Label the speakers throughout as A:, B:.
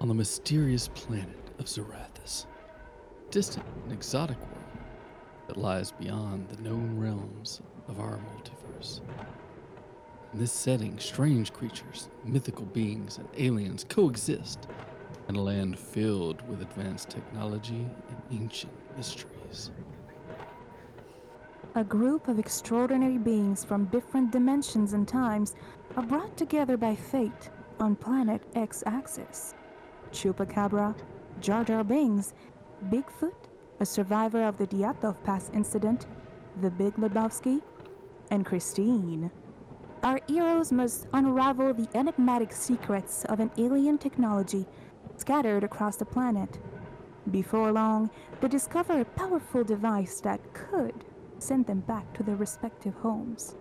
A: on the mysterious planet of Zarathus, distant and exotic world that lies beyond the known realms of our multiverse. In this setting, strange creatures, mythical beings, and aliens coexist in a land filled with advanced technology and ancient mysteries.
B: A group of extraordinary beings from different dimensions and times are brought together by fate on planet X axis. Chupacabra, Jar Jar Bings, Bigfoot, a survivor of the Dyatov Pass incident, the Big Lebowski, and Christine. Our heroes must unravel the enigmatic secrets of an alien technology scattered across the planet. Before long, they discover a powerful device that could send them back to their respective homes.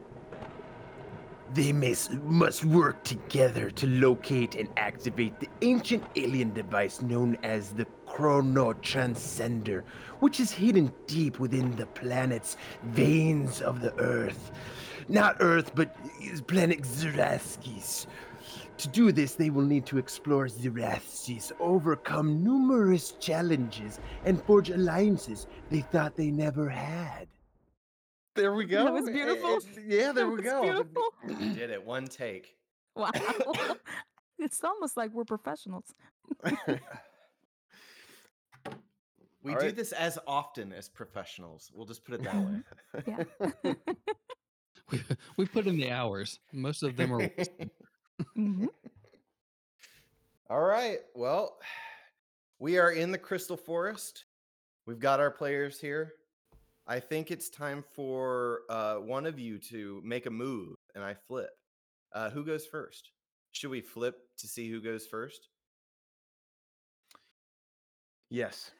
C: They must, must work together to locate and activate the ancient alien device known as the Chrono Transcender, which is hidden deep within the planet's veins of the Earth. Not Earth, but planet Xeraskis. To do this, they will need to explore Xeraskis, overcome numerous challenges, and forge alliances they thought they never had.
D: There we go.
E: That was beautiful.
D: It- it- yeah, there
E: That
D: we
E: was
D: go.
E: beautiful.
F: We did it. One take.
B: Wow. it's almost like we're professionals.
F: We
D: All
F: do
D: right.
F: this as often as professionals. We'll just put it that way.
B: Yeah.
A: We, we put in the hours. Most of them are
B: Mhm.
F: All right. Well, we are in the Crystal Forest. We've got our players here. I think it's time for uh, one of you to make a move, and I flip. Uh, who goes first? Should we flip to see who goes first?
D: yes.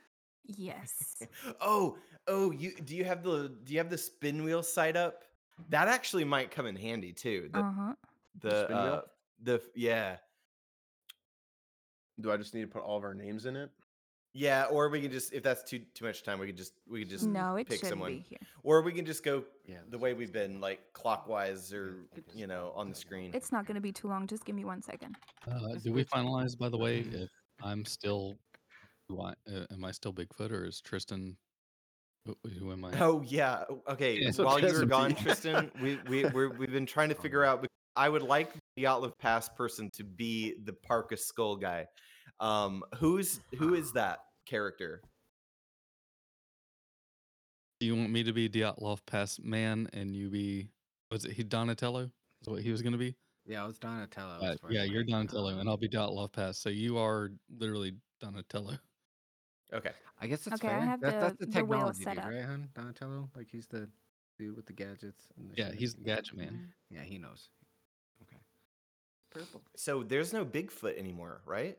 B: Yes.
F: Oh, oh, you do you have the do you have the spin wheel side up? That actually might come in handy too. The
B: Uh huh.
F: the
D: spin wheel?
F: uh, the yeah
D: Do I just need to put all of our names in it?
F: yeah, or we can just if that's too too much time, we can just we can just
B: No, it
F: pick
B: should
F: someone.
B: be here.
F: Or we can just go
D: Yeah.
F: the way we've been, like clockwise or
E: Could just
F: you know, on the screen.
B: It's not going to be too long. Just give me one second.
A: Uh, do we finalize, by the way, if I'm still, do I, uh, am I still Bigfoot or is Tristan, who, who am I?
F: Oh yeah. o- Okay.
A: Yeah.
D: So
F: While you were
D: Chesapeake.
F: gone, Tristan, we we we're, we've been trying to figure out. bec- I would like the Outlive Pass person to be the Parkus Skull guy. Um, who's who is that character?
A: Do you want me to be Dyatlov Pass Man and you be, was it he Donatello? Is what he was going to be?
E: Yeah, it was Donatello.
A: Uh,
E: as far as
A: yeah, you're
E: I know.
A: Donatello and I'll be Dyatlov Pass. So you are literally Donatello.
F: Okay.
E: I guess that's
B: Okay, I
E: fair.
B: have
E: That-
B: the-
E: that's the
B: the wheel
E: technology
B: set
E: dude,
B: up.
E: right, hon? Donatello, like he's the dude with the gadgets. And the
A: Yeah,
E: shit.
A: he's the gadget man.
B: Mm-hmm.
E: Yeah, he knows. Okay. Purple.
F: So there's no Bigfoot anymore, right?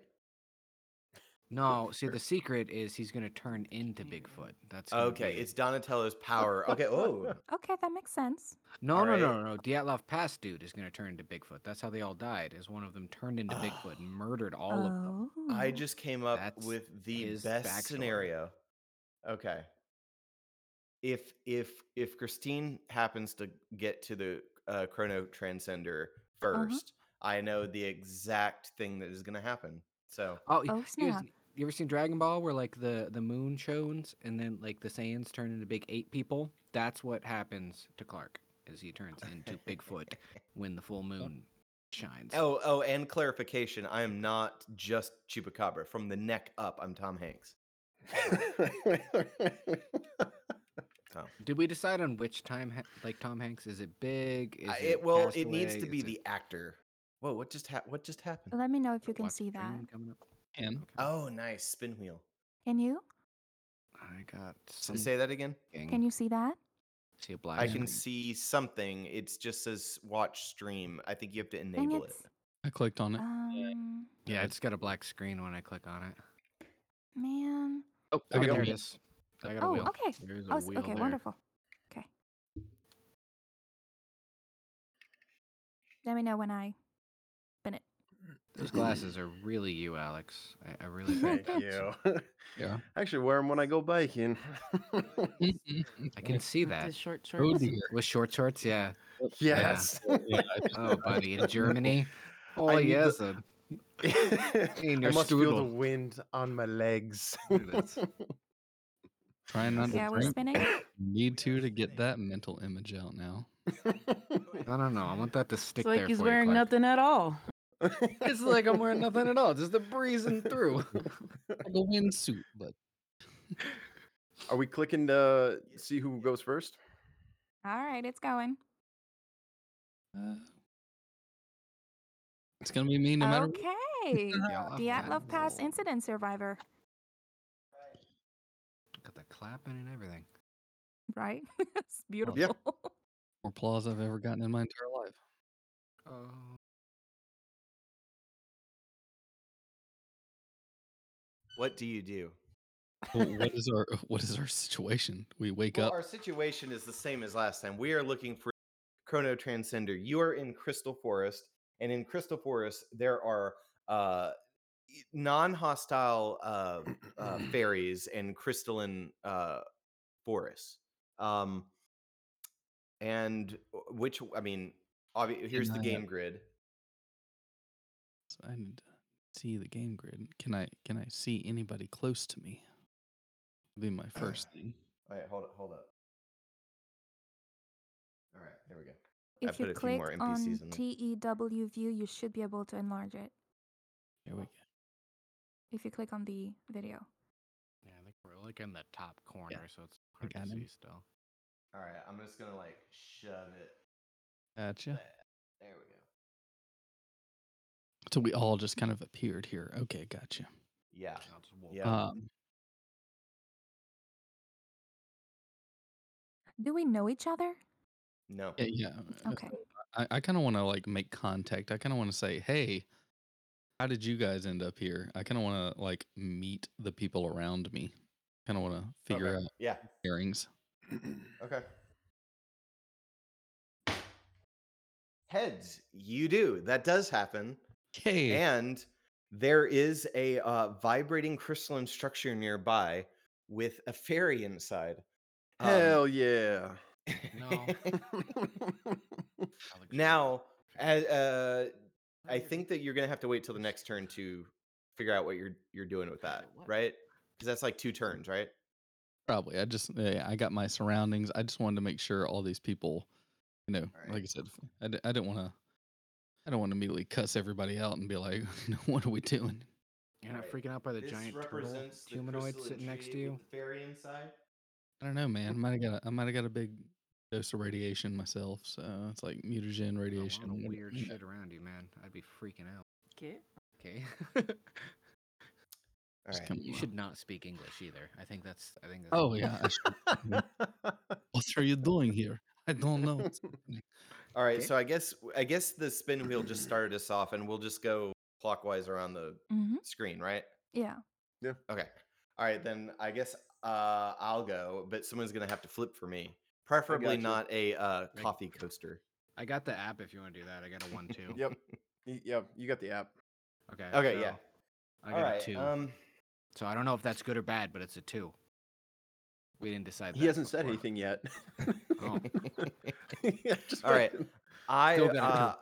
E: No, see, the secret is he's gonna turn into Bigfoot. That's gonna
F: Okay.
E: be-
F: It's Donatello's power. Okay. Oh.
B: Okay, that makes sense.
E: no,
F: all
E: no,
F: right.
E: no, no. Dyatlov Pass dude is gonna turn into Bigfoot. That's how they all died. Is one of them turned into Bigfoot and murdered all of them.
B: Oh.
F: I just came up
E: Hmm. That's
F: with the
E: his
F: best
E: backstory.
F: scenario. Okay. If if if Christine happens to get to the uh, Chrono Transcender
E: Uh-huh.
F: 1st I know the exact thing that is going to happen. So
E: Oh,
B: Oh,
E: you, you,
B: snap.
E: you ever seen Dragon Ball where like the the moon shones and then like the Saiyans turn into big ape people? That's what happens to Clark as he turns into Bigfoot when the full moon shines.
F: oh oh, and clarification: I am not just Chupacabra from the neck up. I'm Tom Hanks. So
E: Did we decide on which time ha- like Tom Hanks is it big? Is
F: I- it, well, it needs
E: Castaway?
F: to be
E: Is
F: the
E: it
F: actor. Whoa! What just hap What just happened?
B: Let me know if you can
E: Watch
B: see
E: the
B: that.
E: Throne coming up?
B: Mm-hmm.
A: And
E: Okay.
F: Oh, nice spin wheel.
B: Can you?
E: I got
F: S- Say that again.
B: Can you see that?
E: see a black
F: I can
E: screen.
F: see something. It's just says watch stream. I think you have to
B: Dang
F: enable it.
B: it's-
A: I clicked on it.
B: Um,
E: Yeah, it's got a black screen when I click on it.
B: man.
E: Oh,
A: I got
E: there
A: a
E: it
A: wheel.
E: is. I got a
B: Oh,
E: wheel.
B: okay.
E: There is a
B: Oh, s-
E: wheel
B: okay,
E: there.
B: wonderful. Okay. Let me know when I spin it.
E: Those glasses are really you, Alex. I, I really
D: Thank
E: appreciate it.
D: you.
A: Yeah.
D: I actually wear them when I go biking. Oh,
E: I can see
G: With the
E: that.
G: short
A: Oh
G: shorts.
A: dear.
E: With short shorts, yeah.
D: yes.
A: Yeah, I just-
E: Oh, buddy, in Germany. Oh,
D: I need the-
E: yes. uh, In
D: I
E: your
D: must feel the
E: stoodle.
D: wind on my legs.
E: That's-
A: Try not
B: Yeah,
A: to
B: we're
A: drink.
B: spinning.
A: Need to to get that mental image out now.
E: I don't know. I want that to stick
G: it's like
E: there
G: he's
E: for
G: wearing
E: you, Clark.
G: nothing at all.
E: It's like I'm wearing nothing at all. Just the breezing through.
A: The wind suit, but
D: Are we clicking to see who goes first?
B: All right, it's going.
A: uh, it's gonna be me no matter. what.
B: okay.
E: Yeah, I'll
B: The
E: have that
B: Atlov Pass
E: roll.
B: incident survivor,
E: Got the clapping and everything.
B: right? it's beautiful.
D: yeah.
A: More applause I've ever gotten in my entire life.
E: Oh.
F: What do you do?
A: Well, what is our what is our situation? We wake
F: Well,
A: up.
F: our situation is the same as last time. We are looking for Chrono Transcender. You are in Crystal Forest, and in Crystal Forest there are uh, e- non-hostile uh, uh, fairies and crystalline uh, forests. Um, and w- which I mean, obvi- here's the
A: I, uh,
F: game grid.
A: So I need to see the game grid. Can I can I see anybody close to me? Would be my first thing.
F: All right, Oh, hold up, hold up. All right, there we go. I
B: If
F: put
B: you
F: a few
B: click
F: more NPCs
B: on
F: in there.
B: TEW view, you should be able to enlarge it.
A: Here we go.
B: If you click on the video.
E: Yeah, I think we're like in the top corner, so it's hard
A: got
E: to
A: him.
E: see still.
F: All right, I'm just gonna like shove it.
A: Gotcha.
F: there. There we go.
A: So we all just kind of appeared here. Okay, gotcha.
F: Yeah.
E: I'll just walk
F: Yeah.
E: up.
A: Um,
B: Do we know each other?
F: No.
A: yeah, yeah. uh,
B: Okay.
A: I, I kind of want to like make contact. I kind of want to say, hey, how did you guys end up here? I kind of want to like meet the people around me. Kind of want to figure
F: Okay.
A: out
F: Yeah.
A: pairings.
F: Okay. Heads, you do. That does happen.
A: Hey,
F: And there is a uh, vibrating crystalline structure nearby with a fairy inside. Um,
D: Hell yeah.
E: No. I'll look for
F: now,
E: it.
F: a- uh, I think that you're gonna have to wait till the next turn to figure out what you're you're doing with that, right? Because that's like two turns, right?
A: Probably. I just yeah, I got my surroundings. I just wanted to make sure all these people, you know,
F: Alright.
A: like I said, f- I, d- I didn't want to. I don't want to immediately cuss everybody out and be like, you know, what are we doing?
E: You're not
F: Right.
E: freaking out by the giant turtle humanoid sitting next to you.
F: fairy inside.
A: I don't know, man. I might have got a, I might have got a big dose of radiation myself, so it's like mutagen
E: There's
A: radiation.
E: Oh, A lot
A: I'm
E: of
A: gonna-
E: weird
A: I'm
E: shit around you, man. I'd be freaking out.
G: Okay.
E: Okay.
F: All
A: just
F: right.
A: kinda
E: you
A: wa-
E: should not speak English either. I think that's. I think. That's
A: Oh yeah. I should- what are you doing here? I don't know. what's happening."
F: All right,
E: Okay.
F: so I guess I guess the spin wheel just started us off, and we'll just go clockwise around the
E: Hmm?
B: Mm-hmm.
F: screen, right?
B: Yeah.
F: Okay. All right, then I guess uh, I'll go, but someone's gonna have to flip for me, preferably
D: you.
F: not a uh, coffee coaster.
E: I got the app. If you want to do that, I got a one two.
D: yep. Y- Yep. You got the app.
E: Okay.
F: Okay, yeah.
E: so I
F: All
E: got
F: right.
E: a two.
F: Um,
E: so I don't know if that's good or bad, but it's a two. We didn't decide.
D: He
E: that
D: hasn't said
E: before.
D: anything yet.
E: Oh.
D: Yeah, just
F: All right.
D: fucking-
F: I
E: Still better
F: uh,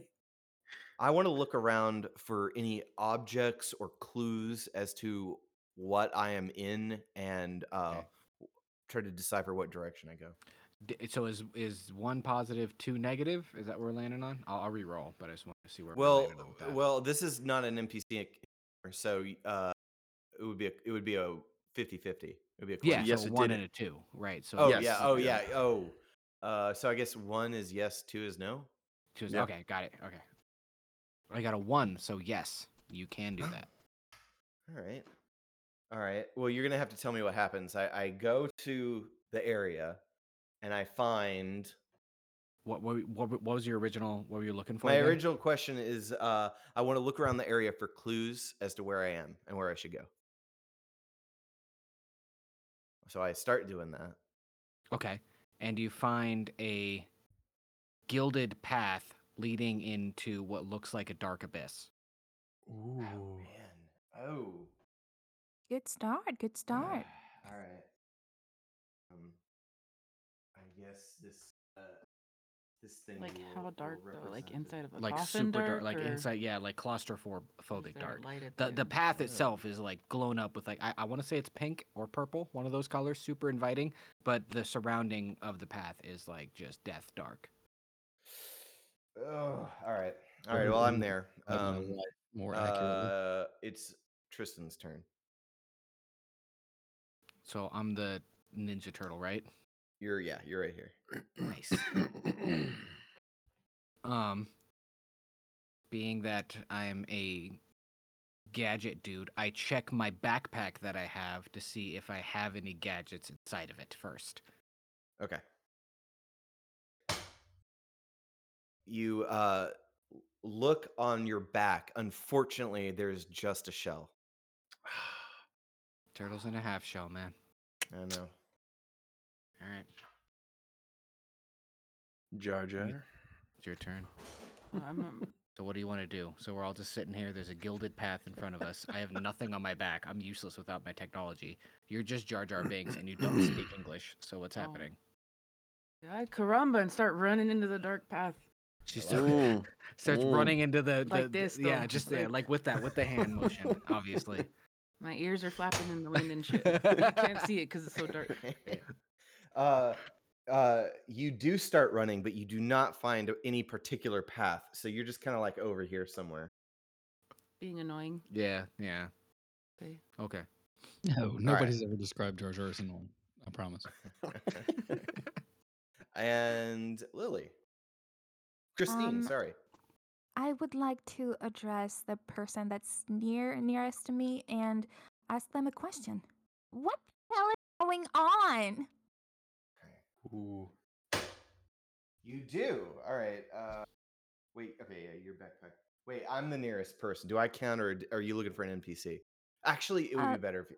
F: I want to look around for any objects or clues as to what I am in, and uh,
E: Okay.
F: w- try to decipher what direction I go.
E: D- So is is one positive, two negative? Is that what we're landing on? I'll, I'll re-roll, but I just want to see where. we're
F: Well,
E: landing on with that.
F: well, this is not an NPC, encounter, so y- uh, it would be a, it would be a 50-50. It would be a
E: yeah,
F: coin.
D: yes,
E: so
D: it
E: one
D: did
E: and
D: it.
E: a two, right? So
F: Oh
E: yes,
F: yeah.
D: Yes,
F: Oh yeah.
D: yeah.
F: Oh. Uh, so I guess one is yes, two is no.
E: two is-
D: yeah.
E: Okay, got it. Okay, I got a one, so yes, you can do that.
F: All right. All right. Well, you're gonna have to tell me what happens. I, I go to the area, and I find
E: What what, what what was your original? What were you looking for?
F: my
E: again?
F: original question is uh, I want to look around the area for clues as to where I am and where I should go. So I start doing that.
E: Okay, and you find a gilded path leading into what looks like a dark abyss.
F: Oh man. Oh.
B: Good start. Good start.
F: All right. Um, I guess this uh, This thing.
G: Like
F: will-
G: how
F: will
G: dark though? Like
F: represent it.
G: inside of a
E: Like
G: coffin
E: super dark,
G: dark,
E: like
G: or
E: inside, yeah, like
G: is
E: claustrophobic
G: there
E: dark.
G: light at
E: The
G: the
E: the
G: end?
E: path itself is like glown up with like I, I want to say it's pink or purple, one of those colors, super inviting. But the surrounding of the path is like just death dark.
F: Ugh, all right. All right. Well, I'm there.
A: I don't know
F: Um,
A: why more accurately.
F: uh, it's Tristan's turn.
E: So I'm the Ninja Turtle, right?
F: You're yeah. You're right here.
E: Nice. um, being that I'm a gadget dude, I check my backpack that I have to see if I have any gadgets inside of it first.
F: Okay. You uh, l- look on your back. Unfortunately, there's just a shell.
E: Turtles in a half shell, man.
F: I know.
E: All right,
D: Jar Jar.
E: it's your turn.
G: Oh, I'm, um,
E: So what do you want to do? So we're all just sitting here. There's a gilded path in front of us. I have nothing on my back. I'm useless without my technology. You're just Jar Jar Binks, and you don't speak English. So what's
G: Oh.
E: happening?
G: God, caramba, and start running into the dark path.
E: She's
D: Ooh,
E: starts
D: Ooh.
E: running into the, the
G: Like
E: the-
G: this, though,
E: yeah
G: just
E: just there
G: like-
E: like with that with the hand motion obviously
G: My ears are flapping in the wind and shit. you can't see it because it's so dark.
F: uh, uh, you do start running, but you do not find any particular path. So you're just kind of like over here somewhere.
G: Being annoying.
E: yeah yeah
G: Okay.
E: okay
A: no, nobody's ever described Jar Jar as annoying. I promise.
F: and Lily. Christine,
B: Um,
F: sorry.
B: I would like to address the person that's near nearest to me and ask them a question. What the hell is going on?
C: Ooh.
F: You do. All right. Uh, wait. Okay. Yeah, your backpack. Wait, I'm the nearest person. Do I count, or d- are you looking for an NPC? Actually, it would
B: Uh,
F: be better if you.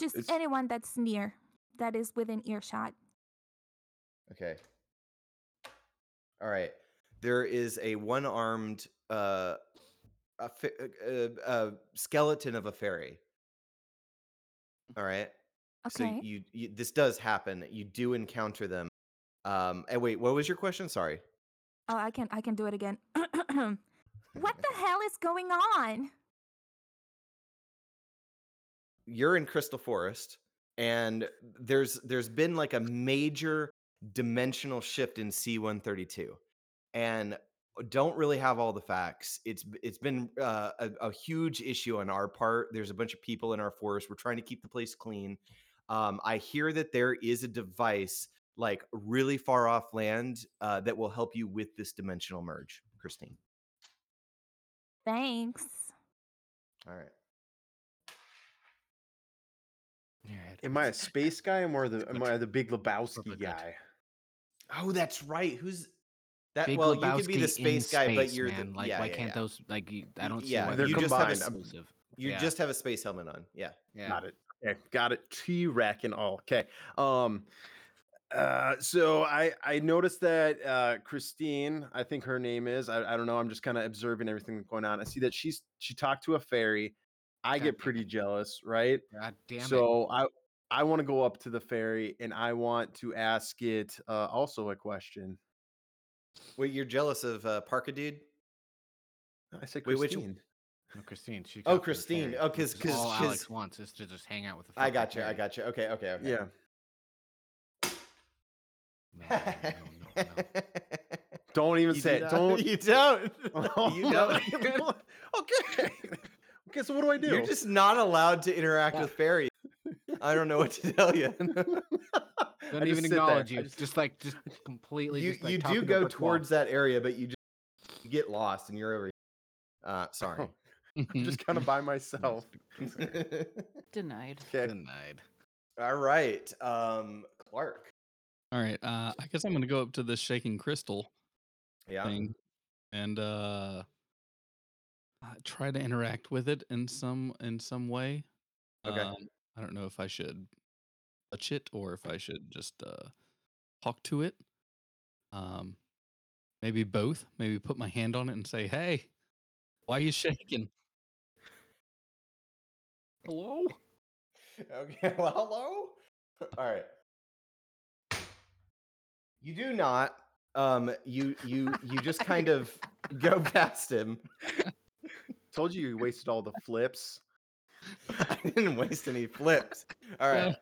B: Just
D: It's-
B: anyone that's near, that is within earshot.
F: Okay. All right. There is a one-armed uh, a, fa- uh, uh, uh, skeleton of a fairy. All right.
B: Okay.
F: So you, you this does happen. You do encounter them. Um. And wait, what was your question? Sorry.
B: oh, I can I can do it again. what the hell is going on?
F: you're in crystal forest and there's there's been like a major dimensional shift in c132 and don't really have all the facts it's b- it's been uh, a, a huge issue on our part there's a bunch of people in our forest we're trying to keep the place clean um, i hear that there is a device like really far off land uh, that will help you with this dimensional merge christine
B: Thanks.
F: all right
C: Am I a space guy or more the am
E: Good.
C: I the big Lebowski
E: Perfect.
C: guy?
F: oh that's right who's that
E: Big
F: well you could be
E: Lebowski
F: the
E: in
F: space guy but
E: space,
F: you're
E: man.
F: the
E: like
F: yeah,
E: why
F: yeah,
E: can't
F: yeah.
E: those like you, i
F: Y-
E: don't see
F: yeah,
E: why
C: they're
E: you just have
C: combined. I'm-
E: exclusive
F: You
E: Yeah.
F: just have a space helmet on. Yeah.
E: yeah
C: Got it. Okay, got it. T rack and all. Okay. Um uh so I I noticed that uh Christine, I think her name is. I, I don't know. I'm just kind of observing everything that's going on. I see that she's she talked to a fairy. I
E: God damn
C: get pretty
E: it.
C: jealous, right?
E: god damn it
C: so I I want to go up to the fairy and I want to ask it uh also a question.
F: Wait, you're jealous of uh, Parka Dude?
C: I said
F: Wait, which-
C: Christine.
E: no, christine she
F: Oh,
E: got the
F: Christine.
E: fairy.
F: Oh, 'cause-
E: That's all
F: 'cause-
E: alex
F: 'cause-
E: wants is to just hang out with the
F: I
E: fucking
F: got you. I
E: fairy.
F: got you. Okay. Okay. Okay.
C: yeah.
E: No, no, no, no, no.
C: Don't even
F: You
C: say
F: do
C: it.
F: not-
C: Don't Oh,
F: You don't. you don't.
C: okay. Okay, so what do I do?
F: You're just not allowed to interact with fairies. I don't know what to tell you.
E: don't
C: I
E: even
C: just sit there.
E: acknowledge
C: I
E: you
C: just-
E: just, like just completely
F: you
E: just, like,
F: you do
E: talking to a
F: go
E: brick wall.
F: towards that area, but you just you get lost and you're over. here. Uh, sorry.
C: Oh, I'm just kind of by myself.
G: Denied.
C: Okay.
E: denied
F: All right. Um, Clark.
A: All right. Uh, I guess I'm going to go up to the shaking crystal
F: Yeah.
A: thing and uh, uh, try to interact with it in some in some way.
F: Okay.
A: Um, I don't know if I should touch it or if I should just uh, talk to it. Um, maybe both. Maybe put my hand on it and say, "Hey, why are you shaking?"
E: hello
F: Okay. Well, hello. All right. You do not um, you you you just kind of go past him.
D: Told you you wasted all the flips.
F: I didn't waste any flips. All right.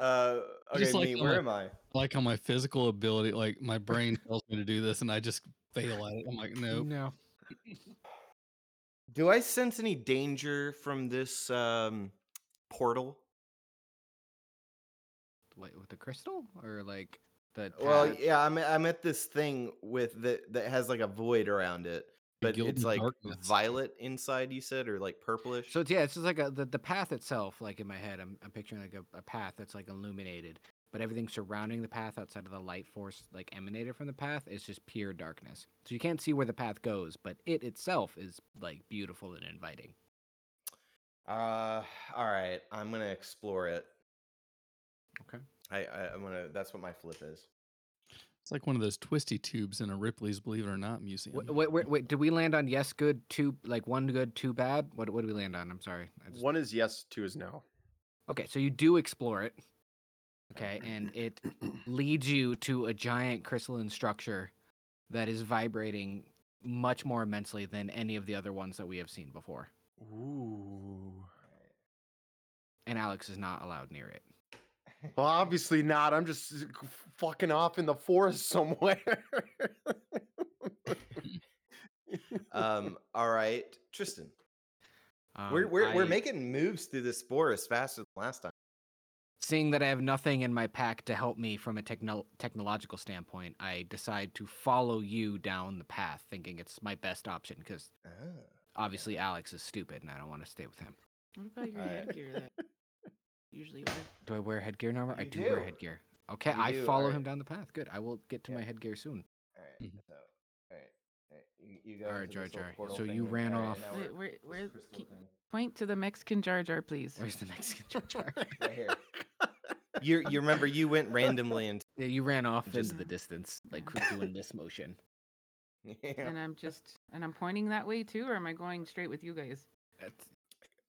F: Uh, okay,
A: Just like
F: me,
A: the-
F: where am I?
A: I like how my physical ability, like my brain tells me to do this, and I just fail at it. I'm like, nope.
E: No.
F: Do I sense any danger from this um, portal?
E: Like with the crystal or like the
F: Well,
E: tab?
F: yeah, I'm I'm at this thing with that that has like a void around it, but
A: guild
F: it's
A: of
F: like
A: darkness.
F: violet inside. You said or like purplish.
E: So it's, yeah, it's just like a, the the path itself. Like in my head, I'm I'm picturing like a, a path that's like illuminated, but everything surrounding the path outside of the light force like emanated from the path is just pure darkness. So you can't see where the path goes, but it itself is like beautiful and inviting.
F: Uh, all right. I'm gonna explore it.
E: Okay.
F: I, I I'm gonna. That's what my flip is.
A: It's like one of those twisty tubes in a Ripley's Believe It or Not museum.
E: Wait, wait, wait, wait did we land on yes, good, two, like one good, two bad? What what did we land on? I'm sorry. I just-
D: One is yes, two is no.
E: Okay, so you do explore it. Okay, and it leads you to a giant crystalline structure that is vibrating much more immensely than any of the other ones that we have seen before.
D: Ooh.
E: And Alex is not allowed near it.
D: Well, obviously not. I'm just s- fucking off in the forest somewhere.
F: Um. all right, Tristan.
E: Um,
F: we're we're, we're
E: I-
F: making moves through this forest faster than last time.
E: Seeing that I have nothing in my pack to help me from a techno- technological standpoint, I decide to follow you down the path, thinking it's my best option because obviously Alex is stupid and I don't want to stay with him.
G: What about your
F: Alright.
G: headgear that usually wear?
E: Do I wear headgear now? I
F: You
E: do, wear
F: do.
E: headgear. Okay,
F: You
E: I
F: do,
E: follow
F: alright.
E: him down the path. Good. I will get to
F: Yeah.
E: my headgear soon.
F: All right.
A: Mhm.
F: So, all right. All right. You, you go
E: Mm-hmm. All right,
F: into this
E: Jar
F: little
E: Jar,
F: portal
E: so
F: thing
E: you
F: and-
E: ran
F: all right,
E: off.
F: now
G: Wait,
F: we're-
G: where,
F: this crystal
G: where, keep,
F: thing,
G: point to the Mexican Jar Jar, please.
E: Where's the Mexican jar jar?
F: Right here. You you remember you went randomly into
E: yeah, you ran off into
G: Just-
E: the distance, like
G: Yeah.
E: doing this motion.
F: yeah.
G: And I'm just, and I'm pointing that way too, or am I going straight with you guys?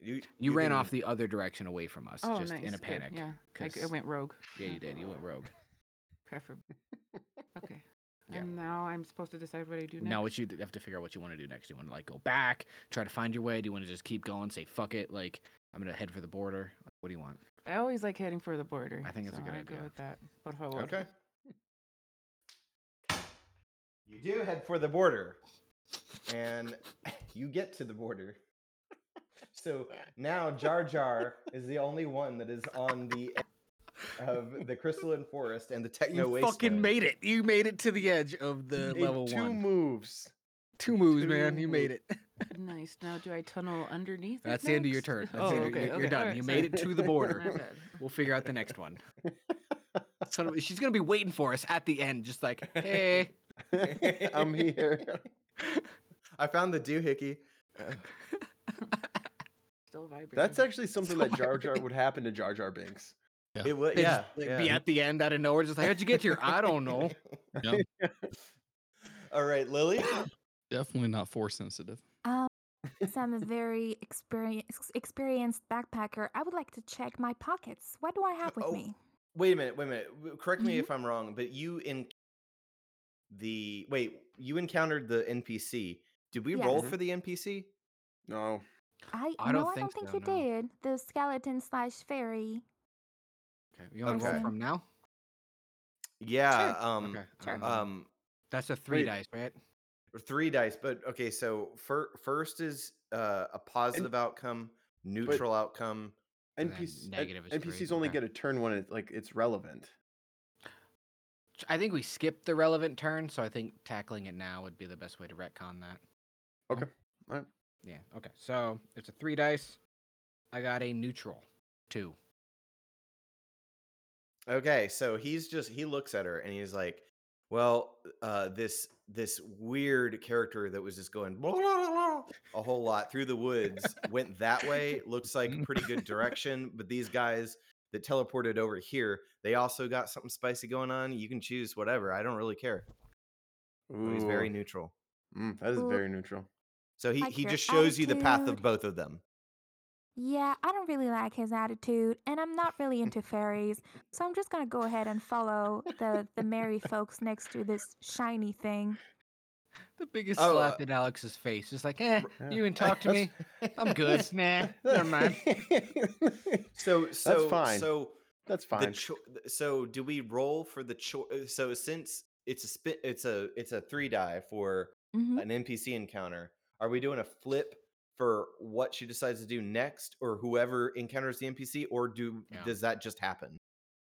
F: you,
E: You ran
F: can-
E: off the other direction away from us,
G: Oh,
E: just
G: nice.
E: in a
G: good,
E: panic.
G: Yeah, I, g- I
E: 'cause-
G: went rogue.
E: Yeah,
G: yeah.
E: you did. You went rogue.
G: Preferably. Okay.
E: Yeah.
G: And now I'm supposed to decide what I do next.
E: Now, what you d- have to figure out what you want to do next. Do you want to like go back, try to find your way? Do you want to just keep going, say fuck it, like I'm gonna head for the border? Like, What do you want?
G: I always like heading for the border.
E: I think it's a
G: so
E: good
G: I'll
E: idea.
G: Go with that. oh, Por favor.
F: Okay. You do head for the border, and you get to the border. So now Jar Jar is the only one that is on the edge of the crystalline forest and the techno wasteland.
E: it. You made it to the edge of the
D: In two moves.
E: two moves,
D: man, you made
E: it.
G: Nice. Now, do I tunnel underneath? it
E: That's the end of your
G: next?
E: turn. That's
G: oh,
E: the end of
G: okay.
E: your- you're
G: okay,
E: done.
G: alright,
E: You
G: sorry.
E: made it to the border.
G: My bad.
E: We'll figure out the next one. Son of a- she's gonna be waiting for us at the end, just like, hey.
D: I'm here.
F: I found the doohickey.
G: Still vibrating.
D: That's actually something
E: So
D: that Jar
E: vibrant.
D: Jar would happen to Jar Jar Binks.
A: Yeah.
F: It was
E: They
F: yeah,
E: just, like, Be at the end out of nowhere, just like, how'd you get here? I don't know.
F: All right, Lily.
A: Definitely not force sensitive.
B: Um, since I'm a very experienced experienced backpacker, I would like to check my pockets. What do I have with
F: Oh,
B: me?
F: Wait a minute, wait a minute. W- Correct me if I'm wrong, but you in the wait, you encountered the NPC. Did we roll
B: Yes.
F: for the NPC?
D: No.
B: I,
E: I
B: no,
E: don't
B: I don't
E: think
B: think
E: so,
B: you
E: no.
B: did. The skeleton slash fairy.
E: Okay, you want to
F: Okay.
E: roll from now?
F: Yeah. Um,
E: okay.
B: Sure.
E: um,
F: um,
E: that's a three
F: wait.
E: dice, right?
F: three dice, but okay. So fir- first is uh, a positive outcome, neutral outcome.
E: And then
D: NPC,
E: negative is three,
D: NPCs only
E: okay.
D: get a turn when it like it's relevant.
E: Ch- I think we skipped the relevant turn, so I think tackling it now would be the best way to retcon that.
D: Okay, alright.
E: Yeah. Okay. So it's a three dice. I got a neutral two.
F: Okay, so he's just he looks at her and he's like, "Well, uh, this this weird character that was just going blah, blah, blah, blah a whole lot through the woods went that way. Looks like a pretty good direction, but these guys that teleported over here, they also got something spicy going on. You can choose whatever. I don't really care. But he's very
D: Ooh.
F: neutral.
D: Mm, that is
B: Ooh.
D: very neutral.
F: So he
B: Like
F: he
B: your
F: just shows you the path of
B: attitude.
F: both of them.
B: Yeah, I don't really like his attitude, and I'm not really into fairies, so I'm just gonna go ahead and follow the the merry folks next to this shiny thing.
E: The biggest
F: Oh,
E: slap
F: uh,
E: in Alex's face. Just like, eh,
F: yeah.
E: you and talk to me. I'm good. nah, never mind.
F: So, so
D: fine.
F: So
D: That's
F: the
D: fine.
F: cho- th- so do we roll for the choice? So since it's a spin, it's a it's a three die for
D: Mm-hmm.
B: hmm
F: an NPC encounter. Are we doing a flip for what she decides to do next, or whoever encounters the NPC, or do
E: Yeah.
F: does that just happen?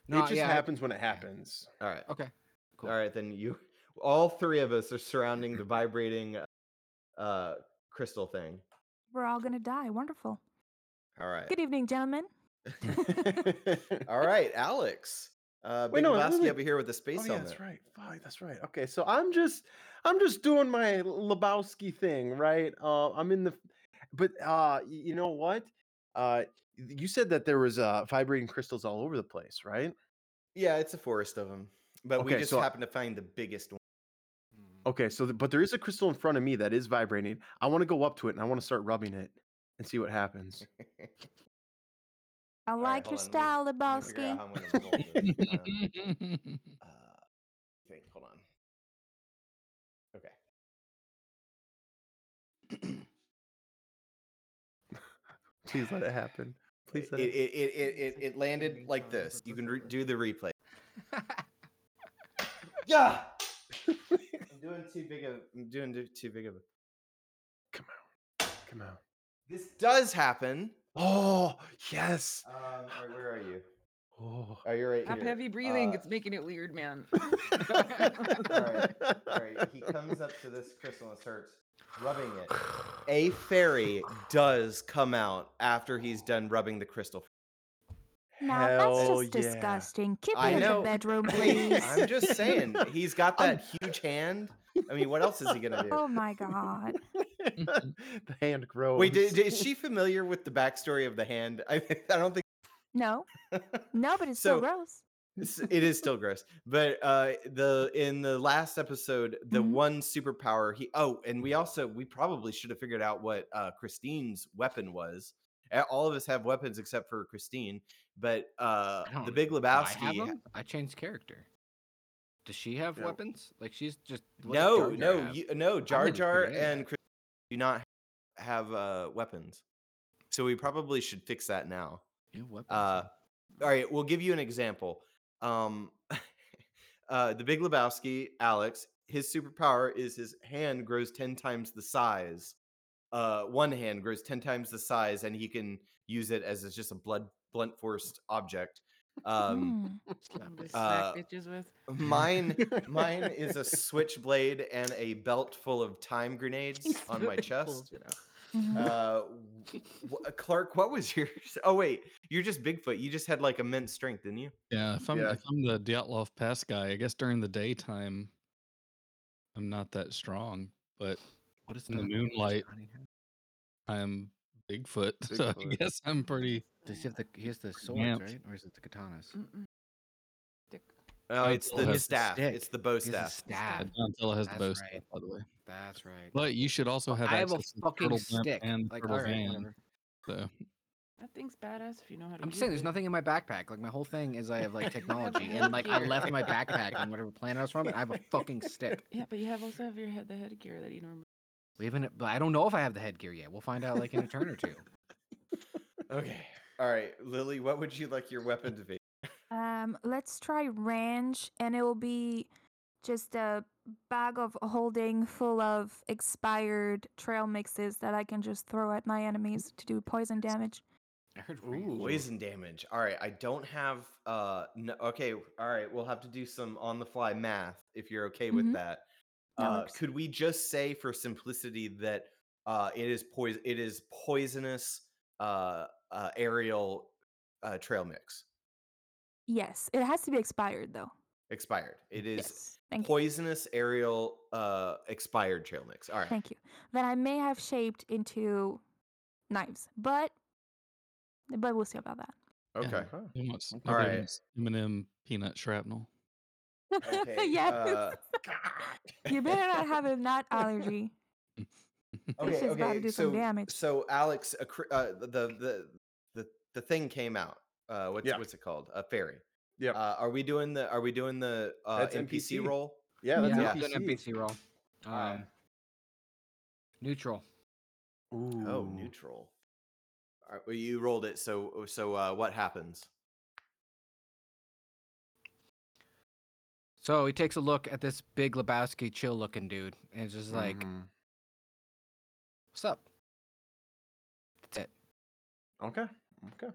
E: No,
D: it just
E: yeah, I-
D: happens when it happens.
F: All right,
E: Okay. Cool.
F: all right, then you, all three of us are surrounding the vibrating uh crystal thing.
B: We're all gonna die. Wonderful.
F: All right,
B: Good evening, gentlemen.
D: Oh,
F: all right, Alex. Uh,
D: Wait,
F: Big
D: no,
F: Lebowski
D: wait,
F: over here with the space
D: Oh yeah,
F: helmet.
D: that's right. Fuck, that's right. Okay, so I'm just I'm just doing my Lebowski thing, right? Uh, I'm in the, but uh, y- you know what? Uh, y- you said that there was uh vibrating crystals all over the place, right?
F: Yeah, it's a forest of them, but we
D: Okay,
F: just
D: so-
F: happened to find the biggest one.
D: Okay, so th- but there is a crystal in front of me that is vibrating. I want to go up to it and I want to start rubbing it and see what happens.
B: I
F: All right,
B: like your
F: hold on,
B: style,
F: let me- let me figure
B: Lebowski.
F: out how I'm gonna roll this. Um, uh, wait, hold on. Okay.
D: Please let it happen. Please
F: It,
D: let
F: it,
D: it.
F: it, it, it, it landed like this. You can re- do the replay. yeah. I'm doing too big of. I'm doing too- too big of. a-
D: Come out. Come out.
F: This does happen.
D: Oh yes.
F: Um, all right, where are you?
D: Oh.
F: Oh, you're right
G: Stop
F: here.
G: heavy breathing.
F: Uh,
G: it's making it weird, man.
F: All right, he comes up to this crystal and starts rubbing it. A fairy does come out after he's done rubbing the crystal.
B: Now that's
D: Hell
B: just
D: yeah.
B: disgusting. Keep
F: I
B: it in
F: know.
B: the bedroom, please.
F: I'm just saying, he's got that huge hand. I mean, what else is he gonna do?
B: oh my god.
D: the hand grows.
F: Wait, did, did- is she familiar with the backstory of the hand? I, I don't think
B: No, no, but it's
F: So-
B: still gross.
F: it's- it is still gross. But uh, the in the last episode, the
E: Mm-hmm.
B: Mhm.
F: one superpower he oh, and we also we probably should have figured out what uh, Christine's weapon was. Uh, All of us have weapons except for Christine, but uh,
E: I
F: the
E: don't-
F: Big
E: Do I
F: Lebowski.
E: have
F: ha-
E: 'em? I changed character. Does she have
D: No.
E: weapons? Like she's just what does
F: No,
E: Jar Jar
F: no,
E: have?
F: you, no. Jar
E: didn't
F: Jar
E: figure that out.
F: and Chris do not have uh, weapons, so we probably should fix that now.
E: New weapons.
F: Uh, all right, we'll give you an example. Um, uh, the Big Lebowski, Alex, his superpower is his hand grows ten times the size. Uh, one hand grows ten times the size, and he can use it as it's just a blood blunt forced object. Um,
B: Hmm.
E: Slap
G: Just
E: it.
F: uh,
G: smack bitches with.
F: Mine, mine is a switchblade and a belt full of time grenades on my chest.
B: Mhm.
F: Uh, w- uh, Clark, what was yours? Oh wait, you're just Bigfoot. You just had like immense strength, didn't you?
A: Yeah, if I'm,
D: Yeah.
A: if I'm the Dyatlov Pass guy, I guess during the daytime, I'm not that strong, but
E: What is
A: in the
E: Donnie-
A: moonlight.
E: Donnie have?
A: I'm Bigfoot, so I
D: Bigfoot.
A: guess I'm pretty.
E: Does he have the? He has the swords,
A: Yep.
E: right? Or is it the
F: Mm-hmm.
E: katanas?
G: Mm-mm.
F: Oh,
A: I
F: it's
A: still have
F: the
A: the
F: staff.
E: stick.
F: It's the bow
E: He has a
F: staff.
E: staff.
A: Donatella has the
E: That's
A: bow
E: right.
A: staff, by the way.
E: That's right.
A: But you should also have
E: I have
A: access to
E: a
A: the
E: fucking
A: turtle blimp
E: stick.
A: and the
E: Like,
A: turtle
E: all right,
A: van.
E: whatever.
A: So
G: That thing's badass if you know how to.
E: I'm
G: use
E: just saying, there's
G: it.
E: nothing in my backpack. Like my whole thing is I have like technology,
G: have
E: and like I
G: here.
E: left my backpack on whatever planet I was from, and I have a fucking stick.
G: Yeah, but you have also have your head the headgear that you normally.
E: We haven't. But I don't know if I have the headgear yet. We'll find out like in a turn or two.
F: Okay. All right, Lily, what would you like your weapon to be?
B: Um, let's try ranch, and it will be just a bag of holding full of expired trail mixes that I can just throw at my enemies to do poison damage.
E: I heard
F: Poison damage. All right, I don't have. Uh, no, okay. All right, we'll have to do some on the fly math if you're okay with
B: Mhm.
F: that.
B: That
F: Uh,
B: works.
F: could we just say for simplicity that uh, it is poison? It is poisonous uh, uh, aerial uh, trail mix
B: Yes, it has to be expired though.
F: expired. It is
B: Yes, thank you.
F: poisonous aerial uh, expired trail mix. All right.
B: Thank you. That I may have shaped into knives, but but we'll see about that.
A: you.
F: Okay.
A: who wants,
F: All
A: nobody
F: right.
A: wants M&M peanut shrapnel?
F: Okay,
B: yes.
F: uh,
B: you better not have a nut allergy. This is about to do some
F: so,
B: damage.
F: So Alex, a, cri- uh, the, the the the thing came out. Uh, what's
D: Yeah.
F: what's it called? A fairy.
D: Yep.
F: Uh, are we doing the Are we doing the uh,
D: That's
F: NPC,
D: NPC.
F: roll?
D: Yeah, that's
E: yeah,
D: NPC.
E: good NPC roll. Um,
F: Uh,
E: neutral.
F: Oh,
D: Ooh.
F: neutral. All right, well, you rolled it. So so uh, what happens?
E: So he takes a look at this big Lebowski chill looking dude and is just like,
D: Mhm.
E: What's up? That's it.
D: okay, okay.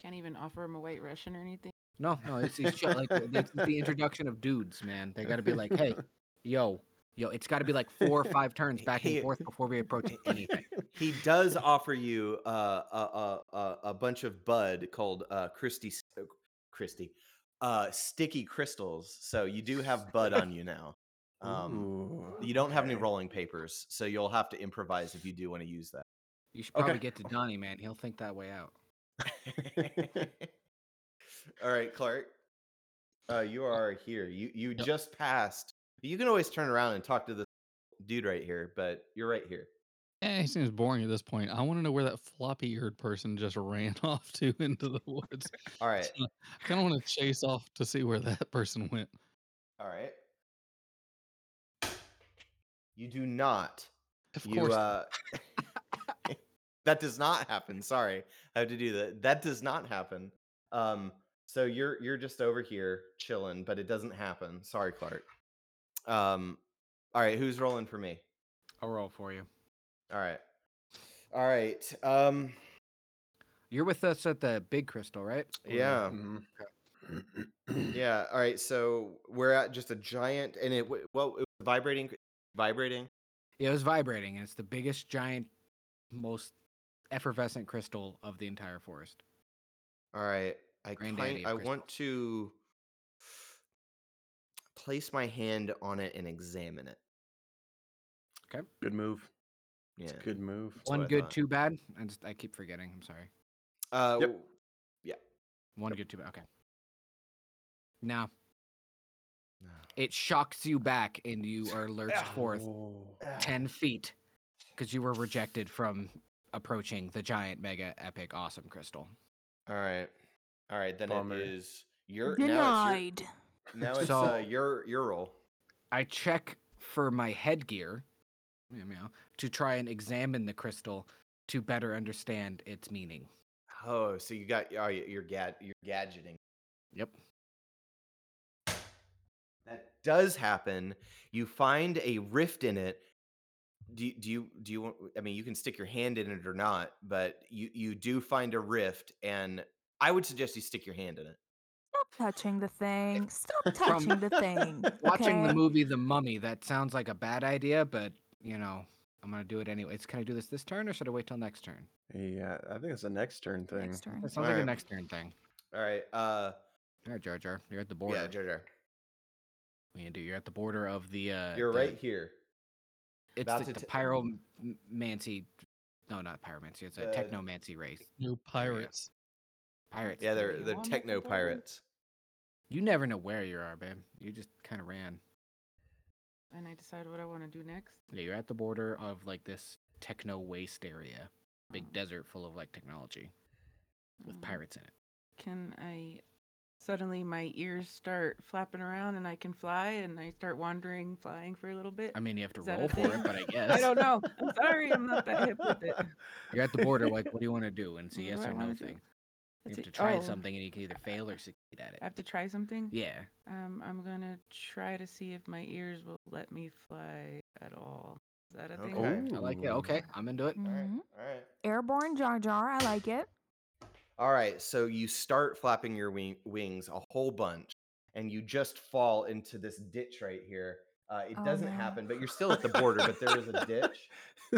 G: Can't even offer him a white Russian or anything.
E: No, no, it's, it's chill. like it's the introduction of dudes, man. They gotta be like, Hey, yo, yo, it's gotta be like four or five turns back and
F: Hey.
E: forth before we approach anything.
F: He does offer you uh, a, a a a bunch of bud called uh, Christy s- uh, Christy uh, sticky crystals. So you do have bud on you now. Um,
D: Ooh,
F: you don't have any
D: okay.
F: rolling papers, so you'll have to improvise if you do want to use that.
E: You should
D: Okay.
E: probably get to Donnie, man. He'll think that way out.
F: All right, Clark. Uh, you are here. You you just passed. You can always turn around and talk to this dude right here, but you're right here.
A: Eh, he seems boring at this point. I want to know where that floppy eared person just ran off to into the woods.
F: All right.
A: So I kind of want to chase off to see where that person went.
F: All right. You do not.
A: Of
F: you
A: course,
F: uh that does not happen. Sorry. I have to do that. That does not happen. Um so you're you're just over here chilling, but it doesn't happen. Sorry, Clark. Um all right, who's rolling for me?
E: I'll roll for you.
F: All right. All right. Um
E: You're with us at the big crystal, right? Or no?
F: yeah.
D: Mhm.
F: Yeah. All right. So we're at just a giant and it w- well it was vibrating vibrating.
E: Yeah, It was vibrating, and it's the biggest, giant, most effervescent crystal of the entire forest.
F: All right. I kind,
E: Granddaddy of
F: I
E: crystals.
F: want to place my hand on it and examine it.
D: Good move.
F: Yeah.
D: It's a good move.
F: That's what
E: One
F: I
E: good,
F: thought.
E: two bad. I just I keep forgetting. I'm sorry.
F: Uh,
D: Yep.
F: w-
E: One good, two bad. Okay. Now
F: no.
E: it shocks you back, and you are lurched forth
D: Oh.
E: ten feet because you were rejected from approaching the giant, mega, epic, awesome crystal.
F: All right. All right. Then
D: Bummer.
F: it is your now it's
B: Denied.
F: your, now it's
E: So-
F: uh, your your roll.
E: I check for my headgear, meow, meow, to try and examine the crystal to better understand its meaning.
F: Oh, so you got oh, your gad your gadgeting.
E: Yep.
F: That does happen. You find a rift in it. Do, you- do you do you want I mean you can stick your hand in it or not, but you you do find a rift and I would suggest you stick your hand in it.
B: Stop touching the thing. Stop
E: From-
B: touching the thing.
E: Watching
B: okay?
E: the movie The Mummy, that sounds like a bad idea, but you know, I'm gonna do it anyways. Can I do this this turn, or should I wait till next turn?
D: Yeah, I think it's the next turn thing.
B: Next turn.
E: That sounds like
F: Alright.
E: a next turn thing.
F: All right. Uh
E: All right, Jar Jar, you're at the border.
F: yeah, Jar Jar.
E: What you gonna do? You're at the border of the. uh
F: You're
E: the-
F: right here.
E: It's
F: about
E: the,
F: to
E: the
F: t-
E: pyromancy. No, not pyromancy. It's a
F: The-
E: technomancy race.
A: no pirates.
E: Pirates.
F: Yeah, they're
G: you
F: they're
G: want me to
F: techno
G: go?
F: pirates.
E: You never know where you are, babe. You just kind of ran.
G: And I decide what I want to do next.
E: Yeah, you're at the border of like this techno waste area, big desert full of like technology with
G: Mm.
E: pirates in it.
G: Can I? Suddenly, my ears start flapping around, and I can fly, and I start wandering, flying for a little bit.
E: I mean, you have to
G: Is that a
E: roll for it,
G: thing?
E: but I guess
G: I don't know. I'm sorry, I'm not that hip with it.
E: you're at the border. Like, what do you want to do? And it's a
G: What
E: yes
G: do I
E: or no
G: wanna do?
E: thing. You have
G: Let's see-
E: to try
G: oh,
E: something, and you can either fail or succeed at it.
G: I have to try something.
E: Yeah,
G: Um, I'm gonna try to see if my ears will let me fly at all. Is that a thing?
F: Okay.
E: I like it. Okay, I'm into it.
F: All right.
B: Mhm.
F: All right.
B: Airborne Jar Jar. I like it.
F: All right, so you start flapping your wing- wings a whole bunch, and you just fall into this ditch right here. Uh, it
B: Oh,
F: doesn't
B: no.
F: happen, but you're still at the border. but there is a ditch,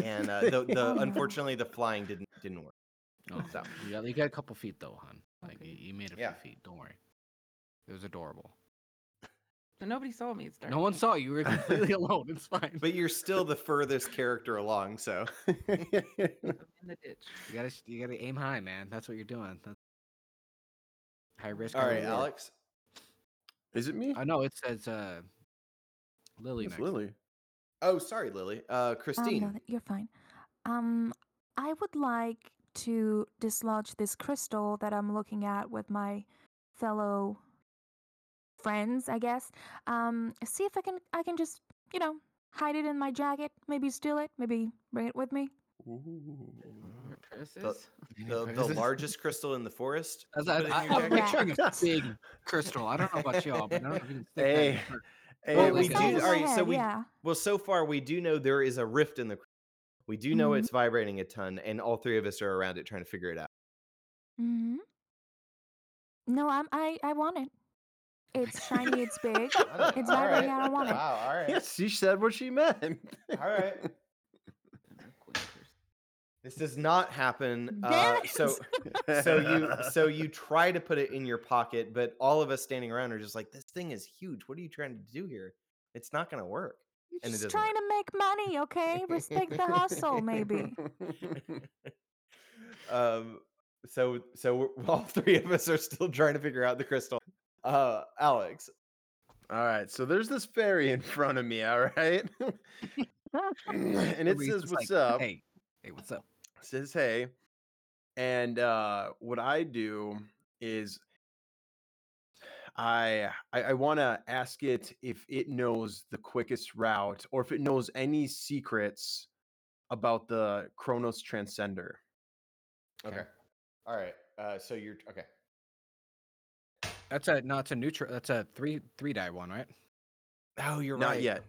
F: and uh, the, the
B: Oh, no.
F: unfortunately the flying didn't didn't work.
E: Oh,
G: So-
E: you, got, you got a couple feet though, hon. Like
G: Okay.
E: you, you made a
F: Yeah.
E: few feet. Don't worry. It was adorable.
G: So nobody saw me. It's dark.
E: No one saw you. You were completely alone. It's fine.
F: But you're still the furthest character along. So
G: I'm in the ditch.
E: you gotta sh- you gotta aim high, man. That's what you're doing. That's high risk.
F: all
E: high
F: right,
E: reward.
F: Alex.
D: Is it me?
E: I know it says uh, Lily.
D: it's
E: next.
D: Lily.
F: Oh, sorry, Lily. Uh,
B: Um,
F: Christine.
B: no, th- you're fine. Um, I would like to dislodge this crystal that I'm looking at with my fellow friends, I guess. Um, see if I can, I can just, you know, hide it in my jacket. Maybe steal it. Maybe bring it with me.
G: Your purses.
F: the, the largest crystal in the forest.
E: I,
F: You put it in
E: I,
F: your
E: am
B: jacket.
E: picturing a big crystal. I don't know about y'all, but I don't even think that in
D: Hey,
E: her-
D: hey,
F: Well,
E: we
B: It's
E: do-
B: not in my
F: alright, so
B: head,
F: we-
B: yeah.
F: Well, so far we do know there is a rift in the. cr- We do know
B: Mhm.
F: it's vibrating a ton, and all three of us are around it trying to figure it out.
B: hmm No, I'm, I, I want it. It's shiny. It's big. It's
F: All
B: vibrating.
F: right.
B: I don't want it.
F: Wow. All right.
D: Yes, she said what she meant.
F: All right. This does not happen. Uh,
B: Damn it.
F: so, so you, so you try to put it in your pocket, but all of us standing around are just like, "This thing is huge. What are you trying to do here? It's not going to work."
B: You're
F: and it
B: just
F: doesn't
B: trying to make money, okay? Respect the hustle, maybe.
F: um, so, so we're- all three of us are still trying to figure out the crystal. Uh, Alex,
D: All right, so there's this fairy in front of me, all right? and it
E: Louise
D: says,
E: was
D: What's
E: like,
D: up?
E: Hey, hey, what's up?
D: Says, Hey. And uh, what I do is I I, I want to ask it if it knows the quickest route or if it knows any secrets about the Chronos Transcender.
F: Okay. All right. Uh, so you're okay.
E: That's a no. It's a neutral. That's a three three die one, right?
F: Oh, you're
D: Not yet.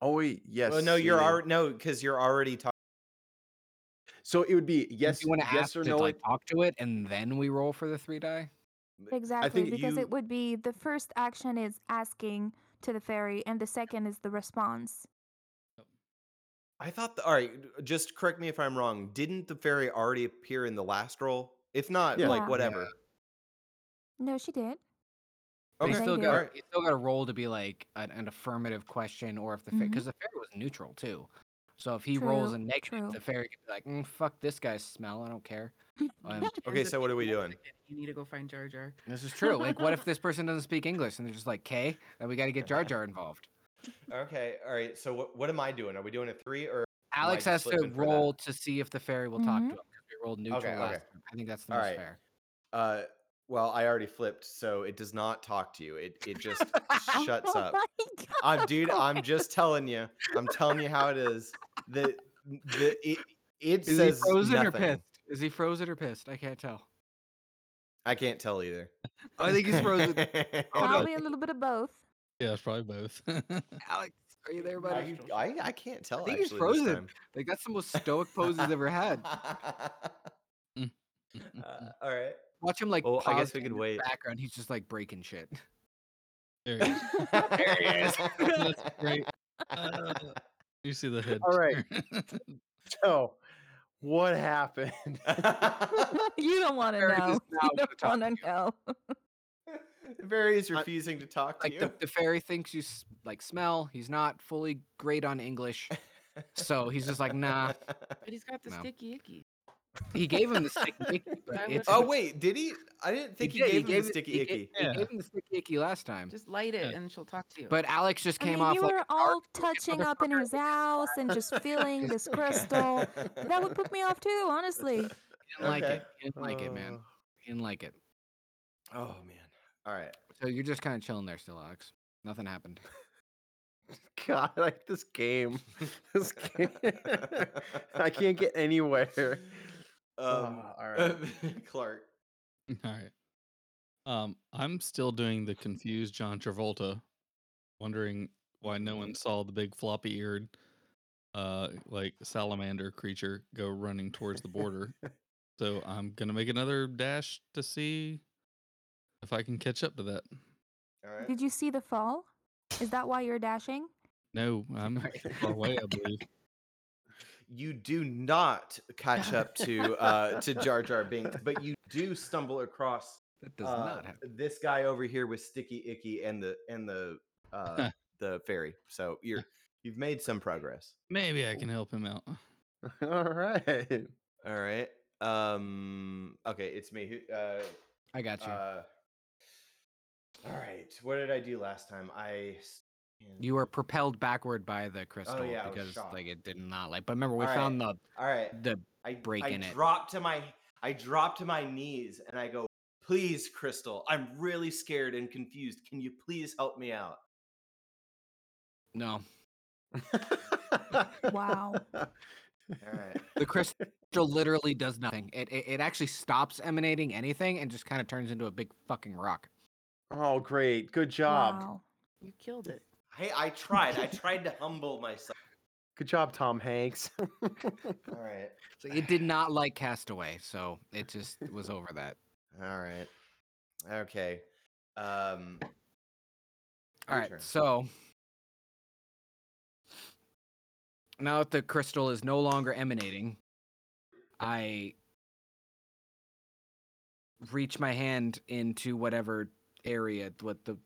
D: Oh, wait, yes.
F: Well, no, you're
D: yeah.
F: already no, because you're already talking.
D: So it would be yes,
E: You want to
D: yes
E: ask
D: or
E: to
D: no.
E: like talk to it, and then we roll for the three die.
B: Exactly,
D: think
B: because
D: you-
B: it would be the first action is asking to the fairy, and the second is the response.
F: I thought. The, all right, just correct me if I'm wrong. Didn't the fairy already appear in the last roll? If not,
D: Yeah.
F: like
B: Yeah.
F: whatever.
B: No, she did.
E: But
F: Okay.
E: You still
B: Thank you.
E: got
F: Alright.
E: you still got to roll to be like an, an affirmative question, or if the because
B: Mhm.
E: the fairy was neutral too. So if he rolls a
B: True,
E: negative,
B: true.
E: the fairy could be like, "Mm, "Fuck this guy's smell. I don't care." Um,
F: Okay, so what are we
G: Wait a
F: doing?
G: second, You need to go find Jar Jar.
E: this is true. Like, what if this person doesn't speak English and they're just like, "K," then we got to get Jar Jar involved.
F: Okay. All right. So what what am I doing? Are we doing a three or? I
E: Alex
F: just
E: has
F: slip
E: to
F: in for that?
E: roll to see if the fairy will talk to
B: Mhm.
E: him because we rolled neutral
F: okay.
E: last. Time. I think that's the most
F: Alright.
E: fair.
F: Uh, well, I already flipped, so it does not talk to you. It it just shuts
B: Oh
F: up.
B: my God.
F: I'm dude. I'm just telling you. I'm telling you how it is. The the it, it
E: Is
F: says
E: he frozen or
F: nothing.
E: pissed? Is he frozen or pissed? I can't tell.
F: I can't tell either.
E: I think he's frozen. Oh, no.
B: Probably a little bit of both.
A: Yeah, it's probably both.
F: Uh,
E: Alex, are you there,
F: I,
E: buddy?
F: I, I can't tell.
E: think he's
F: actually, this
E: frozen.
F: time.
E: Like that's the most stoic pose he's ever had.
F: Uh,
A: Mm.
F: all right.
E: Watch him like.
F: Well, I guess
E: pause
F: we
E: in
F: could
E: the
F: wait.
E: Background, he's just like breaking shit.
A: there it is.
F: there
E: he is.
A: That's great. Uh, you see the head.
D: All right.
A: turn.
D: So what happened?
B: you don't want to
E: Fairy
B: know.
E: does
B: You
E: not wanna
B: don't
E: talk
B: want
E: to
B: to
E: you.
B: know.
F: Barry is
E: I-
F: refusing to talk to
E: Like the,
F: you.
E: the fairy thinks you s- like smell. He's not fully great on English, so he's just like, nah.
G: But he's got the
E: No.
G: sticky icky.
E: He gave him the sticky icky, but
G: I
E: it's
G: would-
F: oh
E: oh,
F: wait, did he? I didn't think he,
E: did,
F: gave
E: he
F: him
E: gave
F: the
E: it-
F: sticky
E: he ga-
F: icky.
A: Yeah.
E: he gave him the sticky icky last time.
G: Just light it
A: Yeah.
G: and she'll talk to you.
E: But Alex just
B: I
E: came
B: mean,
E: off
B: you
E: like
B: were
E: a dark
B: all touching up in
E: motherfucker.
B: his house and just feeling this crystal. That would put me off too, honestly.
E: He didn't like
F: Okay.
E: it. He didn't like it, man. He didn't like it.
F: Oh man. All right.
E: So you're just kind of chilling there still, Alex. Nothing happened.
D: God, I like this game. This game. I can't get anywhere.
F: Um,
D: Ah, all right.
F: Clark.
A: All right. Um, I'm still doing the confused John Travolta, wondering why no one saw the big floppy eared, uh, like salamander creature go running towards the border. so I'm gonna make another dash to see if I can catch up to that.
F: All right.
B: Did you see the fall? Is that why you're dashing?
A: No, I'm far away. I believe.
F: you do not catch up to uh, to Jar Jar Binks, but you do stumble across
E: That does
F: uh,
E: not happen.
F: this guy over here with Sticky Icky and the and the uh, the fairy. So you're you've made some progress.
A: Maybe I can help him out.
D: All right.
F: All right. Um. Okay, it's me. Who? Uh,
E: I got you.
F: uh, all right. What did I do last time? I s- And-
E: You were propelled backward by the crystal
F: Oh, yeah, I was
E: because
F: shocked.
E: like it did not like. But remember, we
F: Alright.
E: found
F: All right.
E: the the
F: I
E: break
F: I
E: in it.
F: drop to my I drop to my knees and I go, please, Crystal, I'm really scared and confused. Can you please help me out?
E: no.
B: Wow.
F: All right.
E: The crystal literally does nothing. It, it it actually stops emanating anything and just kind of turns into a big fucking rock.
D: Oh, great. Good job.
B: Wow.
G: You killed it.
F: Hey, I tried. I tried to humble myself.
D: Good job, Tom Hanks.
F: All right.
E: So it did not like Castaway, so it just was over that.
F: All right. Okay. Um
E: All
F: Your
E: right,
F: turn.
E: so now that the crystal is no longer emanating, I reach my hand into whatever area what the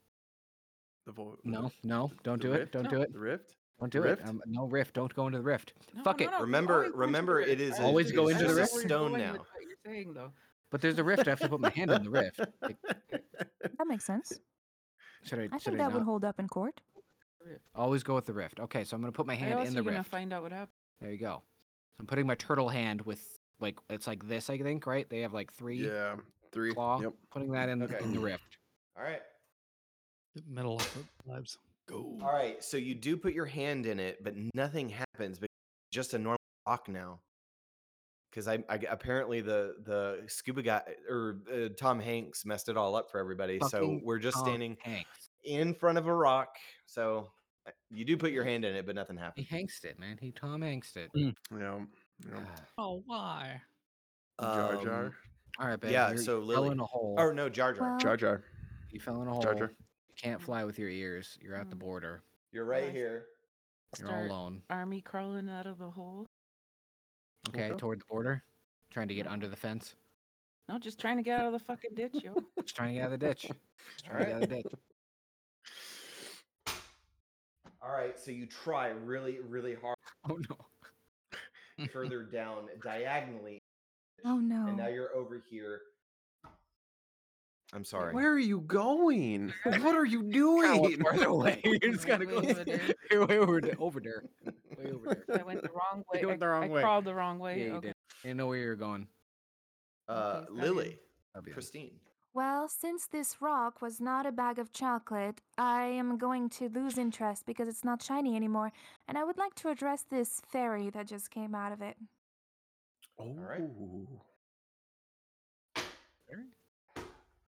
D: the vo-
E: no no don't
D: the
E: do it
D: rift?
E: don't do it
D: The rift?
E: don't do
D: rift?
E: it um, no rift don't go into the rift Fuck it.
F: Remember- remember it is
E: a- Always go into the
G: river.
E: rift.
F: stone now.
G: What you're saying though.
E: but there's a rift I have to put my hand in the rift Like,
B: That makes sense.
E: should I
B: I
E: should
B: think
E: I
B: that would
E: not?
B: hold up in court.
E: always go with the rift okay so I'm gonna put my
G: How
E: hand in
G: else are
E: the
G: you gonna
E: rift
G: find out what happened?
E: there you go I'm putting my turtle hand with like it's like this I think right they have like three
D: Yeah. Three.
E: claw,
D: Yep.
E: putting that in,
F: Okay.
E: in the rift.
F: all right.
A: Get metal off of lives. Go.
F: All right. So you do put your hand in it, but nothing happens. But just a normal rock now. Because I, I g- apparently the the scuba guy or uh, Tom Hanks messed it all up for everybody. so
E: Fucking
F: we're just
E: Tom
F: standing
E: Hanks.
F: in front of a rock. So uh, you do put your hand in it, but nothing
E: He
F: happens.
E: Hanksed it, man. He Tom Hanksed
F: Mm.
E: it. Ah,
D: Yeah. yeah.
A: Oh, why?
D: Jar Jar.
F: Um,
E: All right, Ben.
F: Yeah,
E: you're-
F: so
E: you fell
F: Lily-
E: in a hole.
F: Oh no, Jar Jar.
B: Well,
D: Jar Jar.
E: you fell in a hole.
D: Jar Jar.
E: You can't fly with your ears. You're at the
G: Mm.
E: border.
F: You're
G: Well, I
F: right
G: s-
F: here.
E: You're
G: Start
E: all alone.
G: Army crawling out of the hole.
E: Okay, toward the border, trying to get
G: Yeah.
E: under the fence.
G: No, just trying to get out of the fucking ditch, yo.
E: Just trying to get out of the ditch. Just trying to get out of the ditch.
F: All right, so you try really, really hard
E: Oh no.
F: further down diagonally,
B: Oh
F: and now
B: no.
F: you're over here. I'm sorry.
D: Where are you going? What are you doing?
E: Further away. You
G: Way-
E: just gotta go
G: way over there.
E: way over there. Over there. Way over there.
G: I went the wrong way.
E: You went
G: I-
E: the wrong
G: I
E: way.
G: crawled the wrong way.
E: Yeah, you
G: okay.
E: did. Didn't know where you were going.
F: Uh,
G: Okay, sorry.
F: Lily,
E: That'd be nice.
F: Christine.
B: Well, since this rock was not a bag of chocolate, I am going to lose interest because it's not shiny anymore, and I would like to address this fairy that just came out of it.
D: Oh.
F: right.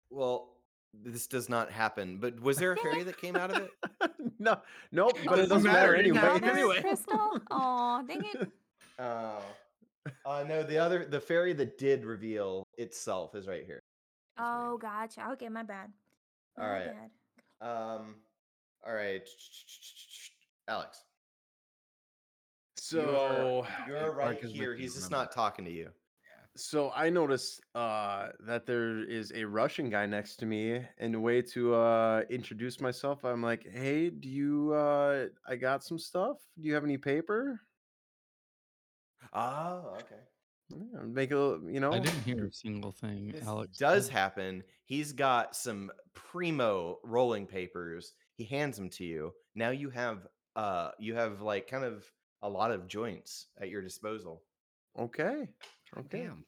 F: Well, this does not happen. But was there a fairy that came out of it?
D: no, nope, but it
F: Doesn't
D: doesn't matter,
F: matter, it
D: anyway.
F: happens.
B: Another
F: anyway.
B: crystal? Aw, dang it.
F: Oh, uh, no. The other, the fairy that did reveal itself is right here.
B: Oh, gotcha. Okay, my bad.
F: All
B: My
F: right.
B: bad.
F: Um, all right, Alex.
D: So
F: You're right
E: Marcus Vick
F: here.
E: can
F: He's just
E: remember.
F: not talking to you.
D: so I notice uh that there is a Russian guy next to me and the way to uh introduce myself I'm like, "Hey, do you uh I got some stuff? Do you have any paper?"
F: Oh, okay.
D: Yeah, Make a little- you know.
A: I didn't hear a single thing,
F: This
A: Alex.
F: does happen. He's got some primo rolling papers. He hands them to you. Now you have uh you have like kind of a lot of joints at your disposal.
D: Okay.
E: God
D: Okay.
E: Damn.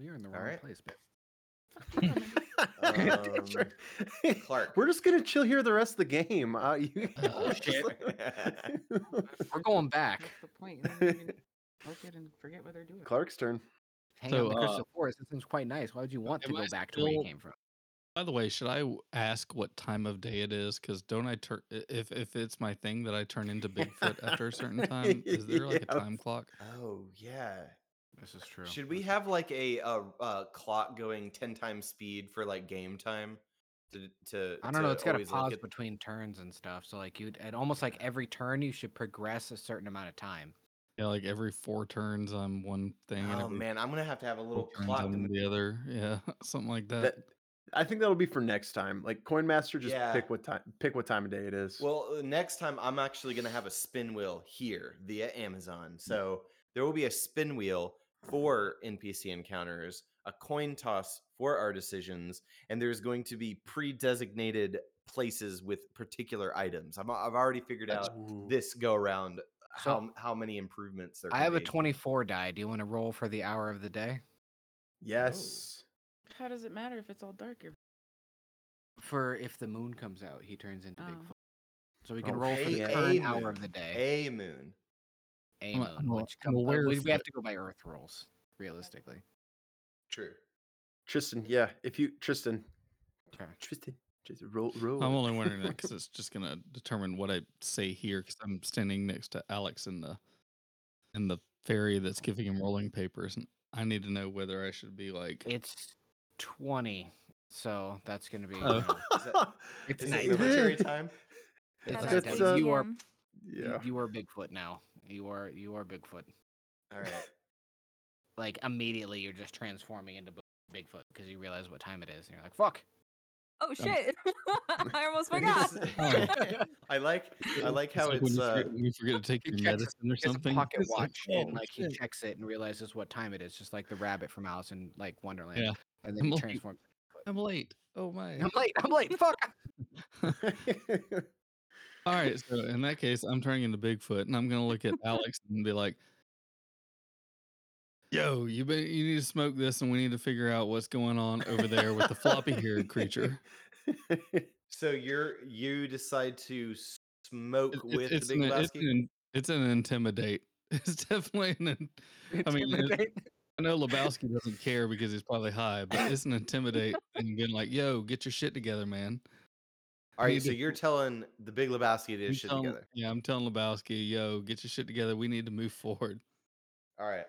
E: We are in the
F: All
E: wrong
F: right.
E: place, Ben.
D: Yeah, sure.
F: Clark.
D: um, We're just gonna chill here the rest of the game. Uh, you
A: Oh,
D: let's just-
E: We're going back.
G: What's the point? Then you're gonna Look at and forget what they're doing.
D: Clark's turn.
E: Hang
A: So,
E: on
A: uh,
E: the crystal forest. This seems quite nice. Why would you want to
A: am I
E: go back to where you
A: still-
E: came from?
A: By the way, should I w- ask what time of day it is? Because don't I turn if if it's my thing that I turn into Bigfoot after a certain time? Is there like a
D: Yes.
A: time clock?
F: oh yeah.
E: This is true.
F: Should we have like a, a uh clock going ten times speed for like game time? To, to
E: I don't know.
F: to
E: It's got a
F: always look
E: pause
F: at-
E: between turns and stuff. So like you'd at almost like every turn you should progress a certain amount of time.
A: Yeah, like every four turns I'm one thing. and
F: Oh
A: every
F: man, I'm gonna have to have a
A: four
F: little
A: turns
F: clock.
A: I'm
F: to
A: the other. Yeah, something like that.
D: That, I think that'll be for next time. Like Coin Master, just
F: Yeah.
D: pick what time pick what time of day it is.
F: Well, uh, next time I'm
E: Hmm.
F: actually going to have a spin wheel here via Amazon. So there will be a spin wheel four NPC encounters, a coin toss for our decisions, and there's going to be pre-designated places with particular items. I'm, I've already figured
A: uh,
E: That's-
F: out this go around uh,
E: So-
F: how how many improvements there.
E: I
F: can
E: have a
F: be.
E: 24 die. Do you want to roll for the hour of the day?
D: Yes.
G: How does it matter if it's all dark? every-
E: For if the moon comes out, he turns into
G: Oh.
E: Bigfoot. So we can
D: Oh,
E: roll for the
D: hey,
E: current
F: hey,
E: hour
F: moon.
E: of the day.
F: A moon.
E: A
A: I'm a-
E: moon,
A: I'm a-
E: which
A: I'm
E: comes, uh,
A: aware
E: we,
A: of
E: we have
A: that.
E: to go by Earth rules, realistically.
F: True.
D: Tristan, yeah. If you Tristan,
E: Okay.
D: Tristan, just roll roll.
A: I'm only wondering that because it's just gonna determine what I say here because I'm standing next to Alex in the in the fairy that's giving him rolling papers, and I need to know whether I should be like
E: It's 20. So that's going to be.
A: Oh.
E: you
F: Is
E: know,
F: that-
E: It's
F: Is
E: nice.
F: it military time?
E: It's
A: That's
E: nighttime.
D: uh,
E: you are
H: PM.
D: yeah.
E: you are Bigfoot now. You are you are Bigfoot.
F: All right.
E: Like immediately, you're just transforming into Bo- Bigfoot because you realize what time it is, and you're like, "Fuck."
H: Oh shit! I almost forgot.
F: Yes. I like I like how
A: when
F: it's
A: you,
F: uh,
A: forget, when you forget to take your
E: it checks
A: medicine or
E: It's
A: something.
E: a pocket
A: It's
E: watch, and
A: "Oh,
E: like he
A: shit."
E: checks it and realizes what time it is, just like the rabbit from Alice in like Wonderland.
A: Yeah.
E: And then
A: I'm
E: he
A: like-
E: transforms.
A: I'm late. Oh my!
E: I'm late. I'm late. Fuck.
A: All right, so in that case, I'm turning into Bigfoot, and I'm gonna look at Alex and be like, "Yo, you be, you need to smoke this, and we need to figure out what's going on over there with the floppy haired creature."
F: so you're you decide to smoke
A: It- it-
F: with
A: it's,
F: the big
A: an, it's,
F: Lebowski.
A: an, it's an intimidate. It's definitely an. in- I mean, it-
E: Intimidate.
A: I know Lebowski doesn't care because he's probably high, but it's an intimidate and being like, "Yo, get your shit together, man."
F: All right,
A: need
F: so
A: to-
F: you're telling the big Lebowski to
A: I'm
F: his shit
A: telling-
F: together.
A: Yeah, I'm telling Lebowski, "Yo, get your shit together. We need to move forward."
F: All right.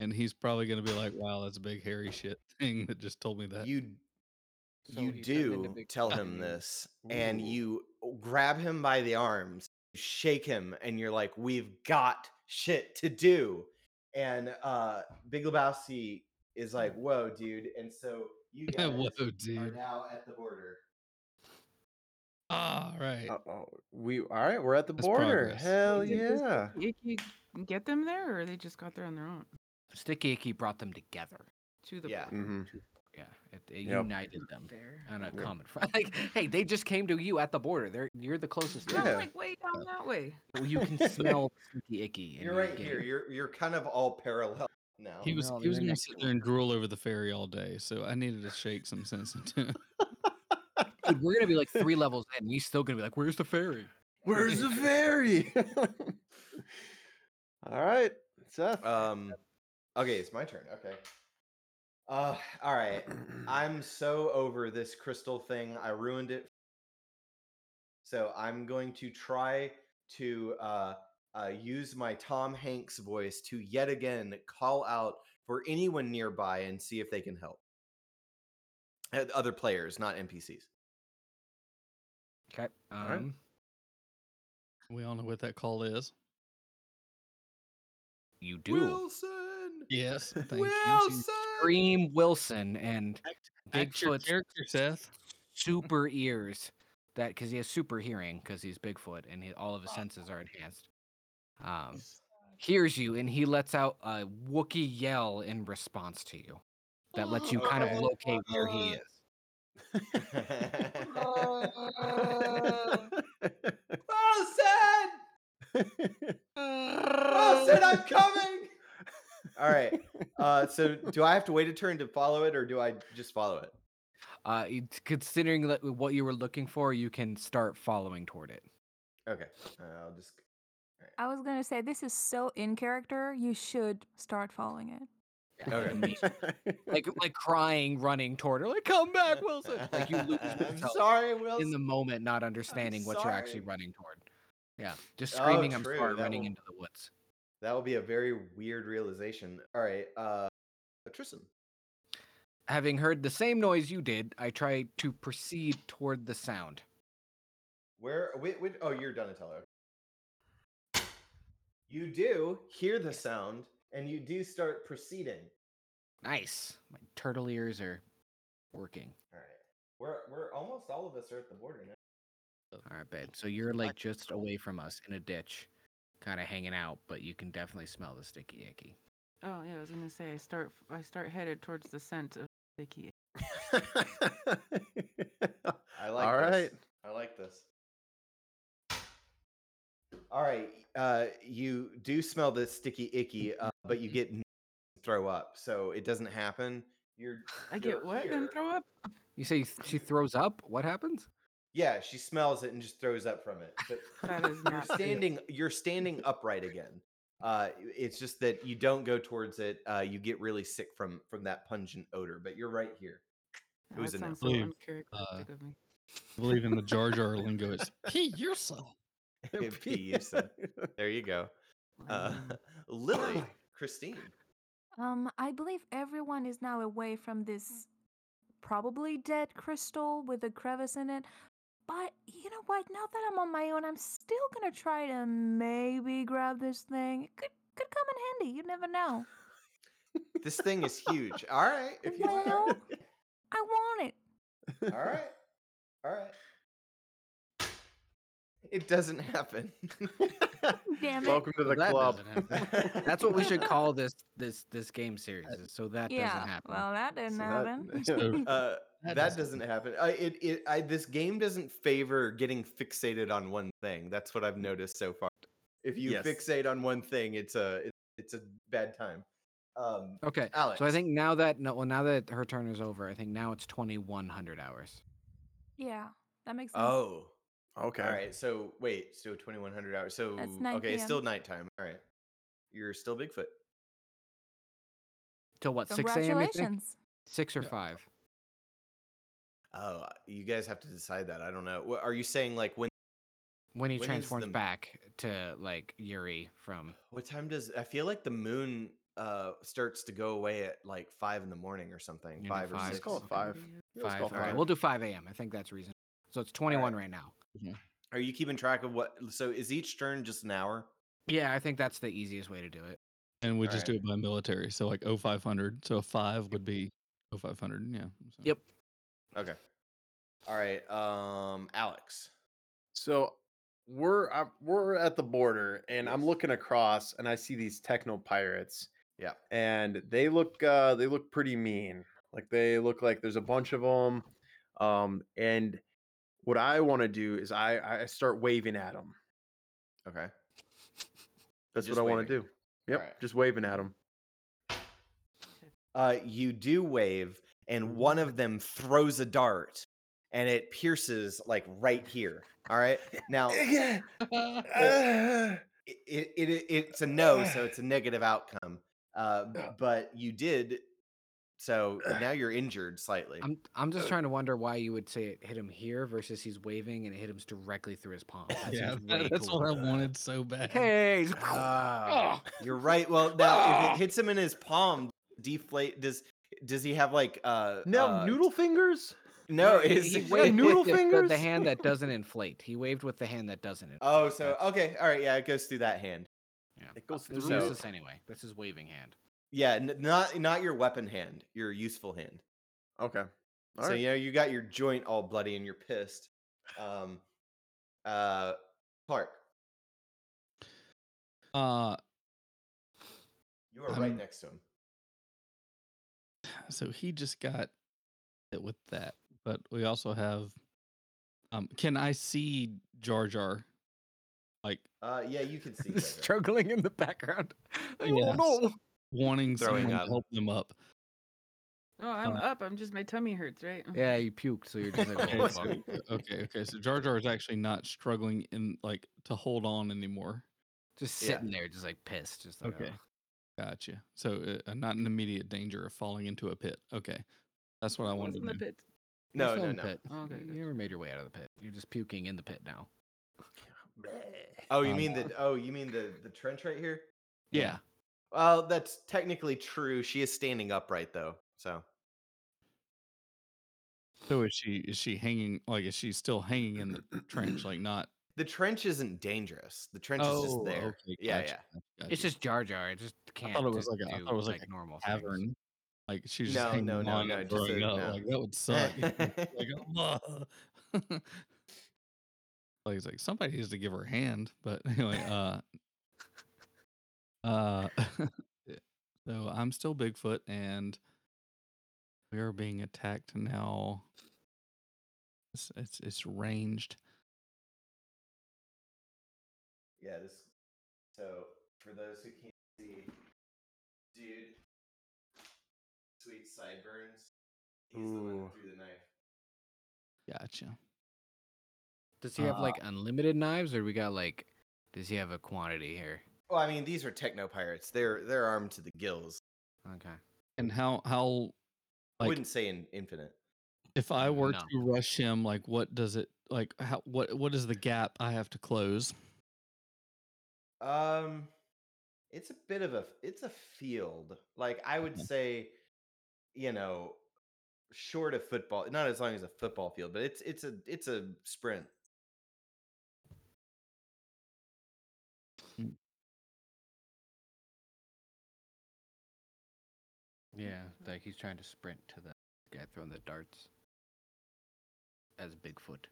A: And he's probably gonna be like, "Wow, that's a big hairy shit thing that just told me that."
F: You
E: So
F: you
E: he turned into
F: do
E: Big
F: tell
E: Lebowski.
F: him this and you grab him by the arms, you shake him and you're like we've got shit to do. And uh Big Lebowski is like, "Whoa, dude." And so you guys
A: Mm. Whoa,
F: are
A: dude.
F: now at the border.
A: Ah, right.
D: oh We all right. We're at the
A: That's
D: border.
A: progress.
D: Hell
G: Is this-
D: yeah.
G: You could get them there, or they just got there on their own
E: Sticky Icky brought them together.
G: to the
F: Yeah.
G: border.
D: hmm
E: Yeah, it, it
D: Yep.
E: united them
H: Fair.
E: on a
D: Yeah.
E: common front. Like, hey, they just came to you at the border. They're you're the closest.
G: No,
D: Yeah.
E: Yeah.
G: like way down that way.
E: you can smell Sticky Icky. in
F: You're
E: your
F: right here.
E: gate.
F: You're you're kind of all parallel now.
A: He was
E: no,
A: he was
E: they're
A: gonna
E: next
A: sit
E: to
A: there and drool over the ferry all day, so I needed to shake some sense into him.
E: Dude, we're gonna be like three levels in. And he's still gonna be like, "Where's the ferry?"
D: Where's the ferry? all right, Seth.
F: Um, okay, it's my turn. Okay. Uh, all right. I'm so over this crystal thing. I ruined it. So I'm going to try to uh, uh, use my Tom Hanks voice to yet again call out for anyone nearby and see if they can help. Uh, Other players, not NPCs.
E: Okay. Um,
D: right.
A: We all know what that call is.
E: You do
F: Wilson.
A: Yes. Thank you.
F: Wilson.
E: scream Wilson and
A: Act your
E: Bigfoot's
A: character, Seth.
E: super ears that because he has super hearing because he's Bigfoot and he, all of his senses are enhanced. Um, hears you and he lets out a Wookiee yell in response to you that lets you kind of
F: Okay.
E: locate where he
F: Uh,
E: is.
A: Uh.
F: Wilson. Wilson, I'm coming. All right. Uh, so, do I have to wait a turn to follow it, or do I just follow it?
E: Uh, it's- considering that what you were looking for, you can start following toward it.
F: Okay. Uh, I'll just.
B: I was gonna say this is so in character. You should start following it.
F: Okay.
E: like like crying, running toward her, like "Come back, Wilson!" Like you lose
F: I'm
E: yourself
F: sorry, Wilson.
E: in the moment, not understanding what you're actually
F: sorry.
E: running toward. Yeah, just
F: Oh,
E: screaming, "I'm
F: true,
E: sorry!"
F: that
E: running
F: will-
E: into the woods.
F: That will be a very weird realization. All right. Uh, Tristan.
E: Having heard the same noise you did, I try to proceed toward the sound.
F: Where? Wait, wait, oh, you're Donatello. You do hear the sound, and you do start proceeding.
E: Nice, my turtle ears are working.
F: All right, we're we're almost all of us are at the border now.
E: All right, babe. So you're like just away from us in a ditch, kind of hanging out, but you can definitely smell the sticky icky.
G: Oh yeah, I was gonna say I start I start headed towards the scent of sticky.
F: I like
D: All
F: this.
D: right.
F: I like this. All right. Uh, you do smell the sticky icky, uh, but
D: Mm-hmm.
F: you get n- throw up, so it doesn't happen. You're.
G: I get
F: you're
G: what and
F: here.
G: throw up.
E: You say th- she throws up. What happens?
F: Yeah, she smells it and just throws up from it. But
G: That is
F: you're
G: not good.
F: standing. You're standing upright again. Uh, it's just that you don't go towards it. Uh, you get really sick from from that pungent odor. But you're right here.
G: Oh,
F: was
G: that
F: a no.
G: sounds so
A: Leave.
E: Uh,
G: uncharacteristic of me.
A: I believe in the Jar Jar lingo. It's pee yourself.
F: P. Yusa. There you go. Uh,
G: Um,
F: Lily, Christine.
B: Um, I believe everyone is now away
F: Mm.
B: from this probably dead crystal with a crevice in it. But you know what? Now that I'm on my own, I'm still gonna try to maybe grab this thing. It could could come in handy. You never know.
F: This thing is huge. All right. If you want.
B: Well, I want it.
F: All right. All right. It doesn't happen.
B: Damn it.
D: Welcome to the
E: Well, that
D: club.
A: doesn't happen.
E: That's what we should call this this this game series. is So that
H: yeah.
E: doesn't happen.
H: Well, that
D: So
H: didn't
D: that-
H: happen.
F: uh,
A: That
F: that,
A: doesn't
F: doesn't happen. I, it, it, I, this game doesn't favor getting fixated on one thing. That's what I've noticed so far. If you
D: Yes.
F: fixate on one thing, it's a it, it's a bad time. Um,
E: okay.
F: Alex.
E: So I think now that no, well, now that her turn is over, I think now it's twenty one hundred hours.
B: Yeah, that makes sense.
F: Oh.
D: okay.
F: All right. So wait. So twenty one hundred hours. So
B: 9
F: okay. It's
B: PM.
F: still nighttime. All right. You're still Bigfoot.
E: Till what? Six a.m. you think?
B: Congratulations.
E: Six or
A: Yeah.
E: five?
F: Oh, you guys have to decide that. I don't know. What, are you saying like when?
E: When he
F: When is
E: transforms
F: the-
E: back to like Yuri from
F: What time does? I feel like the moon uh starts to go away at like five in the morning or something.
E: Maybe
F: Five, or
E: five.
D: Let's
F: six.
D: call it five. Yeah, let's
E: five.
D: call it
E: Okay,
F: five.
E: we'll do five a.m. I think that's reasonable. So it's twenty one right now.
F: Are you keeping track of what? So is each turn just an hour?
E: Yeah, I think that's the easiest way to do it.
A: And we
F: All
A: just do
F: right.
A: it by military. So like 0500. So a five would be 0500. Yeah. so-
E: Yep.
F: Okay. All right. Um, Alex.
D: So we're i we're at the border, and I'm
F: Yes.
D: looking across, and I see these techno pirates.
F: Yeah.
D: and they look uh, they look pretty mean. Like they look like there's a bunch of them. Um, and what I want to do is I I start waving at them.
F: Okay.
D: That's what
F: Just
D: I want to
F: waving.
D: do. Yep,
F: Alright.
D: just waving at them.
F: Uh, you do wave, and one of them throws a dart, and it pierces like right here. All right. Now
D: Uh,
F: it, it, it it's a no, so it's a negative outcome. Uh, b- but you did, so now you're injured slightly.
E: I'm I'm just trying to wonder why you would say it hit him here versus he's waving and it hit him directly through his palm. That
A: Yeah.
E: seems way
A: that- That's
E: cooler.
A: what I wanted so bad.
E: Hey, he's-
F: Ah, you're right. Well, now if it hits him in his palm, deflate. Does does he have like uh
D: Now
F: uh,
D: noodle fingers.
F: No,
E: he-
F: is
E: he
F: it-
E: waved
D: noodle
E: with the- the- The,
D: fingers?
E: hand that doesn't inflate. He waved with the hand that doesn't. Inflate.
F: Oh, so
E: That's-
F: okay, all right, yeah, it goes through that hand.
E: yeah.
D: It goes
E: This
F: through.
E: is
D: through.
E: useless anyway. This is waving hand.
F: Yeah, n- not not your weapon hand, your useful hand.
D: Okay. All
F: so
D: right.
F: you know you got your joint all bloody and you're pissed. Um, uh, Clark,
A: Uh,
F: you are right
A: Um,
F: next to him.
A: so he just got hit with that. But we also have. Um, can I see Jar Jar? Like
F: Uh, yeah, you can see. Jar Jar.
E: Struggling in the background. Like,
A: Yeah.
E: Oh no!
A: wanting
F: Throwing
A: someone
F: up.
A: to help them up.
G: Oh, I'm
A: Uh,
G: up. I'm just my tummy hurts, right?
E: Yeah, you puked, so you're just like, oh, fuck.
A: so- okay, okay. So Jar Jar is actually not struggling in like to hold on anymore.
E: just
F: Yeah.
E: sitting there, just like pissed. Just like, "Oh."
A: Okay.
E: "Ugh."
A: Gotcha. So uh, not in immediate danger of falling into a pit. Okay, that's what I
G: What's
A: wanted
G: in
A: to
G: the
A: know.
G: pit?
F: No,
E: Still
F: no,
E: in the
F: no.
E: pit.
G: Oh, okay, good.
E: You never made your way out of the pit. You're just puking in the pit now.
F: Oh, you
A: Um,
F: mean the oh, you mean the the trench right here?
A: Yeah.
F: Well, that's technically true. She is standing upright though, so
A: So is she? Is she hanging? Like is she still hanging in the trench? Like not? Oh,
F: the trench isn't dangerous. The trench is just there.
A: okay,
F: yeah,
A: gotcha,
F: yeah.
A: gotcha,
E: It's
A: gotcha.
E: just Jar Jar. It just can't.
A: it was
E: just
A: like a- I
E: do,
A: thought it was like a
E: normal things.
A: cavern. Like she's just
F: No,
A: hanging
F: no, no,
A: on
F: no,
A: and
F: just
A: throwing
F: a-
A: up.
F: no.
A: Like that would suck. like, "Ugh." like it's like somebody needs to give her a hand, but anyway, uh, uh, So I'm still Bigfoot, and we are being attacked now. It's it's, it's ranged.
F: Yeah, this. So for those who can't see, dude, sweet sideburns. He's the one
D: Ooh.
F: that threw the knife.
A: Gotcha.
E: Does he have
A: Uh.
E: like unlimited knives, or we got like? Does he have a quantity here?
F: Well, I mean, these are techno pirates. They're they're armed to the gills.
E: Okay.
A: And how how
F: I
A: Like-
F: wouldn't say in infinite.
A: if I were
E: No.
A: to rush him, like what does it like how what what is the gap I have to close?
F: Um, it's a bit of a it's a field. Like I would
A: Okay.
F: say, you know, short of football, not as long as a football field, but it's it's a it's a sprint.
E: Yeah, like he's trying to sprint to the guy throwing the darts. As Bigfoot.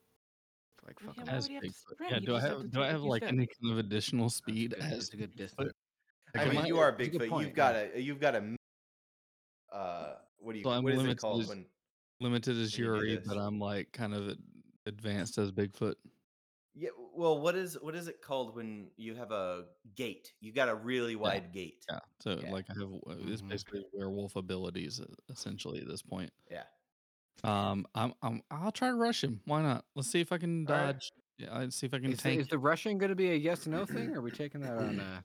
E: It's Like
G: Yeah,
E: fuck
G: why
E: him.
G: would
A: As
G: he have to
A: Bigfoot.
G: sprint?
A: Yeah,
G: He
A: do I
G: just had to
A: have do I
G: take a
A: have
G: few
A: like
G: steps.
A: any kind of additional speed
E: That's
A: as
E: good, that's a good
A: Bigfoot?
E: distance.
A: Like,
F: I
A: am
F: mean,
A: I-
F: you are
E: that's a good
F: Bigfoot.
E: point,
F: you've got
E: yeah.
F: a you've got a m- uh what do you
A: So I'm
F: what is
A: limited
F: it called
A: as-
F: when
A: limited as
F: Can you do
A: Yuri,
F: this?
A: but I'm like kind of ad- advanced as Bigfoot.
F: yeah well what is what is it called when you have a gate you got a really wide gate
A: Yeah. So
F: Yeah.
A: like I have uh, it's
E: Mhm.
A: basically werewolf abilities uh, essentially at this point.
F: Yeah.
A: Um, I'm, I'm I'll try to rush him. Why not? Let's see if I can
F: All right.
A: dodge. Yeah, let's see if I can
E: Is the,
A: tank.
E: is the rushing going to be a yes no thing? Or are we taking that on? Uh,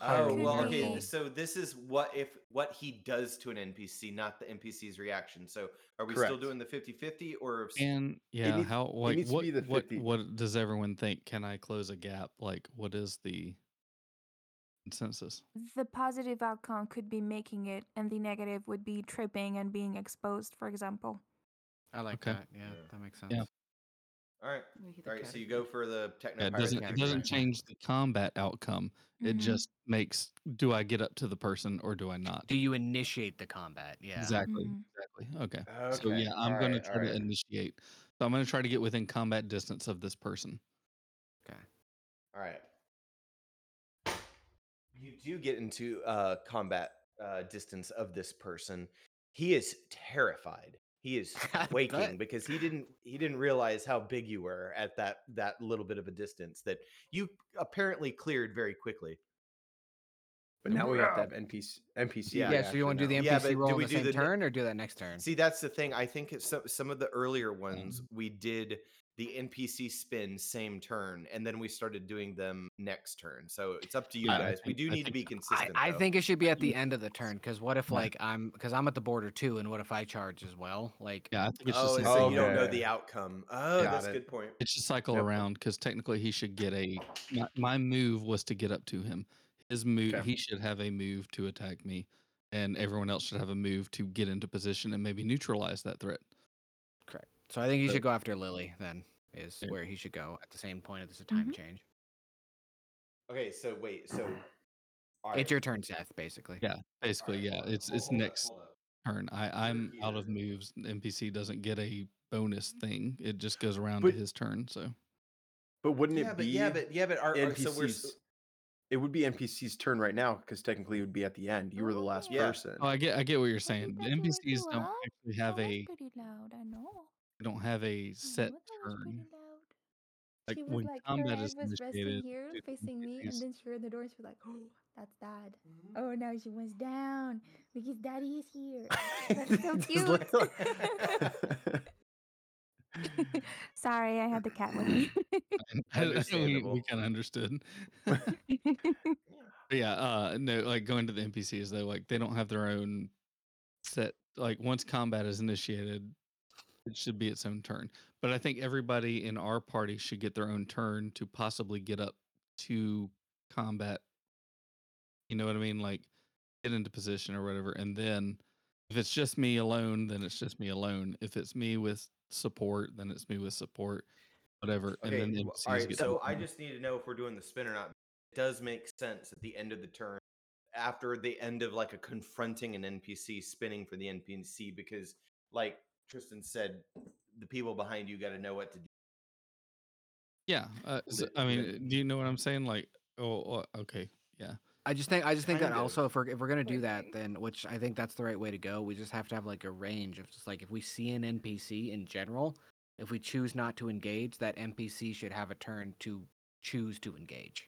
F: oh
H: Could
F: well
H: be.
F: okay so this is what if what he does to an npc not the npc's reaction so are we still
D: Correct.
F: doing the 50 50 or s-
A: And yeah,
D: needs-
A: how like
D: needs to
A: what
D: be the
A: what
D: 50.
A: what does everyone think? Can I close a gap? Like what is the consensus?
B: The positive outcome could be making it, and the negative would be tripping and being exposed, for example.
E: I like
A: Okay.
E: that. Yeah,
F: Yeah.
E: that makes sense.
A: Yeah.
F: all right
G: We hit the
F: all right so you go
G: category.
F: for the techno
A: Yeah, it
F: pirate
A: doesn't it
F: category.
A: doesn't change the combat outcome. It
B: Mhm.
A: just makes do I get up to the person or do I not?
E: Do you initiate the combat? Yeah.
A: Exactly.
B: Mhm.
A: Exactly. Okay. So
F: Okay,
A: yeah, I'm
F: all
A: going
F: right,
A: to
F: all
A: try to
F: right.
A: initiate. So I'm going to try to get within combat distance of this person.
F: All right. You do get into uh, combat uh, distance of this person. He is terrified. He is
E: I
F: quaking
E: bet.
F: because he didn't he didn't realize how big you were at that that little bit of a distance that you apparently cleared very quickly.
D: But now we have to have NPC. NPC.
F: Yeah,
E: Yeah, so you want to do the
F: now.
E: NPC
F: Yeah, but do
E: roll on
F: we
E: the
F: do
E: same
F: the-
E: turn or do that next turn?
F: See, that's the thing. I think it's so, some of the earlier ones
A: Mm-hmm.
F: we did the NPC spin same turn, and then we started doing them next turn. So it's up to you
A: I- I
F: guys. we
A: think-
F: do
A: I
F: need to
A: think
F: be
A: so.
E: I,
F: consistent.
E: I
F: though.
E: think it should be at the end of the turn because what if
A: Yeah.
E: like I'm because I'm at the border too and what if I charge as well like
A: Yeah, I think it's
F: oh,
A: just
F: and
A: a
F: so
A: cycle.
F: you don't know
D: Okay.
F: the outcome. Oh,
D: Got
F: that's a
D: it.
F: good point.
A: It's just cycle
D: Yep.
A: around because technically he should get a. My, my move was to get up to him. His move,
D: Okay.
A: he should have a move to attack me, and everyone else should have a move to get into position and maybe neutralize that threat.
E: so I think you
A: So-
E: should go after Lily then is
A: Yeah.
E: where he should go at the same point if there's a time
B: Mhm.
E: change.
F: Okay, so wait, so all
E: It's your turn, Seth. Basically.
A: Yeah. Basically, yeah, it's it's next turn. I I'm
F: key
A: out
F: there.
A: of moves. The NPC doesn't get a bonus thing. It just goes around
D: But-
A: to his turn. So
D: But wouldn't
F: Yeah,
D: it be?
F: but yeah, but yeah, but our, our- uh, so we're
D: NPC's.
F: s-
D: it would be NPC's turn right now because technically it would be at the end. You were the last
F: Yeah.
D: person.
A: oh, I get I get what you're
B: But you
A: saying. The
B: guys already
A: NPCs don't
B: are.
A: actually
I: Oh,
A: have
B: That was
A: a
B: pretty loud, I know.
A: they don't have a set turn. Like
I: she was
A: when
I: like, her
A: combat
I: hand
A: is
I: was resting
A: initiated,
I: here,
A: it
I: facing me,
A: is-
I: and then she heard the door and she was like, oh, that's dad.
A: Mm-hmm.
I: Oh, now she went down because daddy is here. That's so
D: Just
I: cute.
D: look like-
B: Sorry, I had the cat with me.
A: I- I- we-
F: Understandable.
A: we kind of understood. But yeah, uh, no, like going to the NPCs though, like they don't have their own set. Like once combat is initiated, it should be its own turn. But I think everybody in our party should get their own turn to possibly get up to combat. You know what I mean? Like get into position or whatever, and then if it's just me alone, then it's just me alone. If it's me with support, then it's me with support. Whatever,
F: okay.
A: and then the
F: w-
A: NPCs
F: all right,
A: get their
F: so I
A: turn.
F: just need to know if we're doing the spin or not. It does make sense at the end of the turn, after the end of like a confronting an NPC, spinning for the NPC because, like Tristan said, the people behind you got to know what to do.
A: Yeah, uh, so-
F: Lit-
A: I mean,
F: lit-
A: do you know what I'm saying? Like, oh, oh, okay, yeah.
E: I just think I just think that
D: Kind of.
E: also if we're if we're gonna do that,
I: Working.
E: then which I think that's the right way to go. We just have to have like a range of just like if we see an NPC in general, if we choose not to engage, that NPC should have a turn to choose to engage.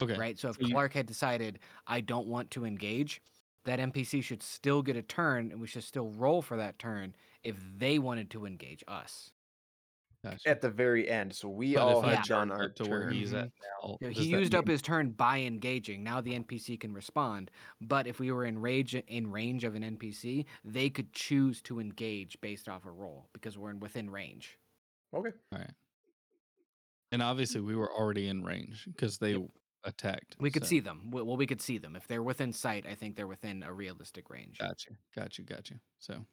A: Okay.
E: Right. So if
A: so you-
E: Clark had decided I don't want to engage, that NPC should still get a turn, and we should still roll for that turn if they wanted to engage us.
A: Gotcha.
C: at the very end. So we
A: But
C: all
A: if I
C: have done
A: charge
C: our
A: up to where
C: turn.
A: he's at now,
E: So
A: does
E: he
A: that
E: used up
A: mean-
E: his turn by engaging. Now the NPC can respond. But if we were in rage in range of an NPC, they could choose to engage based off a roll because we're in within range.
C: Okay.
A: and obviously we were already in range because they attacked.
E: We could
A: so-
E: see them. W- Well, we could see them if they're within sight. I think they're within a realistic range.
A: Gotcha, gotcha, gotcha. So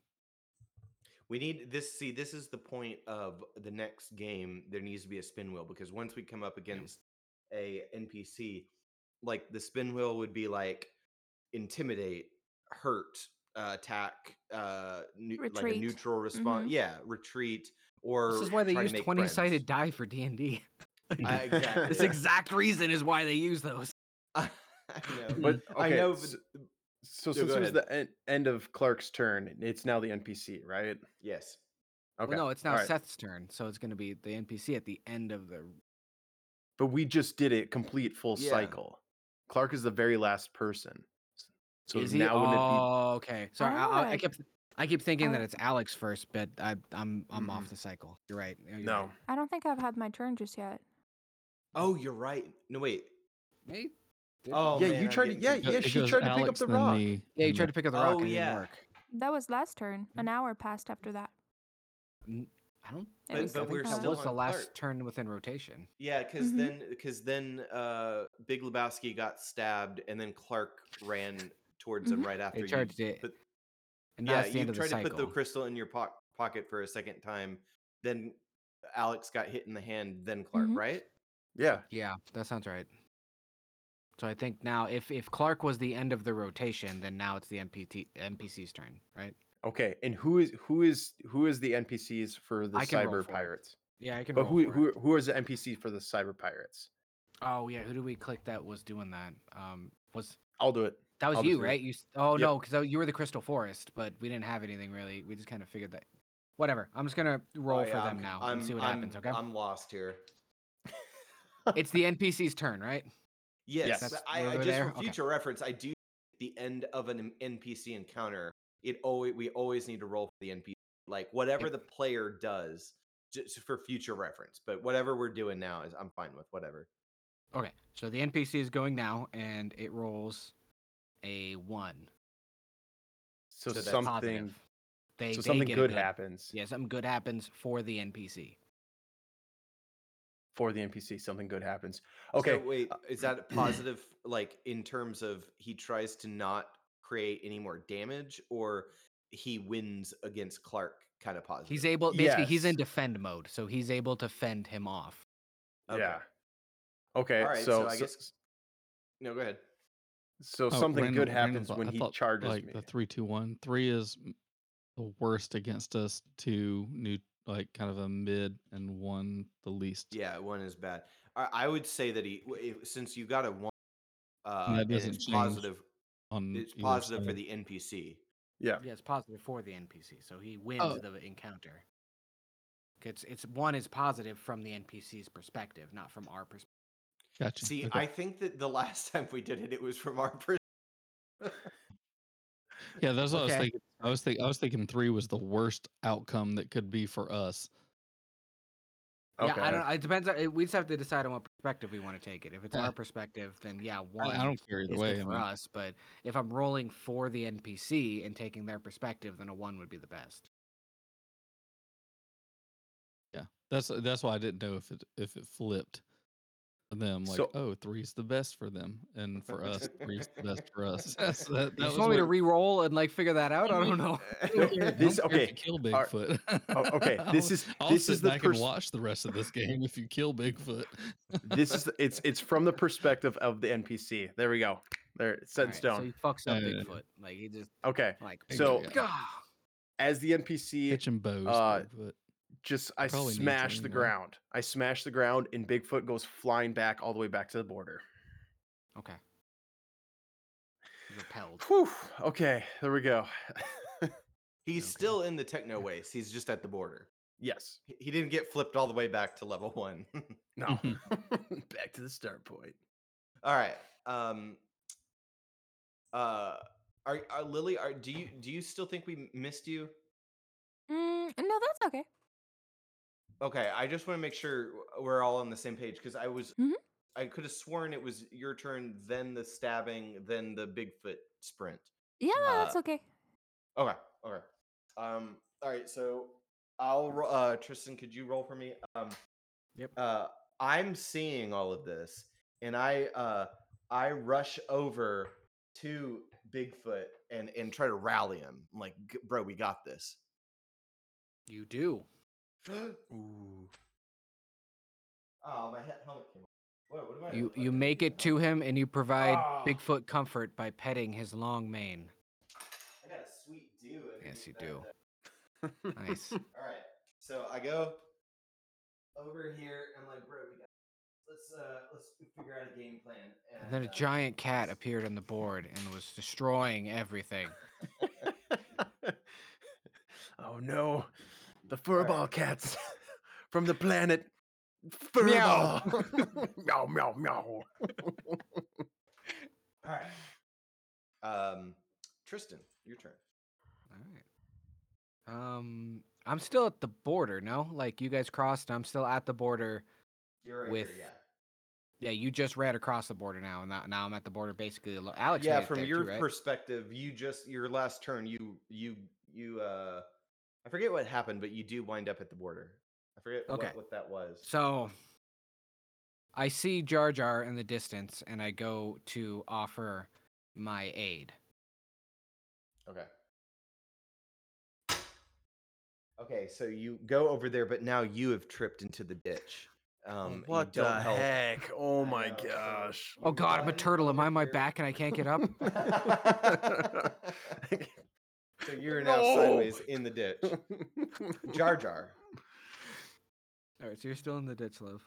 F: We need this. See, this is the point of the next game. There needs to be a spin wheel because once we come up against a NPC, like the spin wheel would be like intimidate, hurt, uh, attack, uh, neu- like a
I: Retreat.
F: neutral response.
I: Mhm.
F: Yeah, retreat or
E: Mm-hmm. This is why they
F: try to
E: use
F: make
E: twenty sided
F: friends.
E: die for D and D.
F: I, exactly.
E: This exact reason is why they use those.
F: I know.
D: But
F: I
D: okay,
F: know.
D: s-
F: but-
D: So
F: No,
D: since
F: go
D: it was
F: ahead.
D: the en- end of Clark's turn, it's now the NPC, right?
F: yes.
D: Okay.
E: Well, no, it's now
D: All right.
E: Seth's turn, so it's going to be the NPC at the end of the.
D: But we just did it complete full
F: Yeah.
D: cycle. Clark is the very last person. S- So
E: is he?
D: now when it
E: oh, okay. Sorry, I, I, I
B: Alec.
E: kept I keep thinking that
B: Alec.
E: it's Alex first, but I, I'm I'm
D: Mm-mm.
E: off the cycle. You're right.
D: be,
E: you're
D: no,
E: right.
B: I don't think I've had my turn just yet.
F: Oh, you're right. No, wait.
E: Hey, did-
F: Oh,
D: yeah,
F: man,
D: you
F: I'm
D: tried to,
F: getting
D: yeah,
A: Go-
D: yeah.
A: it
D: She
A: goes
D: tried to pick up
A: Alex,
D: the
A: then
D: rock.
A: me,
E: yeah, you
A: and
E: tried to pick up the rock.
F: Oh,
E: and it didn't
F: yeah.
E: work.
B: That was last turn. An hour passed after that.
E: I don't.
B: It
F: But-
B: was
F: but
B: the
F: we're
E: think that
B: first.
F: still
E: was the
F: on
E: last
F: Clark.
E: turn within rotation.
F: Yeah, because
I: Mhm.
F: then because then uh, Big Lebowski got stabbed, and then Clark ran towards him
I: Mhm.
F: right after.
E: They charged
F: you,
E: it,
F: But
E: and now
F: yeah,
E: it's the
F: you
E: end of the
F: tried to
E: cycle.
F: put the crystal in your po- pocket for a second time. Then Alex got hit in the hand. Then Clark,
I: Mhm.
F: right?
D: Yeah,
E: yeah, that sounds right. So I think now, if if Clark was the end of the rotation, then now it's the NPT, NPC's turn, right?
D: Okay, and who is who is who is the NPCs for the
E: I can roll
D: cyber
E: for it.
D: pirates?
E: Yeah, I can.
D: But
E: roll
D: who
E: for it.
D: who who is the NPC for the cyber pirates?
E: Oh yeah, who did we click that was doing that? Um, was
D: I'll do it.
E: that was
D: I'll
E: you,
D: do it.
E: right? You s- oh
D: Yep.
E: no, because you were the Crystal Forest, but we didn't have anything really. We just kind of figured that. Whatever. I'm just gonna roll
F: Oh,
E: for
F: yeah,
E: them
F: I'm-
E: now
F: I'm,
E: and see what
F: I'm-
E: happens. Okay.
F: I'm lost here.
E: It's the NPC's turn, right?
F: Yes,
D: Yes.
F: but
E: That's
F: I,
E: where
F: I
E: we're
F: just
E: there?
F: for
E: Okay.
F: future reference, I do at the end of an NPC encounter. It always we always need to roll for the NPC, like whatever
E: Yep.
F: the player does, just for future reference. But whatever we're doing now is I'm fine with whatever.
E: Okay. So the NPC is going now, and it rolls a one.
D: So,
F: So that's
D: something
E: Positive. They,
D: so
E: they
D: something
E: get a
D: good happens
E: Yeah, something good happens for the NPC.
D: for the NPC. Something good happens.
F: So
D: Okay,
F: wait,
D: uh,
F: is that a positive? like in terms of he tries to not create any more damage, or he wins against Clark? Kind of positive.
E: He's able. Basically, he's in
D: Yes.
E: defend mode, so he's able to fend him off.
F: Okay.
D: yeah. Okay,
F: All right,
D: so,
F: so I
D: so,
F: guess- No, go ahead.
D: so
A: Oh,
D: something
A: random-
D: good
A: random
D: happens
A: thought-
D: when
A: I
D: he
A: thought,
D: charges
A: like
D: me.
A: the three, two, one. Three is m- the worst against us. Two new, like kind of a mid, and one the least.
F: Yeah, one is bad. I, I would say that he, w- if, since you got a one, uh,
A: that
F: and
A: doesn't
F: it's
A: change
F: positive.
A: on
F: It's
A: either
F: positive for
A: side.
F: the NPC.
D: yeah.
E: Yeah, it's positive for the NPC, so he wins
A: Oh.
E: the encounter. It's it's one is positive from the NPC's perspective, not from our perspective.
A: Gotcha.
F: See,
A: okay.
F: I think that the last time we did it, it was from our pers-
A: yeah, that's what I
E: okay.
A: was thinking. I was thinking. I was thinking three was the worst outcome that could be for us.
D: Okay.
E: Yeah, I don't. It depends. On, we just have to decide on what perspective we want to take it. If it's
A: Yeah.
E: our perspective, then yeah,
A: I,
E: one.
A: I don't care either
E: is
A: way.
E: good
A: I
E: for
A: mean,
E: us. But if I'm rolling for the NPC and taking their perspective, then a one would be the best.
A: that's that's why I didn't know if it if it flipped for them. Like,
D: So-
A: oh, three's the best for them, and for us, three's the best for us. That's, that, that
E: you
A: was
E: just want me to
A: weird.
E: re-roll and like figure that out? I
A: Mhm.
E: don't know.
A: I'm
D: this
A: scared to
D: okay.
A: Kill
D: are-
A: Bigfoot.
D: o- Oh, okay, this is
A: I'll
D: this
A: sit
D: is the
A: back
D: pers-
A: and watch the rest of this game if you kill Bigfoot.
D: this is the, it's it's from the perspective of the NPC. There we go. There, it's set in
E: Alright,
D: stone.
E: So he fucks up
A: Yeah, yeah, yeah.
E: Bigfoot. Like he just
D: okay,
E: like
D: So-
E: "Gah."
D: as the NPC,
A: kitchen bows.
D: uh,
A: Bigfoot.
D: just I
A: Probably needs
D: smash the
A: anyway.
D: ground. I smash the ground, and Bigfoot goes flying back all the way back to the border.
E: Okay. repelled.
D: Whew. Okay, there we go.
F: He's
E: Okay.
F: still in the techno waste. He's just at the border.
D: Yes.
F: He- He didn't get flipped all the way back to level one.
D: No.
F: Mm-hmm.
D: Back to the start point.
F: all right. Um. Uh. Are, are Lily? Are do you do you still think we m- missed you?
H: Mm, no, that's okay.
F: Okay, I just want to make sure w- uh, we're all on the same page because I was
H: Mhm.
F: I could have sworn it was your turn, then the stabbing, then the Bigfoot sprint.
H: Yeah, no, that's
F: Uh,
H: okay.
F: Okay, okay. Um, all right, so I'll ro- uh Tristan, could you roll for me? Um
E: Yep.
F: uh I'm seeing all of this and I uh I rush over to Bigfoot and and try to rally him. I'm like, "G- bro, we got this.
E: You do.
F: Ooh. Oh, my he- helmet came off. What, what am I
E: You
F: what am
E: you
F: I
E: make
F: doing
E: it
F: now?
E: to him and you provide
F: Ah.
E: Bigfoot comfort by petting his long mane.
F: I got a sweet do. underneath
E: Yes, you
F: that,
E: do.
F: though.
E: Nice.
F: All right. So I go over here. and I'm like, bro, we got. Let's uh, let's figure out a game plan.
E: And then a
F: uh,
E: giant cat appeared on the board and was destroying everything.
D: oh no. The
F: Alright.
D: furball cats from the planet
F: Meow.
D: Furball. meow, meow, meow.
F: All right. Um, Tristan, your turn.
E: All right. Um, I'm still at the border. No, like you guys crossed. I'm still at the border.
F: You're right
E: With-
F: here, yeah.
E: Yeah, you just ran across the border now, and now, now I'm at the border. Basically, alo- Alex.
F: yeah,
E: made it
F: from
E: there
F: your
E: too, right?
F: perspective, you just your last turn, you you you uh, I forget what happened, but you do wind up at the border. I forget
E: Okay.
F: what, what that was.
E: So I see Jar Jar in the distance and I go to offer my aid.
F: Okay. Okay, so you go over there, but now you have tripped into the ditch. Um, and you
D: what the
F: don't help.
D: heck? Oh
F: I
D: my
F: know, so
D: gosh.
E: Oh
F: you
E: god, I'm a
F: run
E: turtle. Am
F: over
E: I on my
F: here.
E: back and I can't get up?
F: so you're now
D: No.
F: sideways in the ditch. Jar Jar.
E: Alright, so you're still in the ditch, love.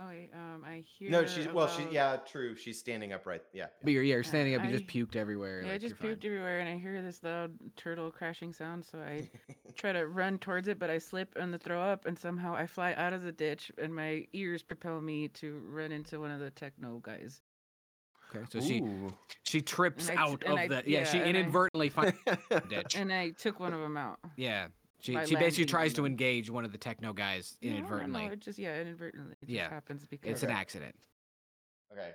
G: Oh wait, um, I hear.
F: No, she's well, she
G: about-
F: yeah, true. She's standing upright. Yeah.
E: But you're yeah, you're standing up, you
G: Uh, I-
E: just puked everywhere.
G: Yeah, I
E: like,
G: just
E: you're
G: pooped everywhere, and I hear this loud turtle crashing sound. So I try to run towards it, but I slip and the throw up, and somehow I fly out of the ditch, and my ears propel me to run into one of the techno guys.
E: fine. Okay, so she
D: Ooh.
E: she trips
G: I t-
E: out
G: and
E: of
G: I-
E: the yeah,
G: yeah,
E: she
G: and I-
E: inadvertently finds the ditch.
G: And I took one of them out.
E: yeah. She
G: by
E: she basically
G: landing
E: tries
G: on
E: to
G: them.
E: engage one of the techno guys
G: No, no, no,
E: inadvertently.
G: it just yeah, inadvertently. It just
E: Yeah,
G: happens because
E: It's an accident
F: Okay.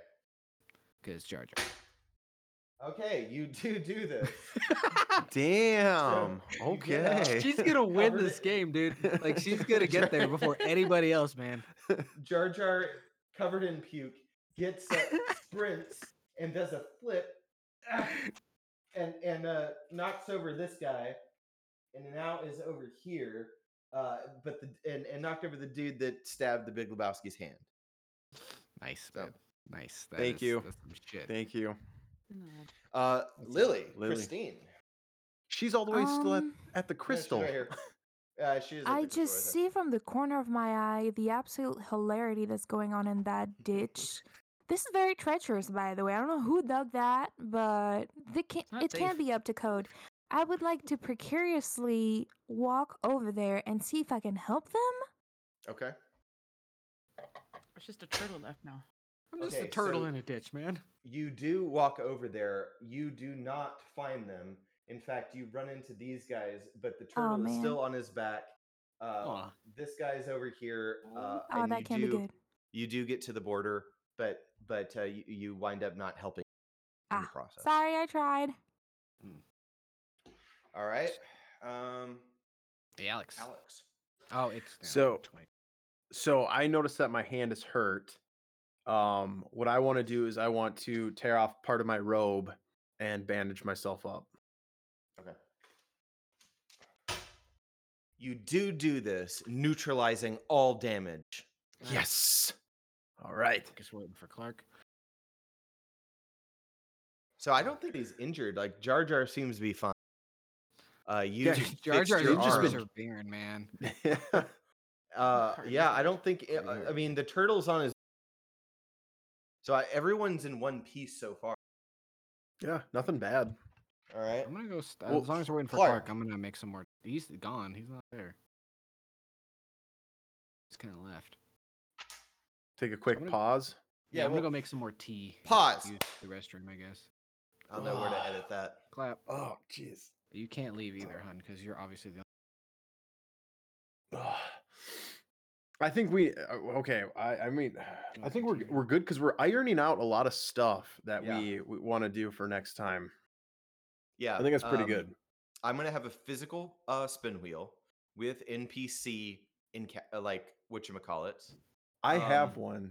E: because Jar
F: Okay, you do do this.
E: Jar.
D: Damn.
F: You get out.
D: Okay.
E: She's gonna win
F: Covered
E: this
F: it.
E: game, dude. Like she's gonna get there before anybody else, man.
F: Jar Jar, covered in puke, gets up, sprints, and does a flip, ah, and and uh, knocks over this guy, and now is over here. Uh, but the and, and knocked over the dude that stabbed the Big Lebowski's hand.
E: Nice,
F: So,
E: man. Nice. That
D: thank
E: is-
D: you.
E: That's some shit.
D: Thank you.
G: No.
F: Uh, Lily,
D: Lily.
F: Christine,
D: She's all the way still at,
B: Um,
D: at the
F: No, she's
D: crystal.
F: right here. Uh, she is at
B: I
F: the crystal
B: just
F: right there.
B: see from the corner of my eye the absolute hilarity that's going on in that ditch. This is very treacherous, by the way. I don't know who dug that, but the can-
G: not
B: it can
G: safe.
B: be up to code. I would like to precariously walk over there and see if I can help them.
F: Okay.
G: It's just a turtle left now.
E: I'm just
F: Okay,
E: a turtle
F: so-
E: in a ditch, man.
F: you do walk over there. You do not find them. In fact, you run into these guys, but the turtle is
B: Oh, man.
F: still on his back. Uh,
E: Aw.
F: this guy's over here. Uh,
B: Oh,
F: and
B: that
F: you
B: can
F: do,
B: be good.
F: You do get to the border, but but uh, you, you wind up not helping in the
B: Ah,
F: process.
B: Sorry, I tried.
F: All right. Um,
E: Hey, Alex.
F: Alex.
E: Oh, it's now
D: So-
E: 20.
D: so I noticed that my hand is hurt. Um, what I want to do is I want to tear off part of my robe and bandage myself up.
F: Okay. You do do this, neutralizing all damage.
D: Yes. All right.
E: Just waiting for Clark.
F: So I don't think he's injured. Like Jar Jar seems to be fine. Uh, you
D: Yeah,
F: just
E: Jar
F: fixed
E: Jar's
F: your
D: you've just
E: arms
D: been-
E: are barren, man.
F: Uh,
G: Part of
F: yeah,
G: it.
F: I don't think. It,
E: Part of
F: I
E: it.
F: mean, the turtle's on his. So I, everyone's in one piece so far.
D: Yeah, nothing bad.
F: All right.
E: I'm gonna go. St-
F: Well,
E: as long as we're waiting for
F: Clark.
E: Clark, I'm gonna make some more. He's gone. He's not there. He's kind of left.
D: Take a quick
E: gonna-
D: pause.
E: Yeah,
F: Yeah,
E: I'm
F: well,
E: gonna go make some more tea. and
F: pause.
E: Use the restroom, I guess.
F: I'll know where to edit that.
E: Clap.
D: Oh, jeez.
E: You can't leave either, hun, because you're obviously the.
D: Ugh. I think we uh, okay. I, I mean, I
E: Wanna
D: think we're
E: continue?
D: we're good because we're ironing out a lot of stuff that
F: Yeah.
D: we, we want to do for next time.
F: Yeah,
D: I think that's pretty
F: um,
D: good.
F: I'm gonna have a physical uh, spin wheel with NPC in ca- uh, like what you call it,
D: I have
F: um,
D: one.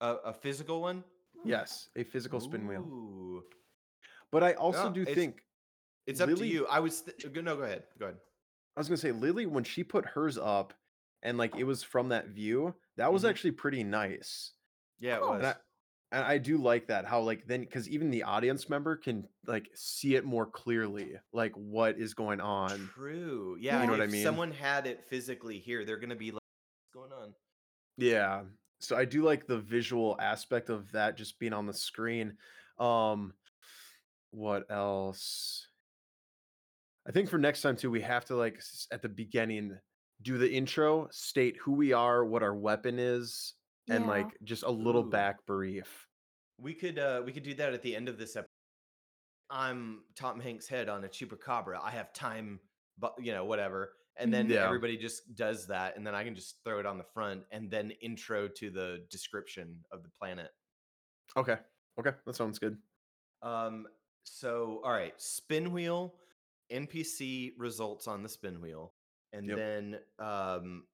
F: a physical one.
D: Yes, a physical spin wheel.
F: Ooh.
D: But I also
F: Yeah,
D: do
F: it's-
D: think
F: It's up
D: Lily-
F: to you. I was th- uh, go- no, go ahead, go ahead.
D: I was gonna say Lily when she put hers up, and like it was from that view. That was
F: Mhm.
D: actually pretty nice.
F: Yeah, it
H: Oh.
F: was.
D: And I, and I do like that how like then because even the audience member can like see it more clearly, like what is going on.
F: True. Yeah,
D: know what I
F: if
D: mean?
F: Someone had it physically here. They're gonna be like, "What's going on?"
D: Yeah. So I do like the visual aspect of that just being on the screen. Um what else? I think for next time too we have to like s- at the beginning do the intro, state who we are, what our weapon is, and
H: Yeah.
D: like just a little
F: Ooh.
D: back brief.
F: We could uh we could do that at the end of this episode. I'm Tom Hanks' head on a chupacabra. I have time, but you know whatever. And then
D: Mhm. Yeah.
F: everybody just does that, and then I can just throw it on the front, and then intro to the description of the planet.
D: Okay. Okay, that sounds good.
F: Um. So all right, spin wheel, NPC results on the spin wheel, and
D: Yep.
F: then um,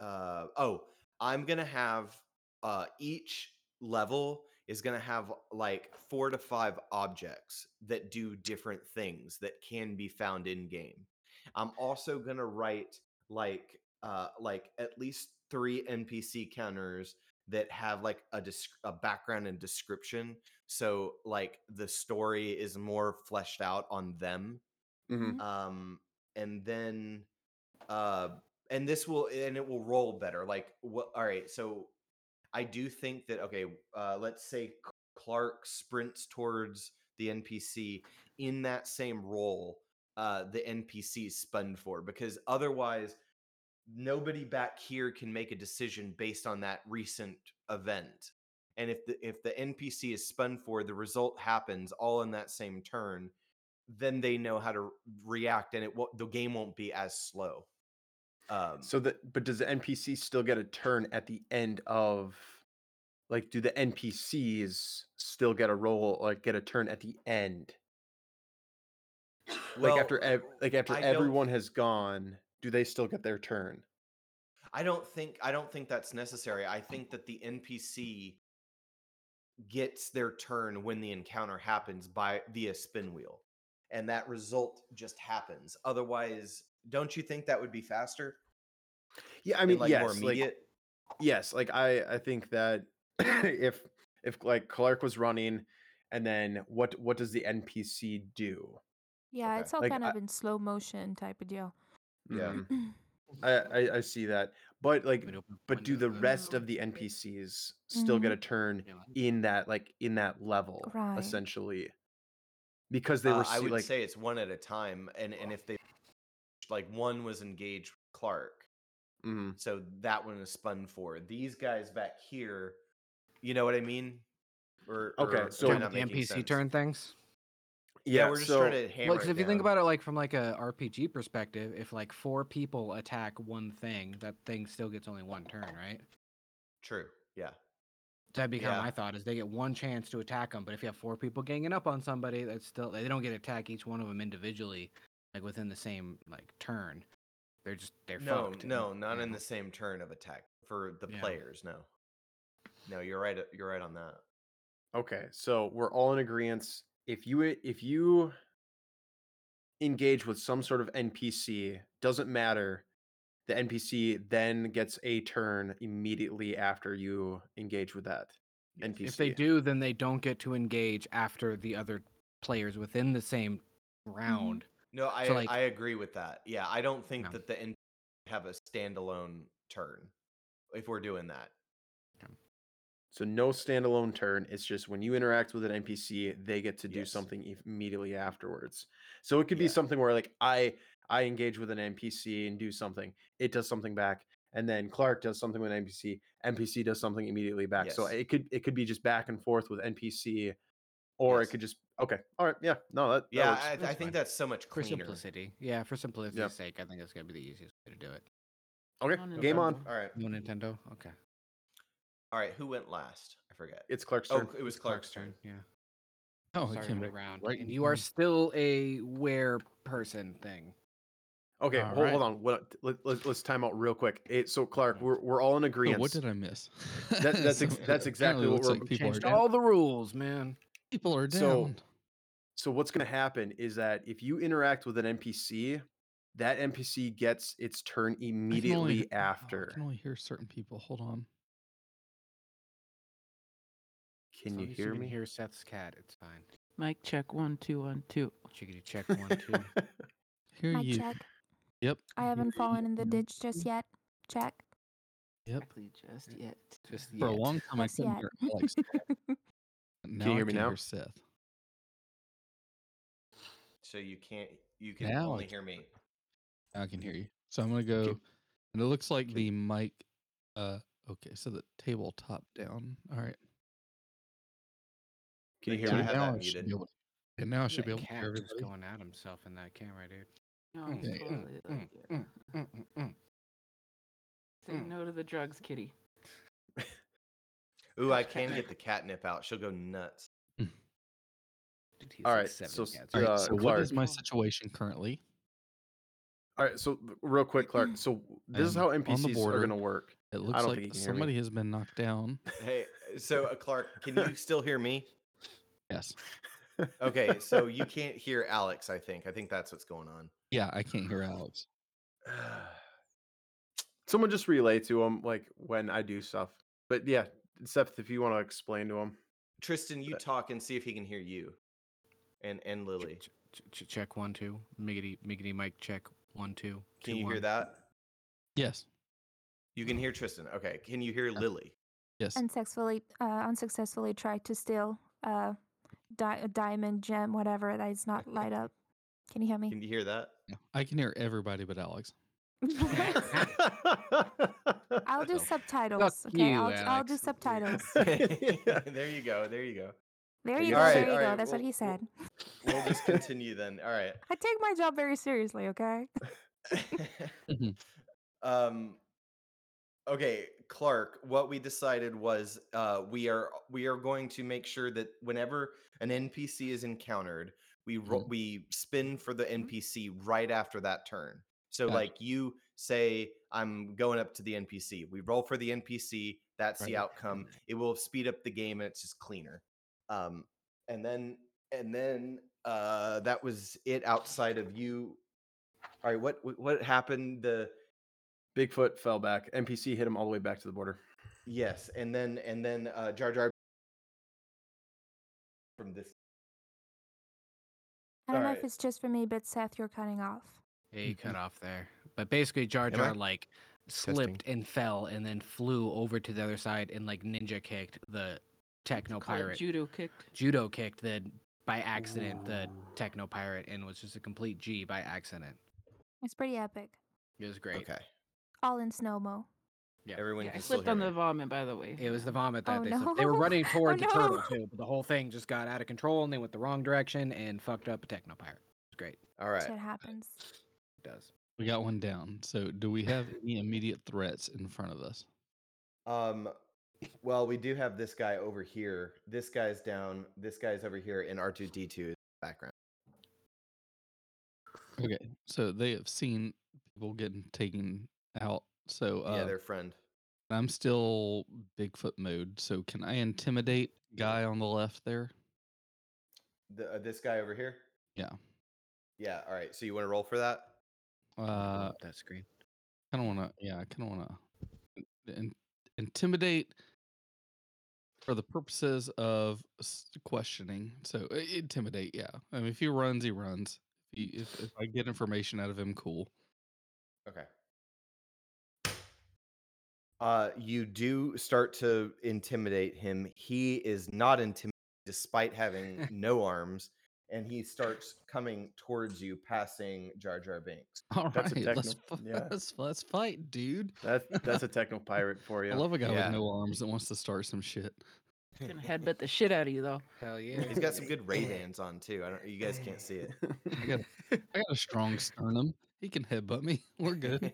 F: uh oh, I'm gonna have uh each level is gonna have like four to five objects that do different things that can be found in game. I'm also gonna write like uh like at least three NPC counters that have like a disc- a background and description so like the story is more fleshed out on them
D: Mhm.
F: um and then uh and this will and it will roll better like what all right so i do think that okay uh let's say clark sprints towards the npc in that same role uh the npc is spun for because otherwise nobody back here can make a decision based on that recent event and if the if the npc is spun for the result happens all in that same turn then they know how to r- react and it won't, the game won't be as slow um
D: So that but does the NPC still get a turn at the end of like do the NPCs still get a role like get a turn at the end?
F: well,
D: like after ev- like after
F: I don't-
D: everyone has gone, do they still get their turn?
F: I don't think I don't think that's necessary. I think that the NPC gets their turn when the encounter happens by via spin wheel. And that result just happens. Otherwise, don't you think that would be faster?
D: Yeah, I
F: and,
D: mean
F: like
D: yes,
F: more
D: like-
F: immediate.
D: yes, like I I think that if if like Clark was running and then what what does the NPC do?
H: Yeah,
F: Okay.
H: it's all
D: Like,
H: kind
D: I-
H: of in slow motion type of deal.
F: Yeah.
D: Mhm. I, I I see that. But like
E: Let me open
D: but do the
E: window, uh,
D: rest of the NPCs still get
H: Mhm.
D: a
F: Mm-hmm.
D: turn
E: yeah, let-
D: in that like in that level
H: Right.
D: essentially because they were
F: Uh, I
D: see-
F: would
D: like
F: say it's one at a time. And and if they like one was engaged with Clark,
D: mhm,
F: so that one is spun for. These guys back here, you know what I mean? Or,
D: Okay,
F: or am
D: so-
F: I
E: Turn
F: not
E: the
F: making
E: NPC
F: sense?
E: turn things.
F: Yeah, we're just
D: so-
F: trying to hammer.
E: Well, 'cause
F: it
E: if you think
F: down.
E: about it, like from like a RPG perspective, if like four people attack one thing, that thing still gets only one turn, right?
F: True. Yeah.
E: That'd be kind
F: Yeah.
E: of my thought is they get one chance to attack them, but if you have four people ganging up on somebody, that's still they don't get to attack each one of them individually, like within the same like turn. They're just they're
F: No,
E: fucked.
F: no, not in
E: the
F: the same turn of attack for the
E: Yeah.
F: players. No. No, you're right. uh, You're right on that.
D: okay so we're all in agreement if you i- if you engage with some sort of npc doesn't matter the npc then gets a turn immediately after you engage with that npc
E: If they do, then they don't get to engage after the other players within the same round.
F: No, I
E: So, like-
F: I agree with that. Yeah, I don't think
E: No.
F: that the NPC have a standalone turn if we're doing that.
D: So no standalone turn. It's just when you interact with an NPC, they get to do
F: Yes.
D: something if- immediately afterwards. So it could be something where like I I engage with an NPC and do something. It does something back, and then Clark does something with an NPC. NPC does something immediately back. So
F: Yes.
D: it could it could be just back and forth with NPC, or
F: Yes.
D: it could just okay. All right, yeah, no, that, that
F: Yeah,
D: works.
F: I, I
E: Oh, That's
F: think
E: fine.
F: that's so much
E: For
F: cleaner.
E: simplicity. Yeah, for simplicity's
D: Yep.
E: sake, I think that's going to be the easiest way to do it.
D: okay,
G: No
D: game
G: Nintendo.
D: on.
F: All right,
E: No Nintendo? Okay.
F: all right. Who went last? I forget.
D: It's Clark's
F: Oh,
D: turn.
F: it was Clark's turn.
E: Yeah.
A: Oh,
E: Sorry,
A: it came
E: went
A: back
E: around.
A: right
E: and
A: in
E: you are
A: time.
E: still a where person thing.
D: Okay,
A: All
D: hold,
A: right.
D: hold on. What, let, let, let's time out real quick. It, so Clark, we're, we're all in
A: Oh,
D: agreement.
A: what did I miss?
D: That- that's ex-
A: So
D: that's
A: it
D: exactly
A: kinda
D: what
A: looks
D: we're-
A: like people are,
E: Changed
A: down.
E: all the rules, man.
A: people are down.
D: So- so what's going to happen is that if you interact with an NPC, that NPC gets its turn
A: I can only-
D: immediately
A: oh,
D: after.
A: I can only hear certain people. Hold on.
E: As
D: Can you
E: long as
D: hear me?
E: Hear Seth's cat. It's fine.
G: Mic check one two one two.
E: Chickadee check one two.
A: Hear
H: Mic
A: you.
H: check.
A: Yep.
H: I haven't fallen in the
E: mm-hmm.
H: ditch just yet. Check.
A: Yep.
G: Exactly just yet.
E: Just
A: For a
E: yet.
A: long time, I
H: Just
A: couldn't
H: yet.
A: hear Alex. Now
D: you
A: I
D: hear me
A: can
D: now?
A: Hear Seth.
F: So you can't. You can
A: Now I
F: only
A: can
F: hear me.
A: I can hear you. So I'm gonna go, and it looks like the mic. Uh, okay, so the table top down. All right,
D: Can you
F: Yeah,
D: hear
A: so
F: I
D: me?
F: have
A: now
F: that
A: I should
F: muted.
A: be able. and now I should be
E: That
A: able to
E: cat
A: hear
E: just
A: everybody.
E: going at himself in that camera, dude.
G: No,
E: Mm,
G: it's
A: Okay.
E: mm,
G: Oh, totally
E: mm,
G: like it.
E: mm, mm, mm, mm.
G: Say
E: mm.
G: no to the drugs, kitty.
F: Ooh, I
G: Catch
F: can
G: cat.
F: get the catnip out. She'll go nuts.
E: Dude, he's
D: All
E: like
D: right, so
E: seven cats
A: All right,
D: uh,
A: so what is
D: Clark.
A: my
G: Clark.
A: situation currently?
D: All right, so real quick, Clark. So this is
A: I'm
D: how
A: on the
D: NPCs are
A: border.
D: going to work.
A: It looks
D: don't
A: like
D: think you can hear me.
A: somebody has been knocked down.
F: Hey, so uh, Clark, can you still hear me?
A: Yes.
F: Okay, so you can't hear Alex. I think. I think that's what's going on.
A: Yeah, I can't hear Alex.
D: Someone just relay to him like when I do stuff. But yeah, Seth, if you want to explain to him.
F: Tristan, you talk and see if he can hear you, and and Lily.
E: Ch- ch- ch- check one two. Miggity miggity mic check one two.
F: Can
E: two,
F: you hear
E: one.
F: that?
A: Yes.
F: You can hear Tristan. Okay. Can you hear Lily?
A: Yes.
H: Unsuccessfully, uh, unsuccessfully tried to steal uh, di- a diamond, gem, whatever that is not light up. Can you hear me?
F: Can you hear that?
A: Yeah, I can hear everybody but Alex.
H: I'll do
E: Oh.
H: subtitles.
E: Fuck
H: Okay,
E: you,
H: I'll, I'll do
E: Alex.
H: subtitles.
F: there you go. There you go.
H: There
D: There
H: you
D: you
H: go.
D: go. Alright,
H: there you go.
F: alright,
H: That's what
F: well-
H: he said.
F: We'll just continue then. All right.
H: I take my job very seriously. Okay.
A: Mhm.
F: um okay clark what we decided was uh we are we are going to make sure that whenever an npc is encountered we ro-
A: Mhm.
F: we spin for the npc right after that turn so
A: Gotcha.
F: like you say i'm going up to the npc we roll for the npc that's the
A: Right.
F: outcome it will speed up the game and it's just cleaner um and then and then uh that was it outside of you all right what what- what happened the
D: Bigfoot fell back. NPC hit him all the way back to the border.
F: Yes, and then and then uh, Jar Jar from this.
H: I don't know
F: Alright.
H: if it's just for me, but Seth, you're cutting off.
E: Yeah, you cut off there. But basically, Jar
F: Mm-hmm. Am I?
E: Jar like slipped and fell, and then flew over to the other side and like ninja kicked the techno
G: Call it
E: pirate.
G: judo kicked.
E: judo kicked the by accident the
F: Oh.
E: techno pirate and was just a complete G by accident.
H: It's pretty epic.
E: It was great.
F: Okay,
H: All in snowmo.
E: Yeah.
F: everyone
G: Yeah, I
F: can still
G: slipped
F: hear
G: on
F: me.
G: the vomit, by the way.
E: It was the vomit that
H: Oh,
E: they slipped. They were
H: no.
E: running
H: Oh,
E: toward the turtle
H: no.
E: too, but the whole thing just got out of control and they went the wrong direction and fucked up a techno pirate. It was great.
F: All right,
H: Shit happens.
E: It does.
A: We got one down. So do we have any immediate threats in front of us?
F: um, well, we do have this guy over here. This guy's down. This guy's over here, and R two D two is background.
A: Okay. So they have seen people getting taken out. So uh,
F: yeah, their friend.
A: I'm still Bigfoot mode. So can I intimidate guy on the left there?
F: The, uh, this guy over here.
A: Yeah.
F: Yeah. All right. So you want to roll for that? Mm-hmm.
E: Pull
A: Uh,
E: up that screen.
A: kind of want to. Yeah, I kind of want to in, intimidate for the purposes of s- questioning. So uh, intimidate. Yeah. I mean, if he runs, he runs. If, he, if, if I get information out of him, cool.
F: Okay. Uh, you do start to intimidate him. He is not intimidated despite having no arms, and he starts coming towards you, passing Jar Jar Binks.
A: All
D: That's a
A: right, let's,
D: techno-
A: fu-
D: yeah.
A: let's let's fight, dude.
D: That's that's a techno pirate for you.
A: I love a guy
F: Yeah.
A: with no arms that wants to start some shit.
G: Gonna headbutt the shit out of you though.
E: Hell yeah.
F: He's got some good Ray Bans on too. I don't. You guys can't see it.
A: I got I got a strong sternum. He can headbutt me. We're good.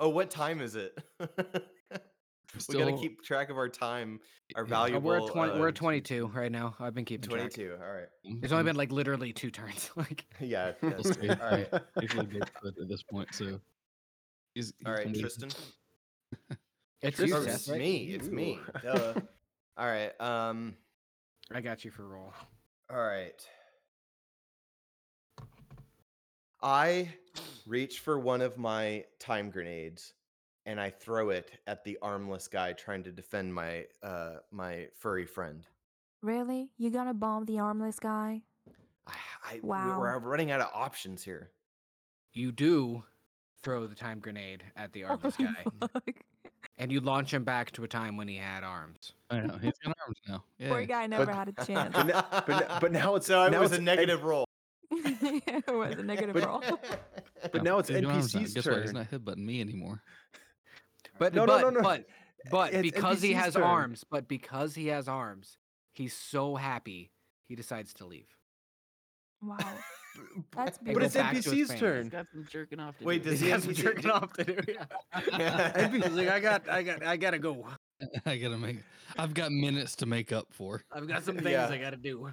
F: oh, what time is it? we gotta
A: Still-
F: keep track of our time, our
A: Yeah.
E: Oh,
F: valuable.
E: we're at 20, we're
F: uh,
E: at 22 right now. I've been keeping 22.
F: 22. All right.
A: I'm-
E: There's only
A: I'm
E: been like literally two turns. Like
F: Yeah.
A: We'll
F: That's
A: see.
F: true. All right.
A: usually good foot at this point, so. He's,
F: All
A: he's
F: right,
A: gonna-
F: Tristan.
E: it's
F: Oh,
E: you,
A: Tristan.
F: it's
E: Seth, right?
F: me. It's me. Duh. All right. Um.
E: I got you for roll.
F: All right. I reach for one of my time grenades and I throw it at the armless guy trying to defend my uh my furry friend.
H: Really? You gonna bomb the armless guy?
F: I, I we-
H: Wow.
F: we're running out of options here.
E: You do throw the time grenade at the
B: Oh,
E: armless guy,
H: Oh, fuck.
E: and you launch him back to a time when he had arms.
A: I know he's got arms now. Yeah.
H: Poor guy never
D: But-
H: had a chance.
D: But, no- but, no- but now it's uh,
F: so it
D: now
F: was a
D: it's
F: negative roll.
H: it was a negative
D: But-
H: roll.
D: But now it's
A: he's got arms
D: NPC's
A: Guess what? He's
D: turn.
A: not headbutting me anymore.
E: But
D: No, no,
E: but,
D: no, no.
E: but but
D: It's
E: because he
D: NPC's
E: has
D: turn.
E: arms, but because he has arms, he's so happy he decides to leave.
H: Wow.
D: B- b-
H: That's
E: They
D: But
E: go
D: it's
H: beautiful.
E: back to his
D: NPC's
E: family.
G: He's
D: turn.
G: got some jerking off to
F: Wait,
G: do.
F: does he
E: He's
F: have
E: some
F: to-
E: jerking off to do? Yeah.
F: be-
E: He's like, I got, I got, I gotta go.
A: I gotta make. I've got minutes to make up for.
E: I've got some things
F: Yeah.
E: I gotta do.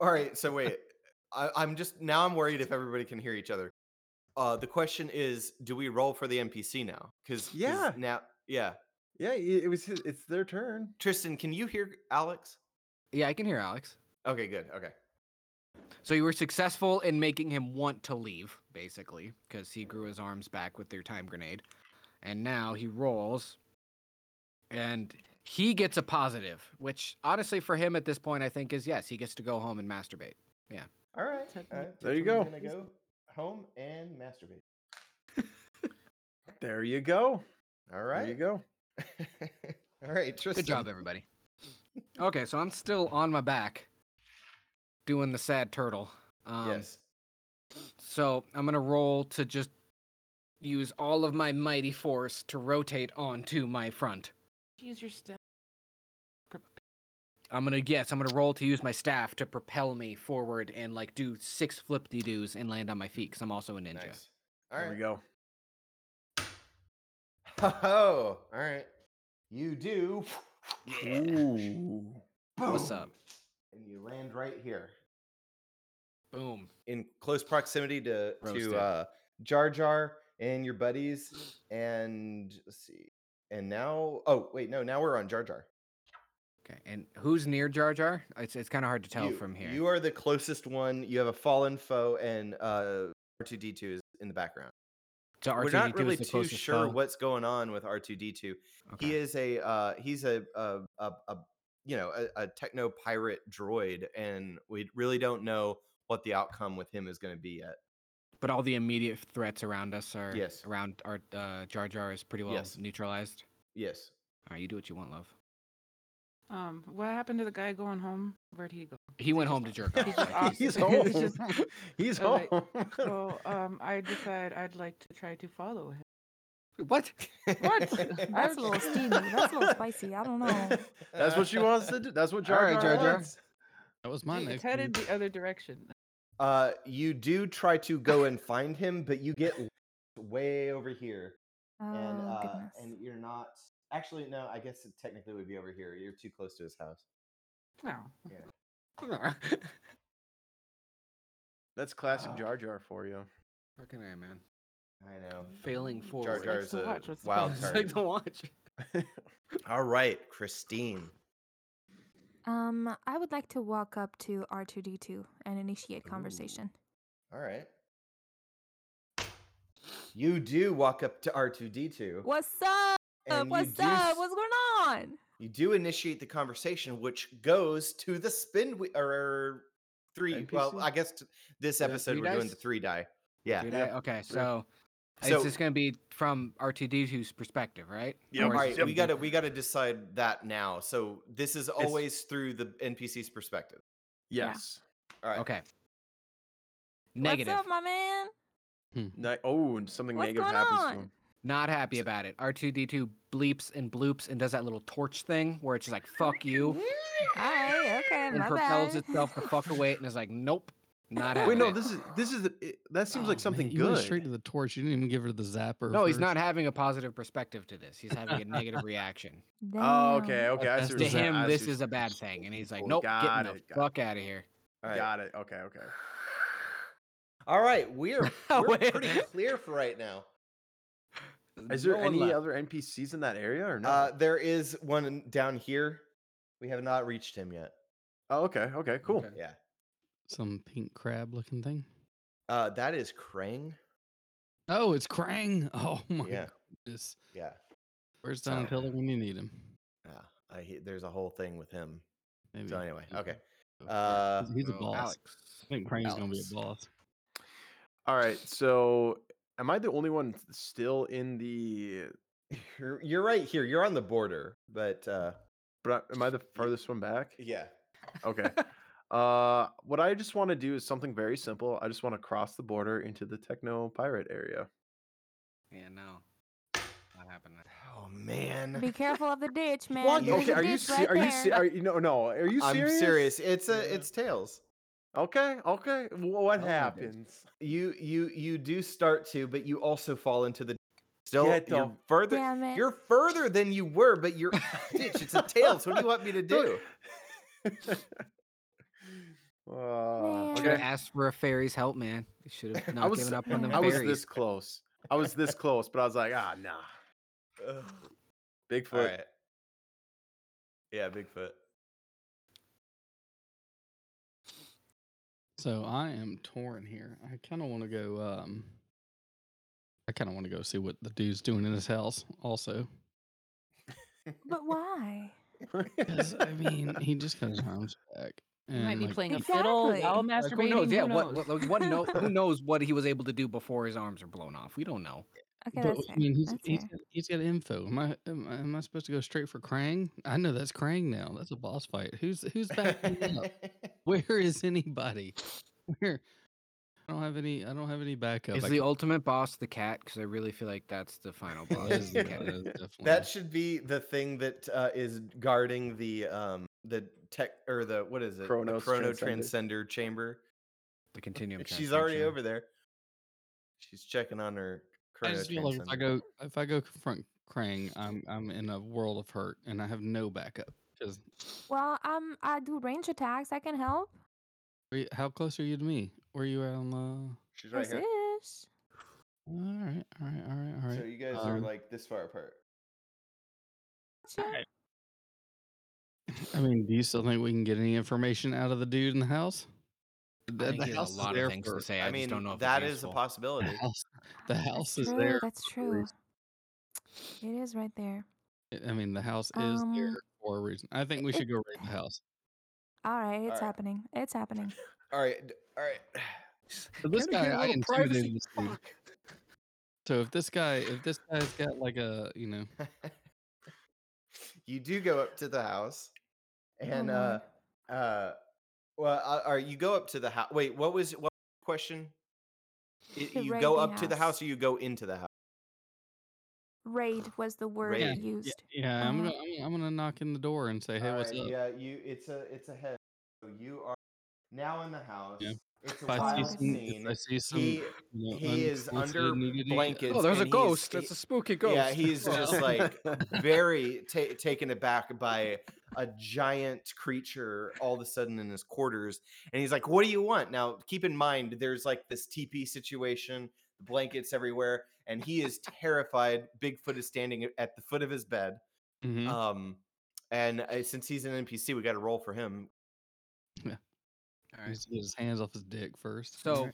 F: All right, so wait. I, I'm just now I'm worried if everybody can hear each other. Uh the question is, do we roll for the NPC now? Because
D: Yeah.
F: now yeah.
D: Yeah, i- it was his, it's their turn.
F: Tristan, can you hear Alex?
E: Yeah, I can hear Alex.
F: Okay, good. Okay.
E: So you were successful in making him want to leave, basically, because he grew his arms back with their time grenade. And now he rolls. And he gets a positive, which honestly for him at this point I think is yes, he gets to go home and masturbate.
F: All right.
G: Technique.
F: All right.
D: There you
F: Tristan,
D: go.
F: I'm gonna go home and masturbate.
D: There you go.
F: All right.
D: There you go.
F: All right, Tristan.
E: Good job, everybody. Okay, so I'm still on my back doing the sad turtle. Um,
F: yes.
E: So I'm gonna roll to just use all of my mighty force to rotate onto my front.
G: Use your step.
E: I'm gonna yes, I'm gonna roll to use my staff to propel me forward and like do six flip de doos and land on my feet because I'm also a ninja.
F: Nice. All
D: There we
F: right.
D: go.
F: Oh, all right. You do.
D: Ooh.
E: What's up?
F: And you land right here
E: Boom.
F: in close proximity to
E: Roasted.
F: to uh, Jar Jar and your buddies. And let's see. And now, oh wait, no. Now we're on Jar Jar.
E: Okay, and who's near Jar Jar? It's it's kind of hard to tell
F: you,
E: from here.
F: You are the closest one. You have a fallen foe, and uh, R2D2 is in the background.
E: so
F: We're
E: R2D2
F: not really
E: is the
F: too
E: closest
F: sure
E: foe?
F: what's going on with R2D2.
E: Okay.
F: He is a uh, he's a, a, a, a you know a, a techno pirate droid, and we really don't know what the outcome with him is going to be yet.
E: But all the immediate threats around us are
F: Yes.
E: around our uh, Jar Jar is pretty well
F: Yes.
E: neutralized.
F: Yes.
E: All right, you do what you want, love.
G: Um, what happened to the guy going home? Where'd he go?
E: He went home to jerk off.
G: He's
E: like
G: off.
E: he's-
D: He's home.
G: It's just-
D: He's
G: Okay.
D: home.
G: So um, I decide I'd like to try to follow him.
E: what?
G: What?
H: That's a little steamy. That's a little spicy. I don't know.
D: That's what she wants to do. That's what Jar
E: All right,
D: Jar,
E: Jar Jar.
D: wants.
A: That was my
G: it's
A: next.
G: headed
A: move.
G: the other direction.
F: Uh, you do try to go and find him, but you get way over here.
H: Oh
F: and uh,
H: goodness.
F: and you're not actually no i guess it technically would be over here you're too close to his house
G: No.
D: That's classic
F: Ah.
D: Jar Jar for you.
E: Fucking A, man.
F: i know
E: Failing forward.
F: jar jar
G: Likes
F: is
G: to
F: a
G: watch what's
F: wild
G: going
E: It's
G: on.
F: card
E: like the watch.
F: all right christine
H: Um, I would like to walk up to R2D2 and initiate conversation.
F: all right you do walk up to r2d2
H: What's up?
F: and you
H: What's
F: do
H: up?
F: s-
H: What's going on?
F: you do initiate the conversation which goes to the spin whe- or three well
D: NPC?
F: i guess t- this
E: The
F: episode
E: three
F: we're doing
E: dice?
F: the three die yeah
E: Dude,
D: Yeah,
E: I- okay, so it's
F: So-
E: just going to be from R2D2's perspective, right?
F: All
E: Or is it
F: right,
E: gonna
F: we
E: be
F: gotta we
E: different?
F: gotta decide that now. So this is always through the NPC's perspective.
D: Yes.
F: All right.
E: Okay. Negative.
H: What's up, my man?
D: Ni- oh, and something
H: What's
D: negative
H: going
D: happens
H: on?
D: to him.
E: Not happy about it. R2D2 bleeps and bloops and does that little torch thing where it's just like fuck you
H: Hey, okay,
E: and
H: my
E: propels
H: bad.
E: itself the fuck away and is like nope, not
D: Wait,
E: having
D: no,
E: it.
D: this is this is the, it, that seems
A: Oh,
D: like something
A: man, you went
D: good.
A: straight to the torch. You didn't even give her the zapper.
E: No, he's
A: first.
E: not having a positive perspective to this. He's having a negative reaction.
D: oh,
H: Damn.
D: okay, okay. I
A: That's the
D: see what
E: to
D: you're saying,
E: him,
D: I
E: this
D: see-
E: is a bad thing, and he's like,
D: Oh,
E: nope,
D: got
E: getting
D: it,
E: the
D: got it.
E: fuck out of here.
F: All right.
D: Got it. Okay, okay.
F: All right. We're, we're
E: Wait.
F: pretty clear for right now.
D: Is there
E: No one
D: any
E: left.
D: other NPCs in that area or no?
F: Uh, there is one down here. We have not reached him yet.
D: oh, okay, okay, cool.
E: Okay.
F: Yeah.
A: some pink crab looking thing.
F: Uh, that is Krang.
A: Oh, it's Krang. Oh my
F: Yeah.
A: goodness.
F: Yeah.
A: Where's Don
F: So-
A: Pillar when you need him?
F: Yeah. I, he, there's a whole thing with him.
A: Maybe.
F: So anyway,
A: he's-
F: okay.
A: he's-
F: Uh,
A: he's a
E: Oh,
A: boss.
E: Alex.
A: I think Krang's gonna be
F: Alex.
A: a boss.
D: All right, so am I the only one s- still in the?
F: You're, you're right here. You're on the border, but uh,
D: But I- am I the farthest one back?
F: yeah.
D: Okay. uh, what I just want to do is something very simple. I just want to cross the border into the techno pirate area.
E: Yeah, no. Not happening.
F: Oh man.
H: Be careful of the ditch, man.
B: Oh,
F: What?
H: There's
D: okay,
H: a
D: are you
H: ditch
D: se-
H: right
D: are you
H: there.
D: se- are you no no are you serious?
F: I'm serious. It's a
D: Yeah.
F: it's tails.
D: Okay, okay. Wh- What
E: my
D: happens?
F: You you you do start to, but you also fall into the still
D: Get the
F: you're further.
H: Damn it.
F: You're further than you were, but you're ditch. It's a tails. What do you want me to do?
D: Uh,
H: Man.
E: Should have
D: okay.
E: asked for a fairy's help, man. You should have
D: I
E: not
D: was
E: given up on them
D: I was
E: fairies.
D: this close. I was this close, but I was like, ah, nah. Bigfoot.
F: All right. Yeah, Bigfoot.
A: So I am torn here. I kind of want to go. Um, I kind of want to go see what the dude's doing in his house. Also,
H: But why?
A: because I mean, he just comes home back.
G: You might
A: and,
G: be
A: like,
G: playing
H: Exactly.
G: a fiddle while
E: Like,
G: masturbating.
E: who knows? Yeah,
G: who
E: what,
G: knows?
E: what, like, what know, who knows what he was able to do before his arms are blown off? We don't know.
H: Okay,
A: but,
H: that's fair.
A: I mean, he's,
H: that's
A: he's,
H: fair.
A: got, he's got info. Am I, am I am I supposed to go straight for Krang? I know that's Krang now. That's a boss fight. Who's who's backing me up? Where is anybody? Where? I don't have any. I don't have any backup.
E: Is
A: I
E: the
A: can-
E: ultimate boss the cat? Because I really feel like that's the final boss.
A: that is
E: is the
A: the-
E: cat.
A: that is definitely-
E: Mm-hmm.
F: That should be the thing that uh, is guarding the um the tech or the what is it? the
D: Chronos
F: chrono
D: Transcender.
F: transcender chamber.
E: The continuum.
F: She's already
E: transmission.
F: over there. She's checking on her
A: I
F: chrono
A: just feel like if I
F: transcender.
A: go if I go confront Krang, I'm I'm in a world of hurt and I have no backup. 'Cause-
H: Well, um, I do range attacks. I can help.
A: Are you- how close are you to me? Were you on the?
F: She's right
H: This
F: here.
H: is-
A: All right, all right, all right, all
F: So
A: right.
F: you guys are
A: Um,
F: like this far apart.
H: Gotcha.
A: I mean, do you still think we can get any information out of the dude in the house?
E: I
A: The,
E: think
A: the
E: he has
A: house
E: a
A: is
E: lot
A: there
E: of things
A: for-
E: to say. I,
F: I,
E: just
F: mean,
E: don't know if
F: that
E: it's
F: is a
E: useful.
A: The
F: possibility.
A: house, the
H: That's
A: house is
H: true,
A: there.
H: That's
A: for a
H: true.
A: reason.
H: It is right there.
A: I mean, the house is there
H: Um,
A: for a reason. I think we
H: it-
A: should go raid the house.
H: All right, it's
F: Alright.
H: happening. It's happening.
F: All right, d- all right.
A: So this guy,
E: Gotta get a
A: I
E: little
A: intimidated
E: privacy.
A: this dude. So if this guy, if this guy's got like a, you know,
F: you do go up to the house, and uh,
H: Hold
F: uh, well, uh, or you go up to the house. Wait, what was what question? I-
H: To
F: you
H: raid
F: go
H: the
F: up to the
H: house.
F: house, or you go into the house?
H: Raid was the word
F: Raid.
H: it
A: yeah,
H: used.
A: yeah I'm
H: Uh-huh.
A: gonna, I'm gonna, I'm gonna knock in the door and say, hey,
F: All
A: what's
F: right,
A: up?
F: Yeah, you. It's a it's a head. So you are now in the house. It's a
A: If I, see
F: wild
H: Wow.
A: some,
F: scene.
A: if I see some,
F: he
A: you know,
F: he is
A: unsolicited
F: under
A: nudity, uh,
F: blankets.
E: Oh, there's a
F: and he's-
E: ghost. That's
F: he-
E: a spooky ghost.
F: Yeah, he's
A: Oh.
F: just like very ta- taken aback by a giant creature all of a sudden in his quarters. And he's like, What do you want? Now, keep in mind, there's like this teepee situation, blankets everywhere, and he is terrified. Bigfoot is standing at the foot of his bed.
A: Mhm.
F: Um, and uh, since he's an NPC, we got to roll for him.
E: All
A: He
E: right.
A: needs to get his hands off his dick first.
E: So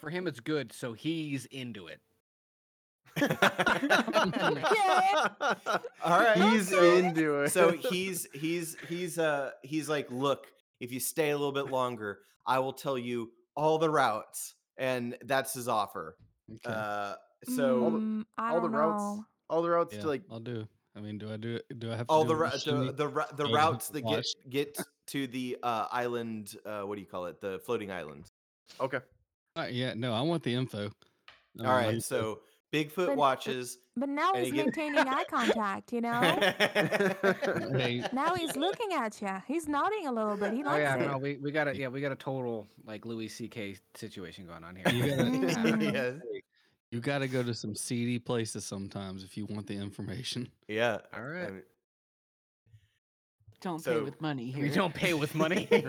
E: for him, it's good. So he's into it.
F: All right.
D: He's into it.
F: so he's he's he's uh he's like look if you stay a little bit longer i will tell you all the routes and that's his offer
A: Okay.
F: uh So
D: the-
B: Mm, I
D: all the
B: don't
D: routes-
B: know.
D: All the routes
A: Yeah,
D: to like
A: I'll do. I mean, do I do it? Do I have to
F: all
A: do
F: Oh, the
A: it
F: ru- the
A: rationally?
F: the, ru- the
A: Or do I have
F: routes
A: to
F: that
A: watch?
F: get get to the uh, island. Uh, what do you call it? The floating island.
D: okay.
A: Uh, yeah, no, I want the info. Uh, I
F: All
A: want the
F: right,
A: info.
F: so Bigfoot
H: But-
F: watches.
H: But now
F: And
H: he's
F: he gets-
H: maintaining eye contact, you know?
A: Hey,
H: now he's looking at you. He's nodding a little bit. He
E: Oh
H: likes
E: yeah,
H: it.
E: no, we, we got a yeah, we got a total like Louis C.K. situation going on here.
A: You
H: Mm,
A: gotta-
E: Yeah.
F: yes.
A: you got to go to some seedy places sometimes if you want the information.
F: Yeah.
E: All right.
F: mean-
G: Don't pay
F: So,
G: with money here.
E: we don't pay with money.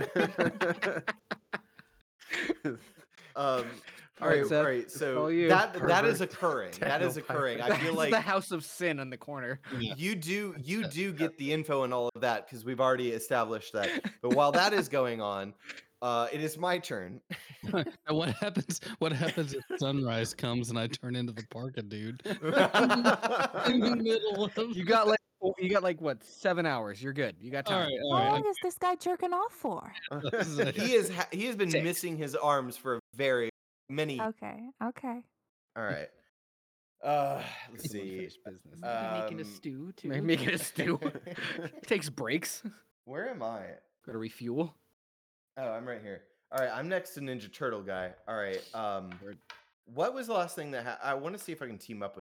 F: Um, all
E: right,
F: right,
E: Seth,
F: all right. So
E: all you.
F: that that is
D: Pervert.
F: occurring. That is occurring. I feel
E: That's
F: like
E: the house of sin on the corner.
A: Yeah.
F: you do you
A: That's-
F: do get the info and all of that because we've already established that. But while that is going on, uh, it is my turn.
A: And what happens? What happens if sunrise comes and I turn into the parka dude in the middle of?
E: You got like four- you got like what seven hours. You're good. You got
A: all
E: time.
A: right, all
H: How
A: right.
H: long is this guy jerking off for?
A: I- this is a-
F: he is ha- he has been
E: Six.
F: missing his arms for very many.
H: Okay, okay.
F: All right. Uh, let's
E: Let's
F: see.
E: finish business.
F: Uh,
G: Maybe making a
F: Um,
G: stew too.
E: May- Make it a stew. Takes breaks.
F: Where am I?
E: Got to refuel.
F: Oh, I'm right here. All right, I'm next to Ninja Turtle guy. All right. Um, what was the last thing that ha- I want to see if I can team up with?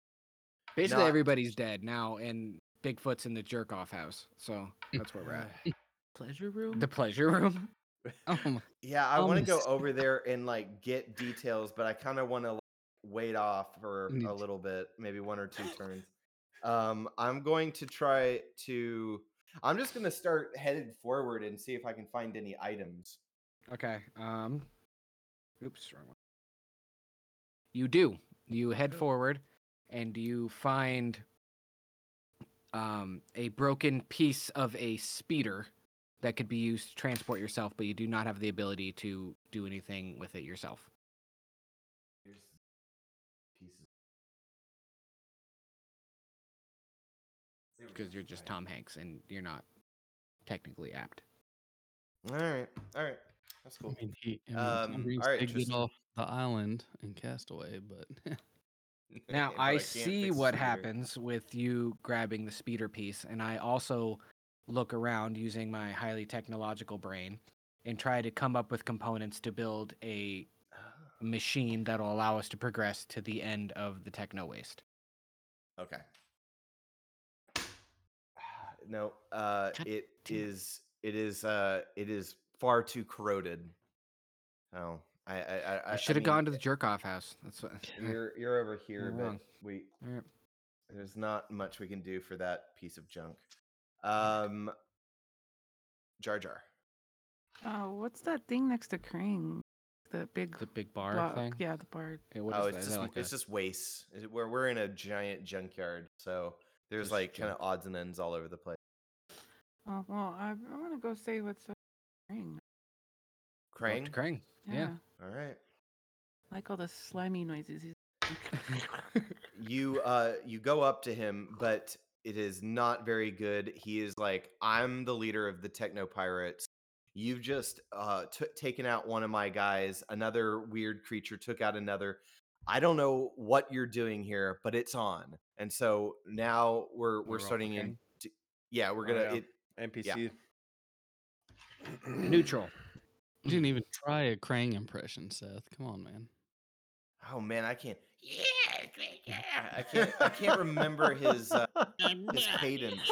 E: Basically,
F: Not-
E: everybody's dead now, and Bigfoot's in the jerk off house. So that's where we're at.
G: pleasure room.
E: The pleasure room.
A: oh my
F: Yeah, I want to go
A: Almost.
F: over there and like get details, but I kind of want to like, wait off for
A: Me
F: a
A: too.
F: little bit, maybe one or two turns. Um, I'm going to try to. I'm just going to start headed forward and see if I can find any items.
E: Okay. Um. Oops, wrong one. You do. You head forward, and you find um a broken piece of a speeder that could be used to transport yourself, but you do not have the ability to do anything with it yourself.
F: Here's pieces. There we
E: because
F: go.
E: you're just
F: Right.
E: Tom Hanks and you're not technically apt.
F: All right, all right, that's cool.
A: I mean, he, I mean, Tom
F: Um,
A: Hanks
F: alright,
A: did get
F: Tristan.
A: off the island in Castaway, but
E: Now
F: But
E: I,
F: can't
E: see
F: fix
E: what
F: the speeder.
E: happens with you grabbing the speeder piece, and I also look around using my highly technological brain and try to come up with components to build a machine that'll allow us to progress to the end of the techno waste.
F: Okay. No, uh,
E: God
F: it
E: damn it.
F: is. It is. Uh, it is far too corroded. Oh, I. I. I,
E: I, should have gone to the jerk off house. That's what.
F: You're. You're over here,
E: You're
F: but
E: wrong.
F: we.
E: Alright.
F: There's not much we can do for that piece of junk. Um. Jar Jar.
G: Oh, what's that thing next to Kring? The big
E: the big bar
G: block-
E: thing.
G: Yeah, the bar.
E: Hey, what
F: oh,
E: is
F: it's
E: that? Is
F: just
E: that like
F: it's
E: a-
F: just waste. It- We're we're in a giant junkyard, so there's
E: Just
F: like kind of
E: junk.
F: odds and ends all over the place.
G: Oh well, I, I want to go say what's up with Kring.
E: Go up to
F: Crane.
E: Krang.
G: Yeah,
E: Yeah.
F: All right.
G: like all the slimy noises. he's-
F: you uh you go up to him but it is not very good he is like i'm the leader of the techno pirates you've just uh t- taken out one of my guys another weird creature took out another i don't know what you're doing here but it's on and so now we're we're,
E: We're off the
F: starting in
E: gang.
F: t- yeah we're
D: Oh,
F: gonna
D: yeah.
F: it
D: NPC.
E: Neutral.
A: you
F: Hmm.
A: didn't even try a Krang impression, Seth. Come on, man.
F: oh man i can't yeah, great, yeah. i can't i can't remember his uh, his cadence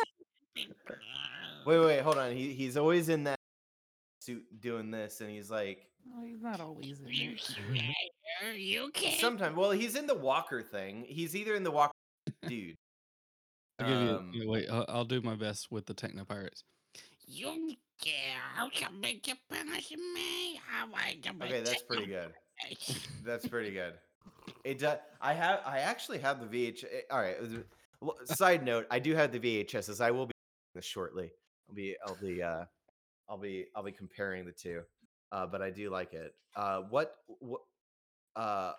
F: Wait, wait, hold on. He he's always in that suit doing this, and he's like
G: Well, he's not always in it.
F: sometimes. Well, he's in the Walker thing. He's either in the Walker, dude.
A: I'll give you.
F: Um,
A: yeah, wait, I'll, I'll do my best with the Techno Pirates.
F: Okay, that's pretty good. That's pretty good. It does. I have. I actually have the VH. eh, All right. uh, l- Side note: I do have the VHSs. I will be this shortly. I'll be. I'll be. Uh, I'll be. I'll be comparing the two. Uh, but I do like it. Uh, what? What? Uh,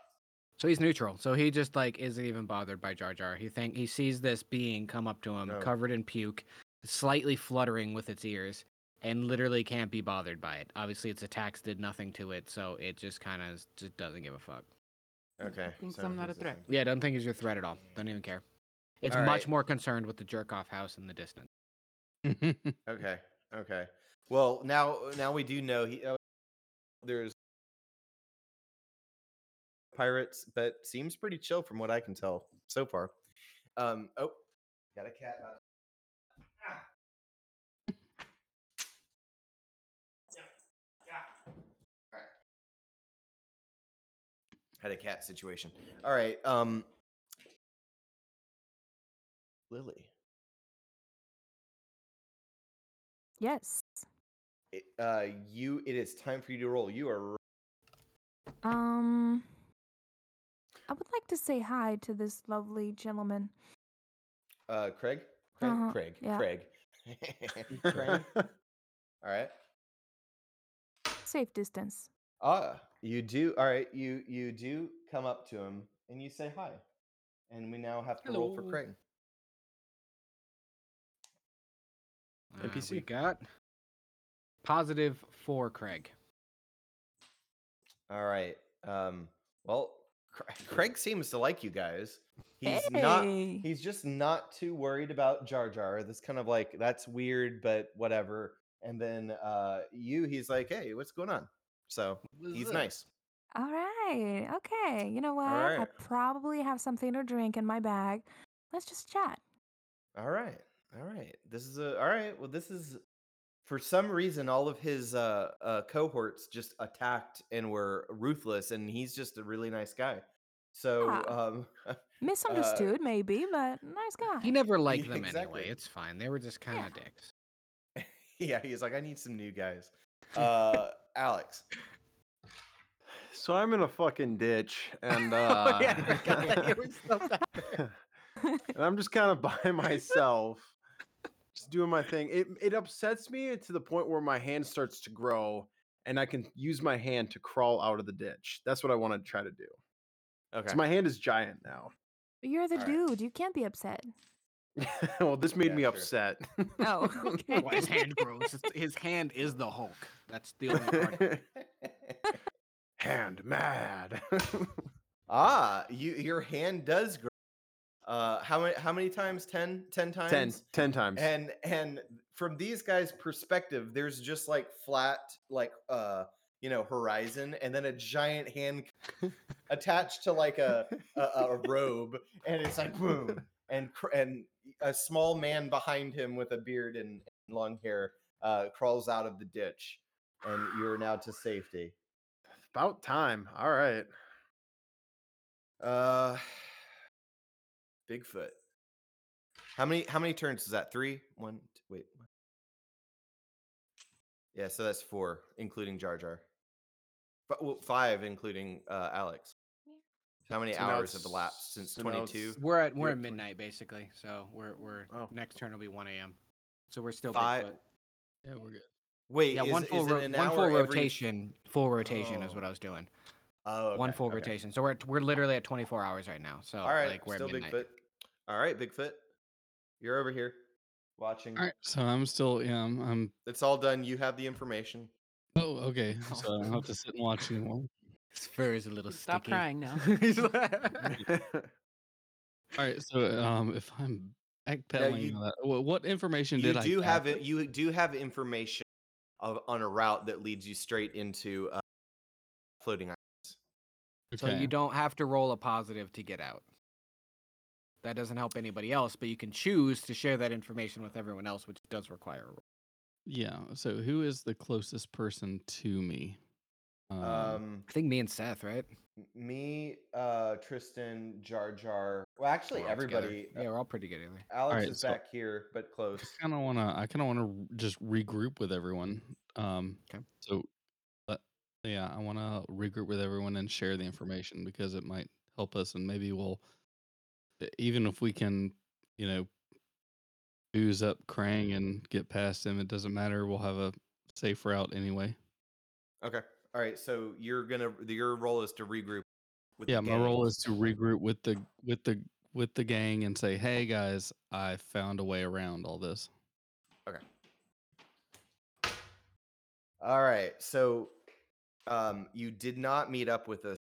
E: So he's neutral. So he just like isn't even bothered by Jar Jar. He think he sees this being come up to him,
F: No.
E: covered in puke, slightly fluttering with its ears, and literally can't be bothered by it. Obviously, its attacks did nothing to it, so it just kind of just doesn't give a fuck.
F: Okay.
G: thinks
F: so
G: I'm not
F: he's
G: a threat.
F: listening.
E: Yeah, don't think it's your threat at all. Don't even care. It's
F: All
E: much
F: right.
E: more concerned with the jerk off house in the distance.
F: Okay. Okay. Well, now now we do know he uh, there's pirates, but seems pretty chill from what I can tell so far. Um. Oh, got a cat. out- Ah. Yeah, yeah. Alright. Had a cat situation. All right. Um. Lily.
B: Yes.
F: it, uh you it is time for you to roll you are r-
B: Um, I would like to say hi to this lovely gentleman.
F: uh craig craig
B: Uh-huh,
F: craig
B: yeah.
F: craig Craig. all right
B: Safe distance.
F: ah you do all right you you do come up to him and you say hi and we now have to roll for
E: Hello.
F: craig
E: Uh, we
F: NPC.
E: got positive for Craig.
F: all right um well Cra- craig seems to like you guys he's not
B: Hey!
F: he's just not too worried about Jar Jar. That's kind of like that's weird, but whatever. And then uh you, he's like, hey, what's going on? So he's nice.
B: All right. Okay. You know what? I
F: right.
B: probably have something to drink in my bag. Let's just chat.
F: All right, all right. This is a all right. Well, this is for some reason all of his uh, uh cohorts just attacked and were ruthless, and he's just a really nice guy. So
B: Ah.
F: um
B: Misunderstood, maybe, but nice guy.
E: He never liked
F: Yeah,
E: them
F: exactly.
E: anyway. It's fine. They were just kind of dicks.
F: yeah, he's like, I need some new guys. Uh Alex.
D: So I'm in a fucking ditch, and uh,
F: Oh, yeah, I forgot that you were still back there.
D: and I'm just kind of by myself, just doing my thing. It it upsets me to the point where my hand starts to grow, and I can use my hand to crawl out of the ditch. That's what I want to try to do.
F: Okay.
D: So my hand is giant now.
B: You're the
F: All right.
B: dude. You can't be upset.
D: well, this made
F: Yeah,
D: me
F: sure.
D: upset.
B: Oh, okay.
E: Well, his hand grows. His- His hand is the Hulk. That's the only part.
D: hand mad.
F: Ah, you your hand does grow. Uh, how many how many times? Ten? Ten times?
D: ten, ten times.
F: And and from these guys' perspective, there's just like flat, like uh, you know, horizon, and then a giant hand c- attached to like
D: uh,
F: a a, a robe, and it's like boom, and cr- and a small man behind him with a beard and, and long hair uh, crawls out of the ditch, and you're now to safety.
D: About time. All right.
F: Uh, Bigfoot. How many how many turns is that? Three? One? Two, wait. one. Yeah, so that's four, including Jar Jar. But well, five, including uh, Alex. How many
D: So now
F: hours have
D: it's-
F: elapsed since
D: so now
F: twenty
D: it's-
F: two?
E: We're at
D: You're
E: we're at
D: at twenty.
E: midnight basically. So we're we're
D: Oh.
E: next turn will be one a.m. So we're still
F: Five-
E: Bigfoot.
A: yeah, we're good.
F: Wait,
E: Yeah,
F: is-
E: one
F: is
E: full
F: it
E: ro-
F: an
E: one full
F: hour every-
E: rotation. Full rotation is
F: Oh.
E: what I was doing.
F: Oh,
E: one
F: okay,
E: full
F: okay.
E: rotation. So we're at, we're literally at 24 hours right now. So
F: All right,
E: like we're
F: still
E: at midnight.
F: Bigfoot. All right, Bigfoot, you're over here watching.
A: All right, so I'm still yeah, I'm, I'm
F: It's all done. You have the information.
A: oh okay.
E: Oh.
A: So I don't have to sit and watch anymore.
E: His fur is a little
G: Stop
E: sticky.
G: crying now.
E: He's like-
A: All right, so um, if I'm backpedaling,
F: you-
A: on that, wha- what information
F: you
A: did I
F: do have
A: gather?
F: it you do have information of, on a route that leads you straight into uh, floating island
E: so
A: Okay.
E: you don't have to roll a positive to get out. That doesn't help anybody else, but you can choose to share that information with everyone else, which does require a roll.
A: Yeah. So who is the closest person to me? Um,
F: um
E: I think me and Seth, right?
F: m- me uh tristan jar jar well actually
E: We're all together.
F: everybody uh,
E: Yeah, we're all pretty good together.
F: alex
A: right,
F: is
A: so-
F: back here but close
A: I kind of want to. I kind of want to just regroup with everyone. Um,
E: 'Kay.
A: So, but yeah, I want to regroup with everyone and share the information because it might help us, and maybe we'll, e- even if we can, you know, ooze up Krang and get past him, it doesn't matter. We'll have a safe route anyway.
F: okay all right so you're gonna your role is to regroup with
A: yeah,
F: the
A: my
F: gang.
A: role is to regroup with the with the with the gang and say, "Hey guys, I found a way around all this."
F: all right so um you did not meet up with us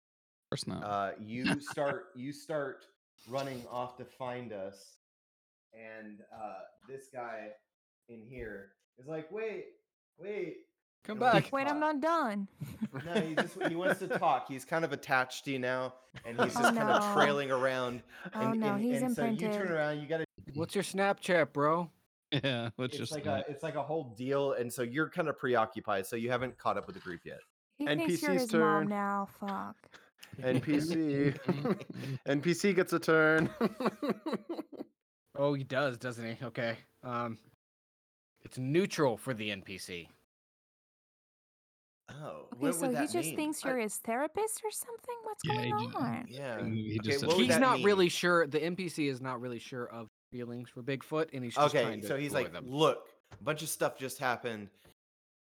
A: course not.
F: Uh, you start you start running off to find us, and uh, this guy in here is like, "Wait, wait,
E: Come
F: It'll be
E: back.
H: Wait, I'm not done.
F: no, he just he wants to talk. He's kind of attached to you now, and he's
H: Oh,
F: just kind of
H: no.
F: trailing around.
H: Oh,
F: and,
H: no,
F: and,
H: he's
F: and so you turn
H: imprinted.
F: around. You got to.
E: What's your Snapchat, bro?
A: yeah, let's
F: It's,
A: just
F: like
A: not-
F: a it's like a whole deal, and so you're kind of preoccupied. So you haven't caught up with the group yet.
H: He
C: And
H: thinks you're
C: PC's
H: his
C: turn.
H: mom now. Fuck.
D: NPC. NPC gets a turn.
E: Oh, he does, doesn't he? Okay. Um, it's neutral for the NPC.
F: Oh,
H: Okay,
F: what
H: so
F: would
H: he
F: that
H: just
F: mean?
H: thinks
F: I-
H: you're his therapist or something? What's
A: Yeah,
H: going
A: he just-
H: on?
F: yeah.
A: He just
F: Okay, what
A: said-
F: would
E: He's
F: that
E: not really
F: mean?
E: sure. The NPC is not really sure of feelings for Bigfoot, and he's just
F: Okay,
E: trying to
F: so he's
E: lure
F: like,
E: them.
F: look, a bunch of stuff just happened.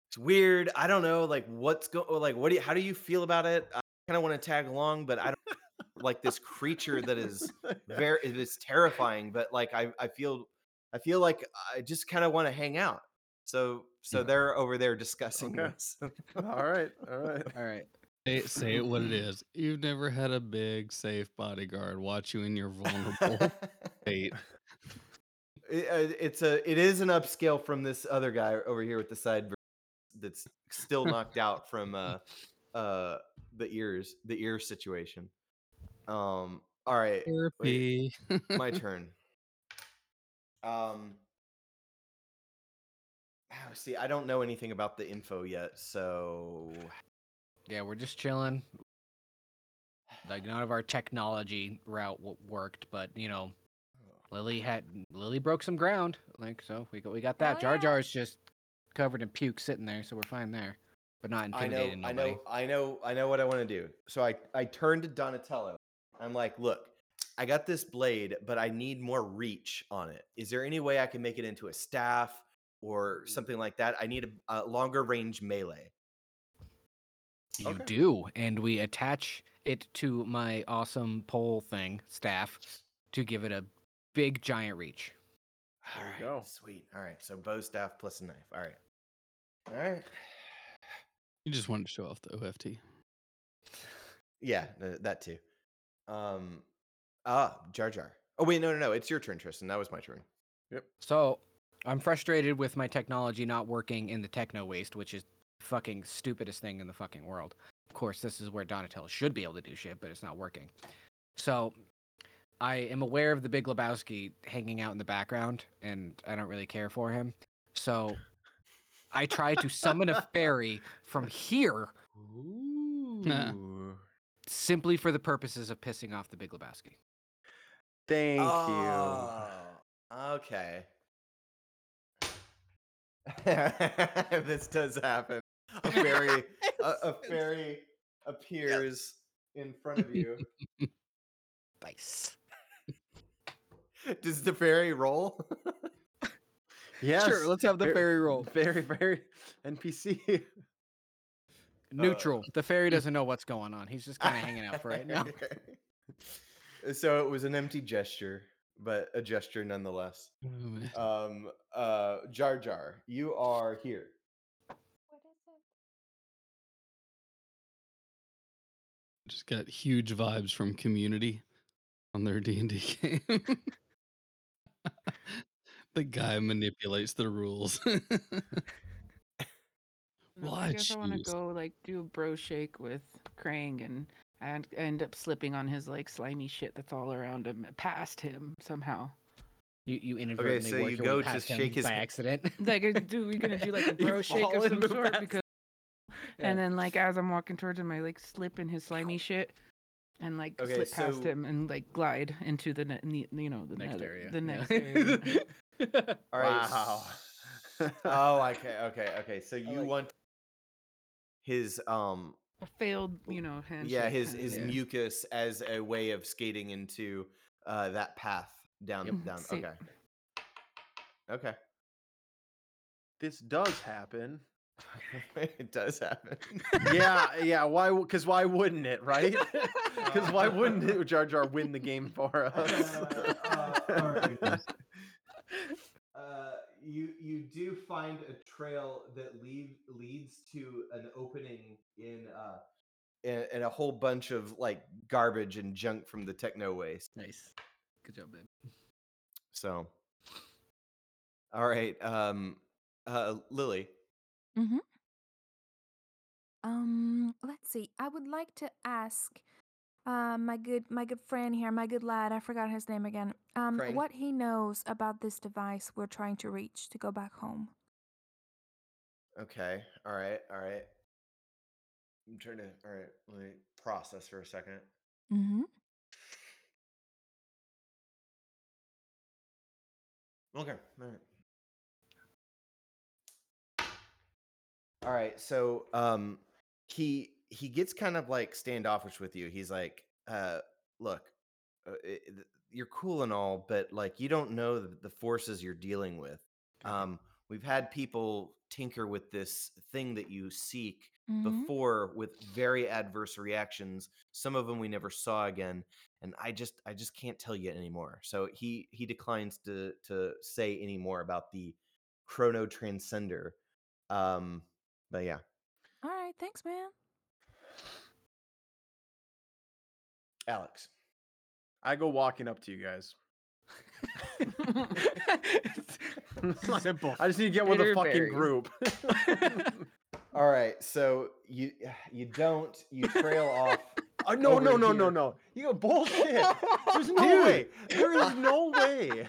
F: It's weird. I don't know, like what's go like what do you, how do you feel about it? I kind of want to tag along, but I don't like this creature that is very it is terrifying, but like I I feel I feel like I just kind of want to hang out. So so
A: Yeah.
F: they're over there discussing
D: Okay.
F: this.
D: all right, all right.
E: all right.
A: Say, say it what it is. You've never had a big, safe bodyguard watch you in your vulnerable state.
F: It- uh, it's a it is an upscale from this other guy over here with the side ver- that's still knocked out from uh uh the ears the ear situation um all right
A: Therapy.
F: my turn um oh, see i don't know anything about the info yet so
E: Yeah, we're just chilling. Like none of our technology route w- worked, but you know, Lily had Lily broke some ground. Like so, we got we got that.
H: Oh,
E: Jar
H: yeah.
E: Jar's just covered in puke, sitting there, so we're fine there. But not
F: I know,
E: intimidating
F: I
E: nobody.
F: know, I know, I know what I want to do. So I, I turned to Donatello. I'm like, look, I got this blade, but I need more reach on it. Is there any way I can make it into a staff or something like that? I need a, a longer range melee.
E: You
F: Okay.
E: do, and we attach it to my awesome pole thing staff to give it a big giant reach.
F: All
D: There you
F: right,
D: go.
F: sweet. All right, so bow staff plus a knife. All right, all right.
A: you just wanted to show off the OFT.
F: Yeah, th- that too. Um, ah, Jar Jar. Oh wait, no, no, no. It's your turn, Tristan. That was my turn.
E: So I'm frustrated with my technology not working in the techno waste, which is fucking stupidest thing in the fucking world. Of course, this is where Donatello should be able to do shit, but it's not working. So I am aware of the Big Lebowski hanging out in the background, and I don't really care for him. So I try to summon a fairy from here
A: Ooh.
E: simply for the purposes of pissing off the Big Lebowski.
D: Thank Ah.
F: Oh, Okay. this does happen. A fairy, a, a fairy appears in front of you.
E: Nice.
F: Does the fairy roll?
D: you. Yes.
E: Sure, let's have the
D: Fair-
E: fairy roll.
D: Very, very NPC.
E: Neutral. the fairy doesn't know what's going on. He's just kind of hanging out for right now.
F: so it was an empty gesture, but a gesture nonetheless.
A: Oh, man.
F: Um, uh, Jar Jar, you are here.
I: What is it?
A: Just got huge vibes from Community on their D and D game. the guy manipulates the rules.
G: No,
A: Well,
G: I
A: I
G: guess I want to
A: choose-
G: go like do a bro shake with Krang and I end- end up slipping on his like slimy shit that's all around him, past him somehow.
E: You you inadvertently
F: so
E: work
F: you
E: your
F: go
E: way
F: to
E: past
F: shake
E: him
F: his
E: by
F: hand.
E: accident.
G: Like, uh, do we gonna do like a
F: You
G: bro shake
F: fall
G: of
F: and
G: some
F: move
G: sort?
F: past
G: Because
F: Yeah.
G: and then like as I'm walking towards him, I like slip in his slimy shit and like
F: Okay,
G: slip past
F: so-
G: him and like glide into the ne- ne- you know the
E: Next
G: nether-
E: area,
G: The
E: yeah.
G: next area.
F: All right.
D: Wow. uh,
F: oh, okay, okay, okay. So you
E: like-
F: want his um
G: A failed, you know, handshake.
F: yeah, his
G: kinda
F: his
G: thing.
F: mucus as a way of skating into uh that path down
E: Yep.
F: down.
G: Sa-
F: Okay. Okay.
D: this does happen.
F: it does happen.
D: yeah, yeah. Why? Because why wouldn't it, right? Because why wouldn't it, Jar Jar win the game for us?
F: Uh, uh, all right. Uh, you you do find a trail that lead, leads to an opening in uh, and, and a whole bunch of like garbage and junk from the techno waste.
E: Nice. Good job, babe.
F: So, all right, um, uh, Lily.
B: Mm-hmm.
H: Um, let's see. I would like to ask uh, my good my good friend here, my good lad, I forgot his name again. Um,
F: Crane.
H: what he knows about this device we're trying to reach to go back home.
F: Okay. All right. All right. I'm trying to. All right. Let me process for a second.
H: Mm-hmm.
F: Okay. All right. All right. So um he he gets kind of like standoffish with you. He's like, uh look, uh, it, th- you're cool and all, but like you don't know the, the forces you're dealing with. Um we've had people tinker with this thing that you seek
H: hmm
F: before with very adverse reactions some of them we never saw again and i just i just can't tell you anymore so he he declines to to say any more about the chrono transcender um but yeah
H: All right, thanks, man.
F: alex
D: I go walking up to you guys.
E: Simple.
D: I just need to get with a
G: Bitter
D: fucking
G: berries.
D: group.
F: all right so you you don't you trail off
D: Uh, no, no,
F: Over
D: no, no,
F: here.
D: no. You go bullshit. There's no
F: Dude.
D: way. There is no way.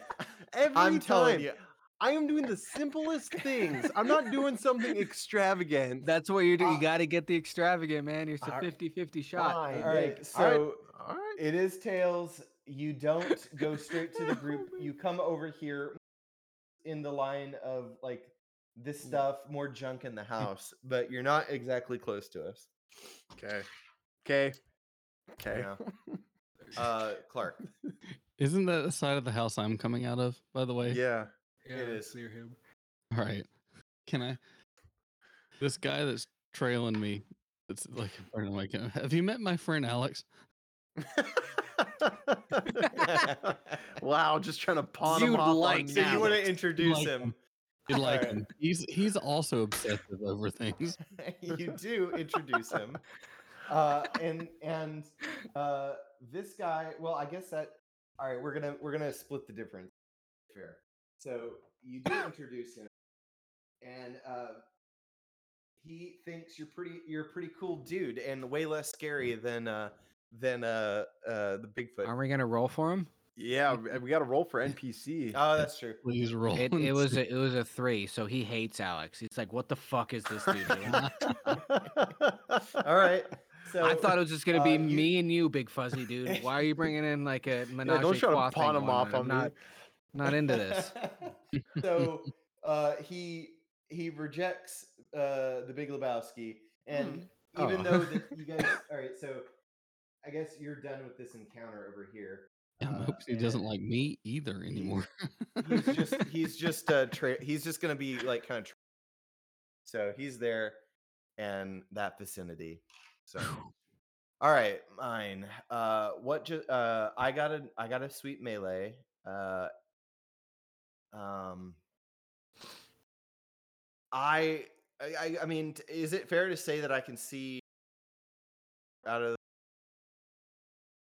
D: Every
F: i'm telling
D: time,
F: you
D: I am doing the simplest things. I'm not doing something extravagant.
E: That's what you do.
F: Uh,
E: You got to get the extravagant, man. It's a
F: Alright.
E: 50 50 shot.
D: Ah. Fine.
F: all right
D: Alright,
F: so
D: All right.
F: It is tails. You don't go straight
D: Oh
F: to the group. You come over here in the line of like this stuff, more junk in the house, but you're not exactly close to us.
D: Okay. Okay. Okay.
F: Yeah. Uh, Clark.
A: Isn't that the side of the house I'm coming out of, by the way?
D: Yeah.
E: Yeah,
F: it
E: it's
F: is.
E: near him.
A: All right. Can I? This guy that's trailing me, it's like in front of my camera. Have you met my friend Alex?
D: wow, just trying to pawn him
E: You'd
D: off
E: like
D: on
E: to-
F: So you
D: me.
F: want to introduce
A: Like
F: him?
A: You'd like
F: Alright.
A: him. He's he's also obsessive over things.
F: you do introduce him. Uh, and and uh, this guy. Well, I guess that. All right, we're gonna we're gonna split the difference. Fair. So you do introduce him, and uh, he thinks you're pretty you're a pretty cool dude, and way less scary than uh, than uh, uh, the Bigfoot.
E: Are we going to roll for him?
D: Yeah, we we got to roll for NPC.
F: Oh, that's true.
A: Please roll.
E: It,
A: and
E: it was
A: see.
E: a, it was a three, so he hates Alex. He's like, "What the fuck is this dude doing?"
F: All right. So
E: I thought it was just gonna be
F: uh, you-
E: me and you, Big Fuzzy dude. Why are you bringing in like a
D: Yeah,
E: menage
D: don't
E: a
D: try
E: trois
D: to pawn
E: thing
D: him
E: going
D: off
E: I'm
D: on
E: uh, not,
D: me.
E: not into this.
F: so uh, he he rejects uh, the Big Lebowski, and even
E: Oh.
F: though that you guys, all right, so I guess you're done with this encounter over here.
A: I
F: uh,
A: hope he doesn't
F: and
A: like me either anymore.
F: He's just he's just uh, tra- he's just gonna be like kind of. Tra- so he's there, and that vicinity. So. All right, mine. Uh, what? Ju- uh, I got a I got a sweet melee. Uh, um, I I I- I mean, t- is it fair to say that I can see out of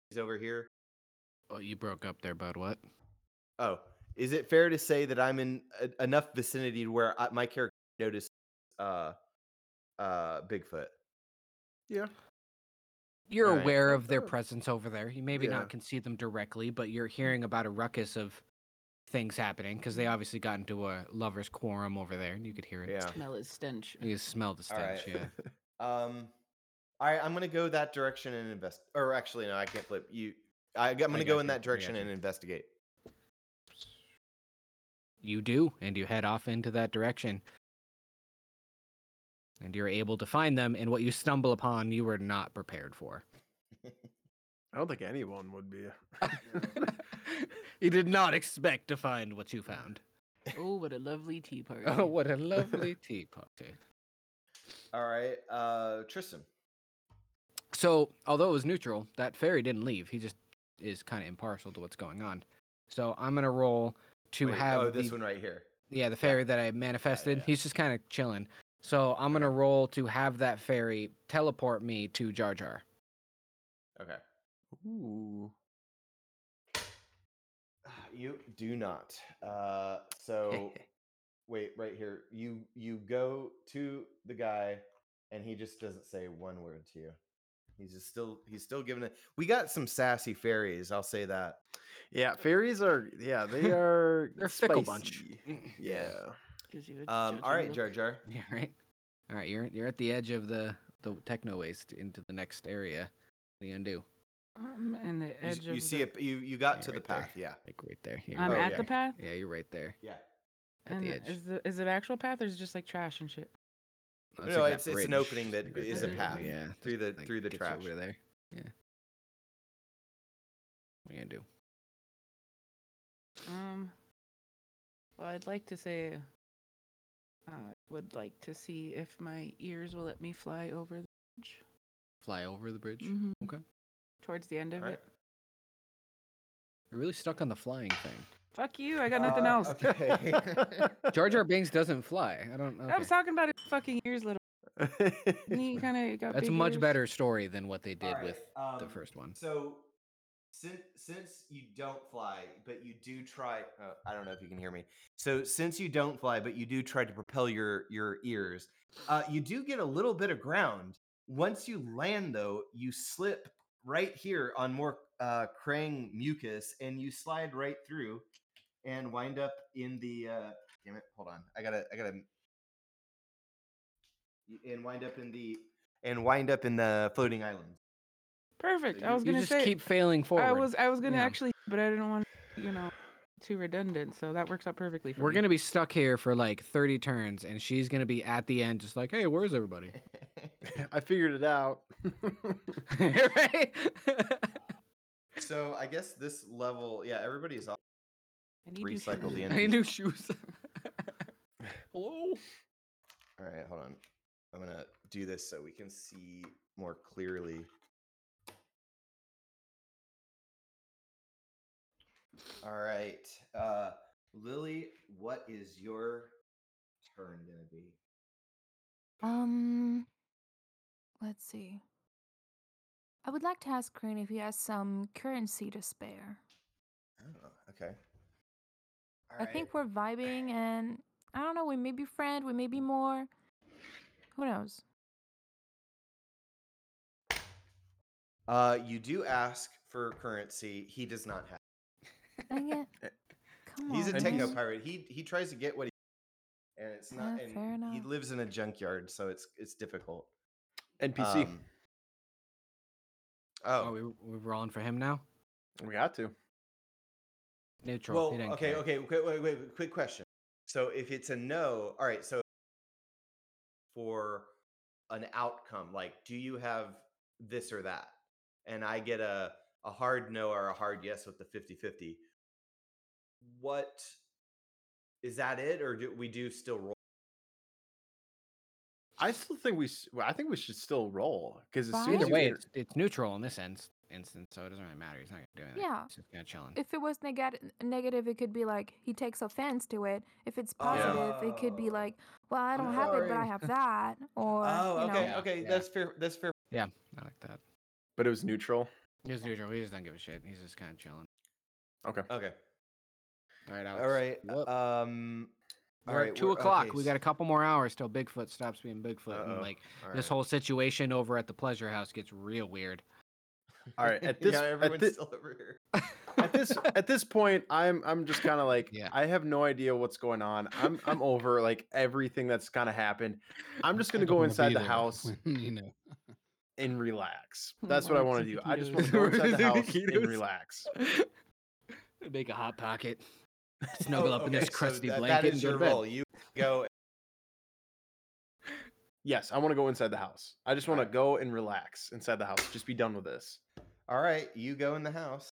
F: he's over here?
E: Oh, you broke up there, bud. What?
F: Oh, is it fair to say that I'm in a, enough vicinity to where I, my character noticed uh uh Bigfoot?
E: You're
F: Alright.
E: aware of their presence over there. You maybe
D: Yeah.
E: not can see them directly, but you're hearing about a ruckus of things happening because they obviously got into a lovers' quorum over there, and you could hear it.
F: Yeah.
G: Smell is stench.
E: You could smell the stench.
F: Alright.
E: Yeah.
F: Um, I I'm gonna go that direction and invest. Or actually, no, I can't flip you. I, I'm gonna
E: got
F: go in
E: you, I
F: that
E: got
F: direction
E: you.
F: and investigate.
E: You do, and you head off into that direction. And you're able to find them, and what you stumble upon, you were not prepared for.
D: I don't think anyone would be.
E: you did not expect to find what you found.
G: Oh, what a lovely tea party.
E: Oh, what a lovely tea party.
F: All right, uh, Tristan.
E: So, although it was neutral, that fairy didn't leave. He just is kind of impartial to what's going on. So, I'm going to roll to
F: Wait,
E: have
F: oh, this
E: the,
F: one right here.
E: yeah, the fairy that I manifested.
F: yeah.
E: He's just kind of chilling. So I'm gonna roll to have that fairy teleport me to Jar Jar.
F: Okay.
D: Ooh.
F: Ah, You do not. Uh, so wait, right here. You you go to the guy, and he just doesn't say one word to you. He's just still he's still giving it. We got some sassy fairies. I'll say that.
D: Yeah, fairies are. Yeah, they are.
E: They're a fickle bunch.
D: spicy.
F: Yeah.
G: Gives you a
F: Um, all right,
G: judgmental-
F: Jar Jar.
E: Yeah, right. All right, you're you're at the edge of the the techno waste into the next area. What do you undo?
G: Um, and the
F: You,
G: edge
F: s-
G: of
F: you see
G: the-
F: it. You you got
E: Yeah,
F: to the
E: right there.
F: path. Yeah.
E: Like right there. Here.
G: I'm
F: Oh,
G: at
F: yeah.
G: the path.
E: Yeah, you're right there
F: Yeah.
E: at
G: and
E: the
G: the-
E: edge.
G: Is, the, is it actual path or is it just like trash and shit?
E: That's
F: No,
E: like
F: it's-
E: that
F: it's an
E: bridge
F: opening that
E: right
F: is
G: a
E: there,
G: path
E: Yeah,
F: through
E: that,
F: the- through the
E: gets you
F: trash.
E: over there. Yeah. What are you gonna do?
G: Um. Well, I'd like to say. I would like to see if my ears will let me fly over the bridge.
E: Fly over the bridge.
G: Mhm.
E: Mm-hmm. Okay.
G: Towards the end of
F: All right.
G: it.
E: You're really stuck on the flying thing.
G: Fuck you! I got nothing
F: Uh,
G: else.
F: Okay.
E: Jar Jar Binks doesn't fly. I don't.
G: I
E: okay.
G: was talking about his fucking ears, little. And he kind of got.
E: That's a
G: big
E: much
G: ears.
E: better story than what they did
F: All
E: with
F: right,
E: the
F: um,
E: first one.
F: So since since you don't fly, but you do try, uh, I don't know if you can hear me. So since you don't fly, but you do try to propel your your ears, uh, you do get a little bit of ground. Once you land, though, you slip right here on more uh, Krang mucus, and you slide right through and wind up in the. Uh, damn it! Hold on, I gotta, I gotta. y- And wind up in the and wind up in the floating island.
G: Perfect.
F: you-
G: I was
E: you
G: gonna
E: just
G: say.
E: keep failing forward.
G: I was. I was gonna
E: Yeah.
G: actually, but I didn't want. You know, too redundant. So that works out perfectly. For
E: We're
G: me.
E: gonna be stuck here for like 30 turns, and she's gonna be at the end, just like, "Hey, where's everybody?"
D: I figured it out.
E: right?
F: so I guess this level, yeah, everybody's off.
G: I need you
F: recycle the
G: to-
F: end.
E: I knew she was. Hello.
F: All right, hold on. I'm gonna do this so we can see more clearly. All right, uh, Lily, what is your turn gonna be?
H: Um, let's see. I would like to ask Crane if he has some currency to spare.
F: Oh, okay. All
H: I
F: right.
H: think we're vibing, and I don't know. We may be friend. We may be more. Who knows?
F: uh, you do ask for currency. He does not have.
H: Dang it. Come
F: He's a
H: on.
F: techno
H: man.
F: pirate. He he tries to get what he and it's not
H: Yeah,
F: and
H: fair
F: he
H: enough.
F: lives in a junkyard, so it's it's difficult.
D: NPC.
F: Um, oh,
E: Oh, we, we're rolling for him now.
D: we got to.
E: Neutral.
F: well,
E: he didn't
F: okay,
E: care.
F: okay, wait, wait, wait, wait, quick question. So if it's a no, all right, so for an outcome, like do you have this or that? And I get a a hard no or a hard yes with the 50-50. What is that it or do we do still roll?
D: I still think we. s- well, I think we should still roll because as soon
H: Fine.
D: as
E: Either
D: you
E: way,
D: hear-
E: it's, it's neutral in this instance, instance, so it doesn't really matter. He's not gonna do anything.
H: Yeah.
E: He's just gonna chillin'.
H: If it was nega- negative, it could be like he takes offense to it. If it's positive, it could be
F: Oh.
H: like, well, I
F: I'm
H: don't have it, but I
E: sorry.
H: have that. Or,
F: Oh,
H: you know,
F: okay,
E: Yeah,
F: okay,
E: yeah.
F: that's fair. That's fair.
E: I like that.
D: but it was neutral.
E: He's neutral. He just doesn't give a shit. He's just kind of chilling.
D: Okay.
F: Okay.
E: All right, Alex.
F: All right.
E: What-
F: Um.
E: We're at two o'clock. we got a couple more hours till Bigfoot stops being Bigfoot, and
F: Uh-oh.
E: like this whole situation over at the pleasure house gets real weird.
D: All right, at this-
F: yeah,
D: at
F: everyone's
D: thi-
F: still over here.
D: At this at this point, I'm I'm just kind of like
E: Yeah.
D: I have no idea what's going on. I'm I'm over like everything that's kind of happened. I'm just
A: I
D: gonna
A: don't
D: go
A: wanna
D: inside
A: be
D: the
A: there
D: house
A: when, you know.
D: and relax.
G: Mm,
D: That's what
G: I
D: I
G: like
D: want to
G: some
D: do. I just want to
G: taquitos.
D: go inside the house and
E: Taquitos.
D: relax.
E: Make a hot pocket. Snuggle
F: Oh,
E: up in this
F: okay, so
E: crusty
F: that-
E: blanket
F: That
E: and
F: is
E: go
F: your
E: to bed.
F: role. You go.
D: Yes, I want to go inside the house. I just want to
F: Alright.
D: go and relax inside the house. Just be done with this.
F: All right, you go in the house.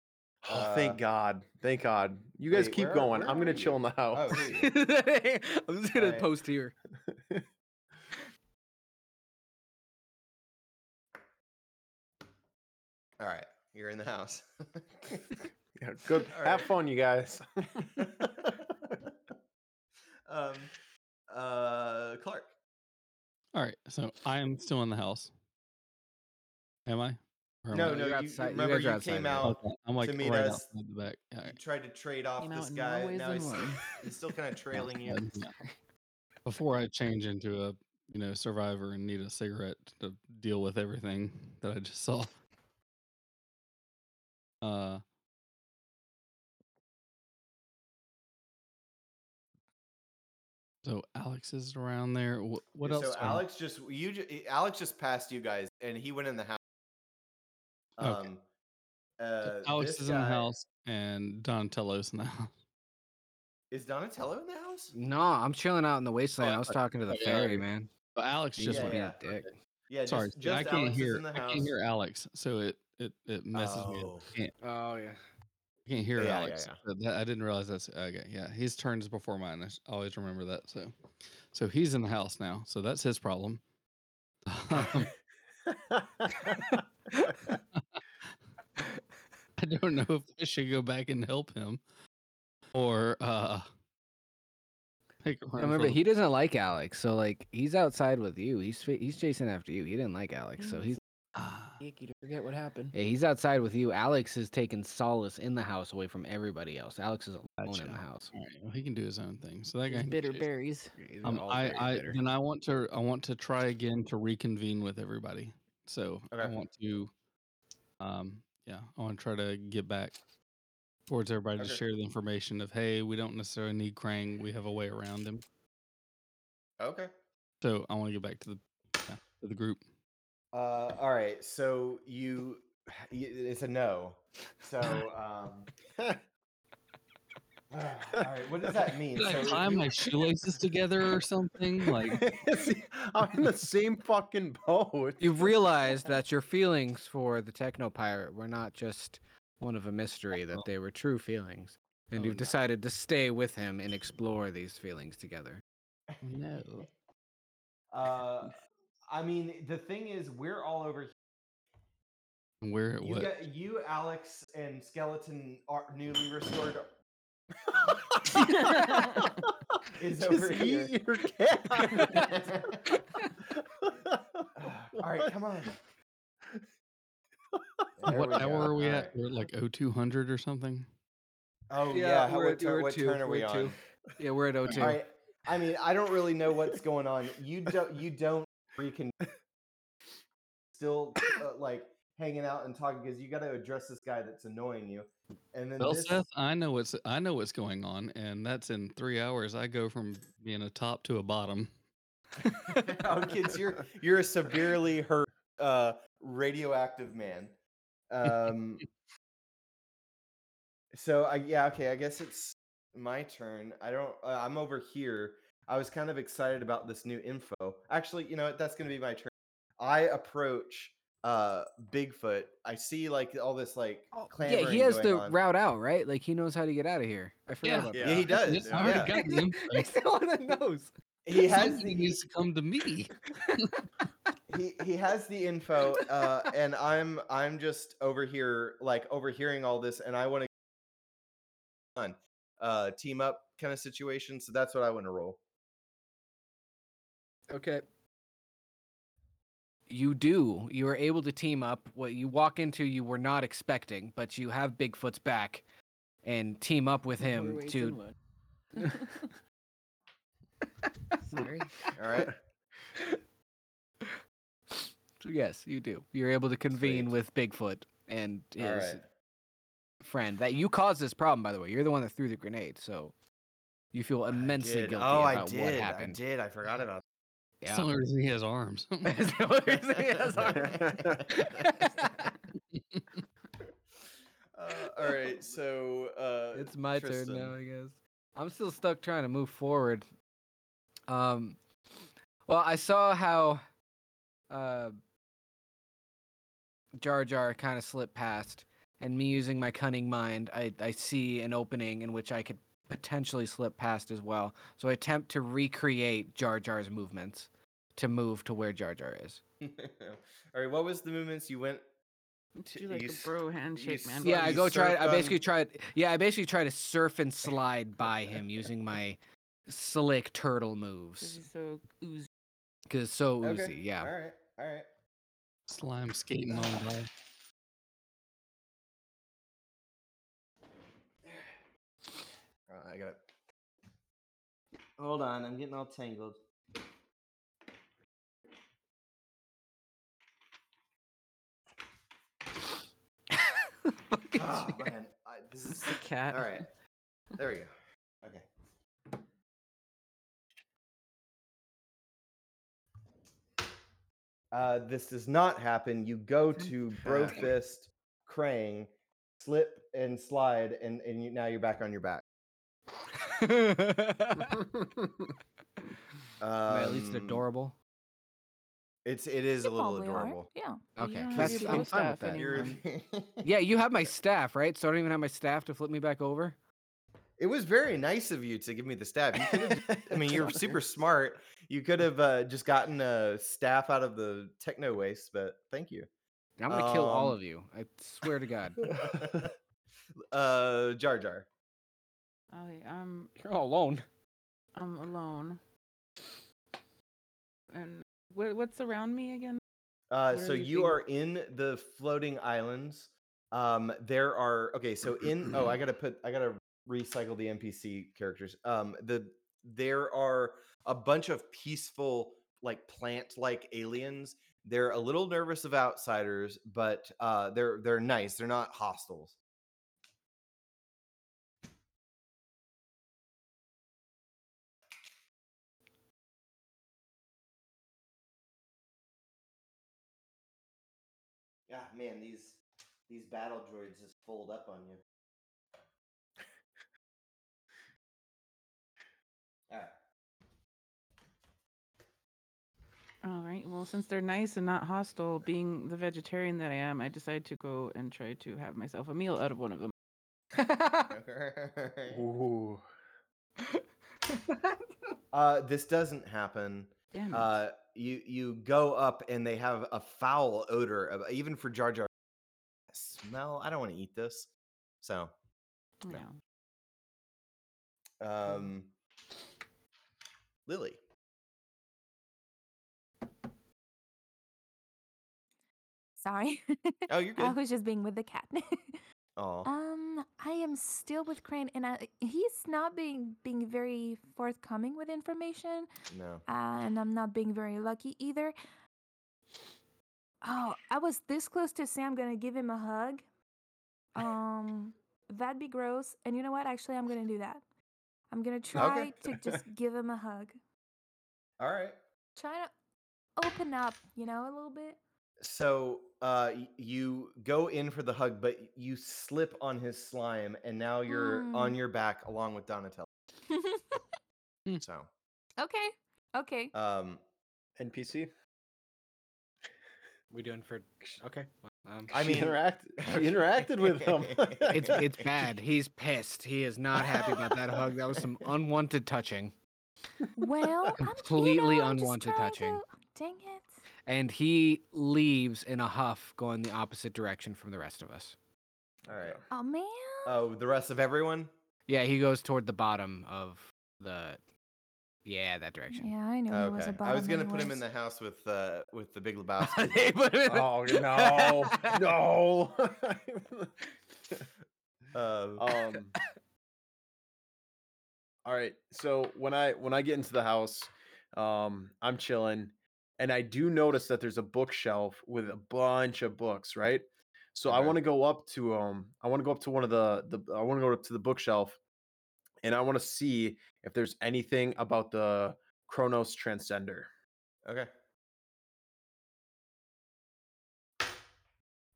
D: Oh,
F: Uh,
D: thank God. Thank God. You guys
F: wait,
D: keep
F: where-
D: going.
F: where
D: I'm
F: are
D: gonna
F: you?
D: chill in the
F: Oh,
D: house.
F: here you go.
E: I'm just gonna
F: Alright.
E: post here.
F: all right, you're in the house.
D: Yeah, good.
F: All
D: Have
F: right.
D: fun, you guys.
F: um, uh, Clark.
A: All right, so I am still in the house. Am I? Or am
F: No,
A: I-
F: no, you,
E: you're
F: you
E: outside- you
F: remember
E: guys
F: you,
E: are outside
F: came
E: now.
F: out.
A: Okay, I'm like
F: to meet
A: right
F: us.
A: outside the back. All
F: You
A: right.
F: tried to trade off
G: Came out
F: this
G: in
F: guy.
G: more ways
F: Now
G: than
F: he's,
G: one.
F: he's still kind of
A: Yeah,
F: trailing you.
A: um, yeah. Before I change into a you know survivor and need a cigarette to deal with everything that I just saw. Uh So Alex is around there. Wh- What
F: Yeah,
A: else? Oh, um do
F: So
A: I-
F: Alex just you ju- eh, Alex just passed you guys, and he went in the house.
A: Okay.
F: Um,
A: so
F: uh,
A: Alex
F: this
A: is in the
F: guy-
A: house and Donatello's in the house.
F: Is Donatello in the house?
E: No, I'm chilling out in the wasteland. I was
A: okay.
E: talking to the
A: Oh, yeah,
E: fairy,
A: yeah.
E: man.
A: But Alex
E: He's
A: just
F: Yeah,
E: being
A: went.
F: yeah.
E: a dick.
F: Yeah,
A: Sorry,
F: just,
A: see, I
F: just
A: can't
F: Alex
A: hear.
F: is in the
A: I
F: house.
A: can't hear Alex, so it it it messes me. Up.
F: Oh.
A: I can't,
E: Oh yeah.
A: I can't hear
F: Yeah, yeah,
A: Alex.
F: yeah.
A: Uh, that- I didn't realize that's okay. Yeah, his turn is before mine. I s- always remember that. So, so he's in the house now. So that's his problem. Um, I don't know if I should go back and help him, or uh, take a run for
E: remember,
A: the-
E: he doesn't like Alex, so like he's outside with you. He's fa- he's chasing after you. He didn't like Alex, so he's
A: Ah,
G: Icky to forget what happened.
E: yeah, he's outside with you. Alex is taking solace in the house, away from everybody else. Alex is alone
A: Gotcha.
E: in the house.
A: all right, well, he can do his own thing. So that guy
G: These
A: can
G: bitter
A: choose.
G: berries.
E: He's
A: Um,
E: all
A: I,
E: very
A: I
E: bitter.
A: then I want to I want to try again to reconvene with everybody. So I
F: Okay.
A: want to, um, yeah, I want to try to get back towards everybody to
F: Okay.
A: share the information of hey, we don't necessarily need Krang, we have a way around him.
F: Okay.
A: So I want to get back to the yeah, to the group.
F: Uh, all right. So you, y- it's a no. So um, all right. What does that mean?
A: Did I
F: So if
A: tie
F: you-
A: my shoelaces together or something? Like
D: See, I'm in the same fucking boat.
E: You've realized that your feelings for the techno pirate were not just one of a mystery; that they were true feelings, and
A: Oh,
E: you've
A: no.
E: decided to stay with him and explore these feelings together.
A: no.
F: Uh, I mean, the thing is, we're all over here.
A: Where it
F: You,
A: was
F: got, you, Alex, and Skeleton are newly restored. Is
D: Just
F: over
D: eat
F: here.
D: your cat.
F: all right, come on. There we
A: what
F: go,
A: hour are we at?
F: all right.
A: We're at like O two hundred or something.
F: Oh
E: Yeah,
F: yeah, how,
E: we're
F: what,
E: at-
F: turn-
E: we're at
F: what
E: two,
F: turn are we
E: we're at
F: on?
E: two. Yeah, we're at
F: All
E: 02.
F: right. I mean, I don't really know what's going on. You don't. You don't. Recon. Still, uh, like hanging out and talking because you got to address this guy that's annoying you. And then
A: Well,
F: this.
A: Seth, I know what's I know what's going on, and that's in three hours. I go from being a top to a bottom.
F: oh, kids, you're you're a severely hurt uh, radioactive man. Um, so I yeah okay, I guess it's my turn. I don't. Uh, I'm over here. I was kind of excited about this new info. Actually, you know what? That's gonna be my turn. I approach uh Bigfoot. I see like all this like clamoring
E: yeah, he has
F: going
E: the
F: on.
E: route out, right? Like he knows how to get out of here. I forgot
A: Yeah.
E: about
F: Yeah, he does.
A: I already
F: yeah.
A: got the
E: that. He's
A: info.
E: the one that knows.
F: He has
A: Somebody needs to come to me.
F: he he has the info uh and i'm i'm just over here like overhearing all this and i want to on uh team up kind of situation so that's what i want to roll
E: Okay. You do. You are able to team up. What you walk into, you were not expecting, but you have Bigfoot's back and team up with him to.
G: Sorry.
F: all right
E: So Yes, you do. You're able to convene with Bigfoot and his
F: all right
E: friend. That you caused this problem, by the way. You're the one that threw the grenade, so you feel immensely
F: Did-
E: guilty
F: oh i
E: about what
F: did i
E: happened.
F: did i forgot about
A: That's the only reason he has arms.
E: That's the only reason he has arms.
F: that. uh, all right so uh
E: it's my turn
F: Tristan.
E: now, I guess. I'm still stuck trying to move forward. Um, well, I saw how uh, Jar Jar kind of slipped past, and me using my cunning mind, I, I see an opening in which I could potentially slip past as well. So I attempt to recreate Jar Jar's movements to move to where Jar Jar is.
F: all right what was the movements you went
G: Did you like
F: You
G: a
F: s-
G: bro handshake, man?
F: s-
G: bro?
E: Yeah, I
F: you
E: go try.
F: surf
E: I basically
F: on-
E: tried. Yeah, I basically try to surf and slide by him using my slick turtle
G: This
E: moves
G: is so oozy.
E: Cause so
F: Okay,
E: oozy, yeah.
F: All right. All right.
A: Slime skating on by.
F: Uh, I got it. Hold on, I'm getting all tangled.
G: Fucking
F: Oh
G: shit.
F: man, I, this is
G: The cat.
F: all right. There we go. Okay. Uh, this does not happen. You go to Brofist, Krang, slip and slide, and, and you, now you're back on your back. Um,
E: Am I at least adorable.
F: It's it is a
H: You
F: little
H: probably are,
F: adorable.
H: Yeah.
E: Okay,
G: don't have
E: that's-
G: your
E: I'm
G: bow
E: fine with
G: staff
E: that.
F: You're-
G: anymore.
E: Yeah, you have my staff, right? So I don't even have my staff to flip me back over.
F: It was very nice of you to give me the staff. You could've- I mean, you're super smart. You could have uh, just gotten a staff out of the techno waste, but thank you.
E: I'm gonna kill all
F: Um,
E: of you. I swear to God.
F: uh, Jar Jar.
G: Ollie, I'm
E: You're all alone.
G: I'm alone. And what what's around me again?
F: Uh,
G: Where
F: so
G: are you
F: you
G: being-
F: are in the floating islands. Um, there are okay. So in oh, I gotta put I gotta recycle the NPC characters. Um, the there are a bunch of peaceful like plant like aliens. They're a little nervous of outsiders, but uh, they're they're nice. They're not hostiles. Yeah, man, these these battle droids just fold up on you. All right.
G: All right. Well, since they're nice and not hostile, being the vegetarian that I am, I decide to go and try to have myself a meal out of one of them.
D: Ooh.
F: uh, this doesn't happen.
D: Hmm.
G: Damn it.
F: Uh, you you go up and they have a foul odor, of, even for Jar Jar. Smell. I don't want to eat this. So,
G: no.
F: um, Lily.
H: Sorry.
F: Oh, you're
H: I
F: good.
H: was just being with the cat.
F: Oh,
H: um, I am still with Crane, and I, he's not being being very forthcoming with information,
F: no.
H: and I'm not being very lucky either. Oh, I was this close to say I'm gonna give him a hug. Um, that'd be gross. And you know what? Actually, I'm gonna do that. I'm gonna try to just give him a hug.
F: All right.
H: Try to open up, you know, a little bit.
F: So uh, y- you go in for the hug, but you slip on his slime, and now you're on your back along with Donatello.
A: Hmm.
F: So,
H: okay. Okay.
F: um,
D: NPC.
E: we doing for okay? Um,
F: I
D: She
F: mean,
D: interact- she interacted with him.
E: it's it's bad. He's pissed. He is not happy about that hug. That was some unwanted touching.
H: Well, I'm- you
E: Completely
H: know, I'm just
E: unwanted
H: trying
E: touching.
H: to- Dang it.
E: And he leaves in a huff, going the opposite direction from the rest of us.
F: all right.
H: Oh man.
F: Oh, the rest of everyone.
E: Yeah, he goes toward the bottom of the yeah, that direction.
H: Yeah, I know he was a
F: okay,
H: bottom
F: I was gonna put
H: anyways.
F: him in the house with uh, with the Big Lebowski.
E: They put him in-
D: oh no, no.
F: Um,
H: Oh.
D: um. All right. So when I when I get into the house, um, I'm chilling, and I do notice that there's a bookshelf with a bunch of books. Right. So I
F: Okay.
D: want to go up to um I want to go up to one of the the I want to go up to the bookshelf, and I want to see if there's anything about the Chronos Transcender.
F: Okay.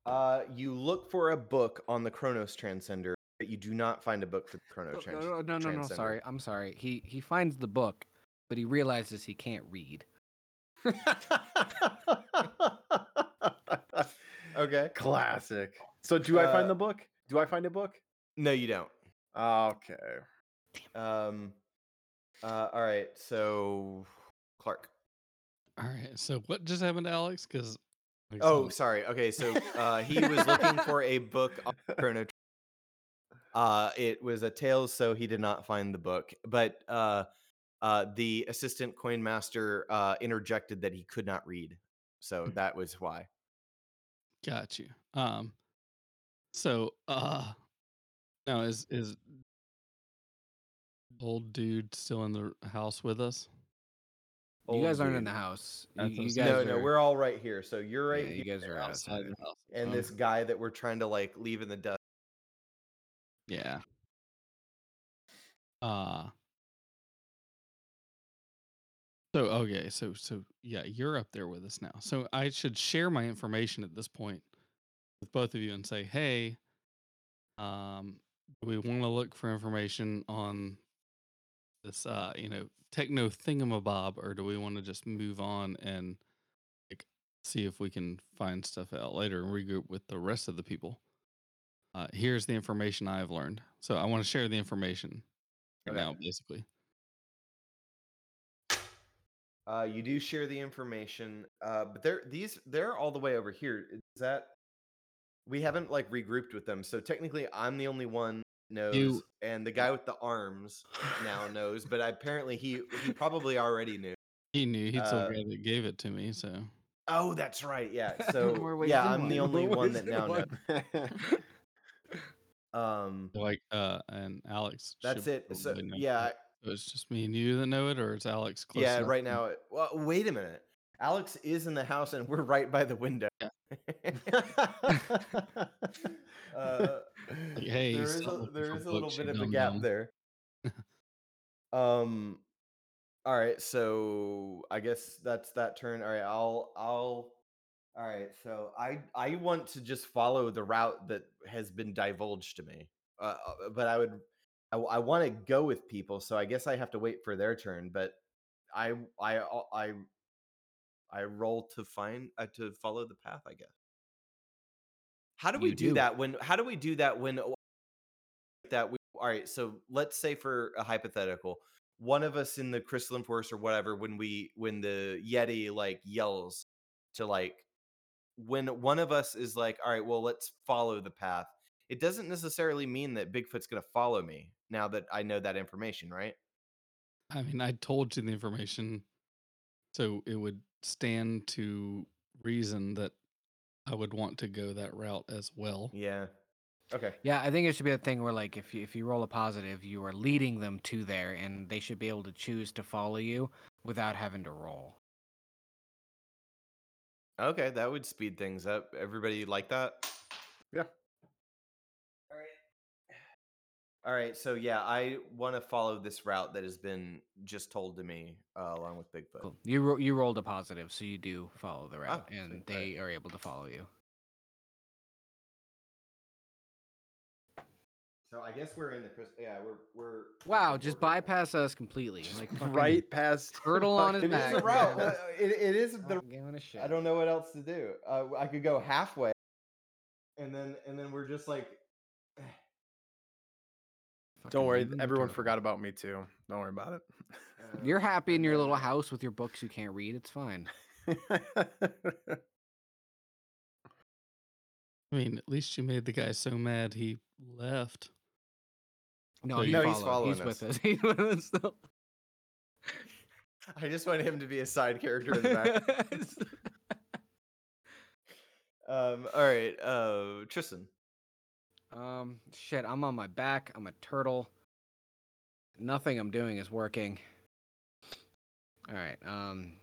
F: Uh, you look for a book on the Chronos Transcender, but you do not find a book for the
E: No,
F: Chronos Transcender.
E: Oh, no, no, no, no, no, sorry. I'm sorry. He he finds the book, but he realizes he can't read.
F: Okay.
D: Classic. So do I
F: Uh,
D: find the book? Do I find a book?
F: No, you don't.
D: Okay.
F: Um. Uh, all right. So Clark.
A: All right. So what just happened to Alex? Because
F: Oh, sorry. Okay. So uh, he was looking for a book on Chrono. Tr- Uh, it was a tale, so he did not find the book. But uh, uh, uh, the assistant coin master uh, interjected that he could not read,
E: Hmm.
F: so that was why.
A: Got you. Um, so uh, now is is old dude still in the house with us?
E: You guys aren't in the
F: dude.
E: house. You,
A: That's what
E: you
A: I'm
E: guys
A: saying.
F: No,
E: are,
F: no, we're all right here. So you're right
E: yeah, you Oh.
F: here,
E: guys are outside.
A: the house. Oh,
F: and
A: Okay.
F: this guy that we're trying to like leave in the dust.
A: Yeah. Uh So okay, so so yeah, you're up there with us now. So I should share my information at this point with both of you and say, "Hey, um we want to look for information on this uh, you know, techno thingamabob or do we want to just move on and like see if we can find stuff out later and regroup with the rest of the people?" uh, here's the information I've learned. So I want to share the information right
F: Okay.
A: now, basically.
F: Uh, you do share the information, uh, but they're these they're all the way over here. Is that we haven't like regrouped with them, so technically I'm the only one knows, and the guy with the arms now knows, but apparently he he probably already knew.
A: He knew he's
F: Uh,
A: the guy that gave it to me. So
F: Oh, that's right. Yeah.
G: More
F: So
G: ways
F: yeah,
G: than
F: I'm the
G: one.
F: only
D: What
F: one
D: was
F: that
D: it?
F: now knows.
D: What-
F: Um,
A: like, uh, and Alex.
F: that's
A: should
F: it. So
A: probably know
F: yeah,
A: that. So it's just me and you that know it, or it's Alex close?
F: yeah.
A: enough
F: Right
A: to-
F: now, it- well, wait a minute. Alex is in the house, and we're right by the window.
A: Yeah.
F: uh,
A: Like, hey, you
F: there is
A: still
F: a,
A: looking
F: there
A: for
F: is a little
A: books, you
F: bit of a
A: dumb
F: gap
A: dumb.
F: there. um, all right. So I guess that's that turn. All right. I'll I'll. All right. So I I want to just follow the route that has been divulged to me. Uh, uh, but I would I, want to go with people, so I guess I have to wait for their turn. But I I al- I I roll to find uh, to follow the path. I guess. How do we
E: You
F: do,
E: do.
F: that when? How do we do that when? o- That we all right. So let's say for a hypothetical, one of us in the crystalline forest or whatever, when we when the yeti like yells to like when one of us is like, all right, well let's follow the path it doesn't necessarily mean that Bigfoot's going to follow me now that I know that information, right?
A: I mean, I told you the information, so it would stand to reason that I would want to go that route as well.
F: Yeah. Okay.
E: Yeah, I think it should be a thing where like if you if you roll a positive, you are leading them to there, and they should be able to choose to follow you without having to roll.
F: Okay, that would speed things up. Everybody like that?
D: Yeah.
F: All right. All right, so yeah, I want to follow this route that has been just told to me uh, along with Bigfoot.
E: Cool. You ro- you rolled a positive, so you do follow the route,
F: sweet,
E: and
F: alright.
E: they are able to follow you.
F: So I guess we're in the crystal. Yeah, we're we're.
E: Wow,
F: fucking
E: just
F: borderline.
E: bypass us completely. Like fucking
D: right past
E: turtle on his
D: fucking-
F: It is
E: back.
F: a route. uh, It, it is the
E: Not giving Oh, a shit.
F: I don't know what else to do. Uh, w- I could go halfway, and then and then we're just like,
E: Fucking
D: Don't worry,
E: demon
D: everyone
E: turtle.
D: forgot about Oh, me too. Don't worry about
F: uh,
E: Mm-hmm. You're happy in your
F: uh,
E: little house with your books you can't read. It's fine.
D: it.
A: I mean, at least you made the guy so mad he left.
E: No,
A: So
E: he
A: you- No,
F: he's
E: followed.
F: following
E: He's with
F: us.
E: us. He's with us still.
F: I just want him to be a side character in the back. um, all right, uh, Tristan.
E: Um, shit, I'm on my back. I'm a turtle. Nothing I'm doing is working. All right. Um,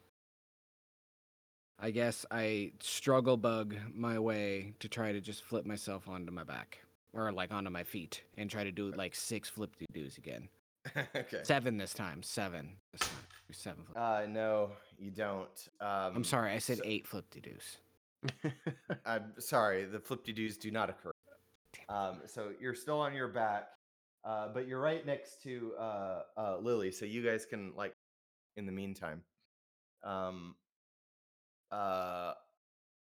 E: I guess I struggle bug my way to try to just flip myself onto my back or like onto my feet and try to do like six flip doo doos again.
F: okay.
E: Seven this time. Seven. This time. Seven. Flip.
F: Uh, no, you don't. Um,
E: I'm sorry. I said
F: so-
E: eight flip doo doos.
F: I'm sorry. The flip de doos do not occur. Um, so you're still on your back, uh, but you're right next to uh, uh, Lily, so you guys can like. In the meantime, um, uh,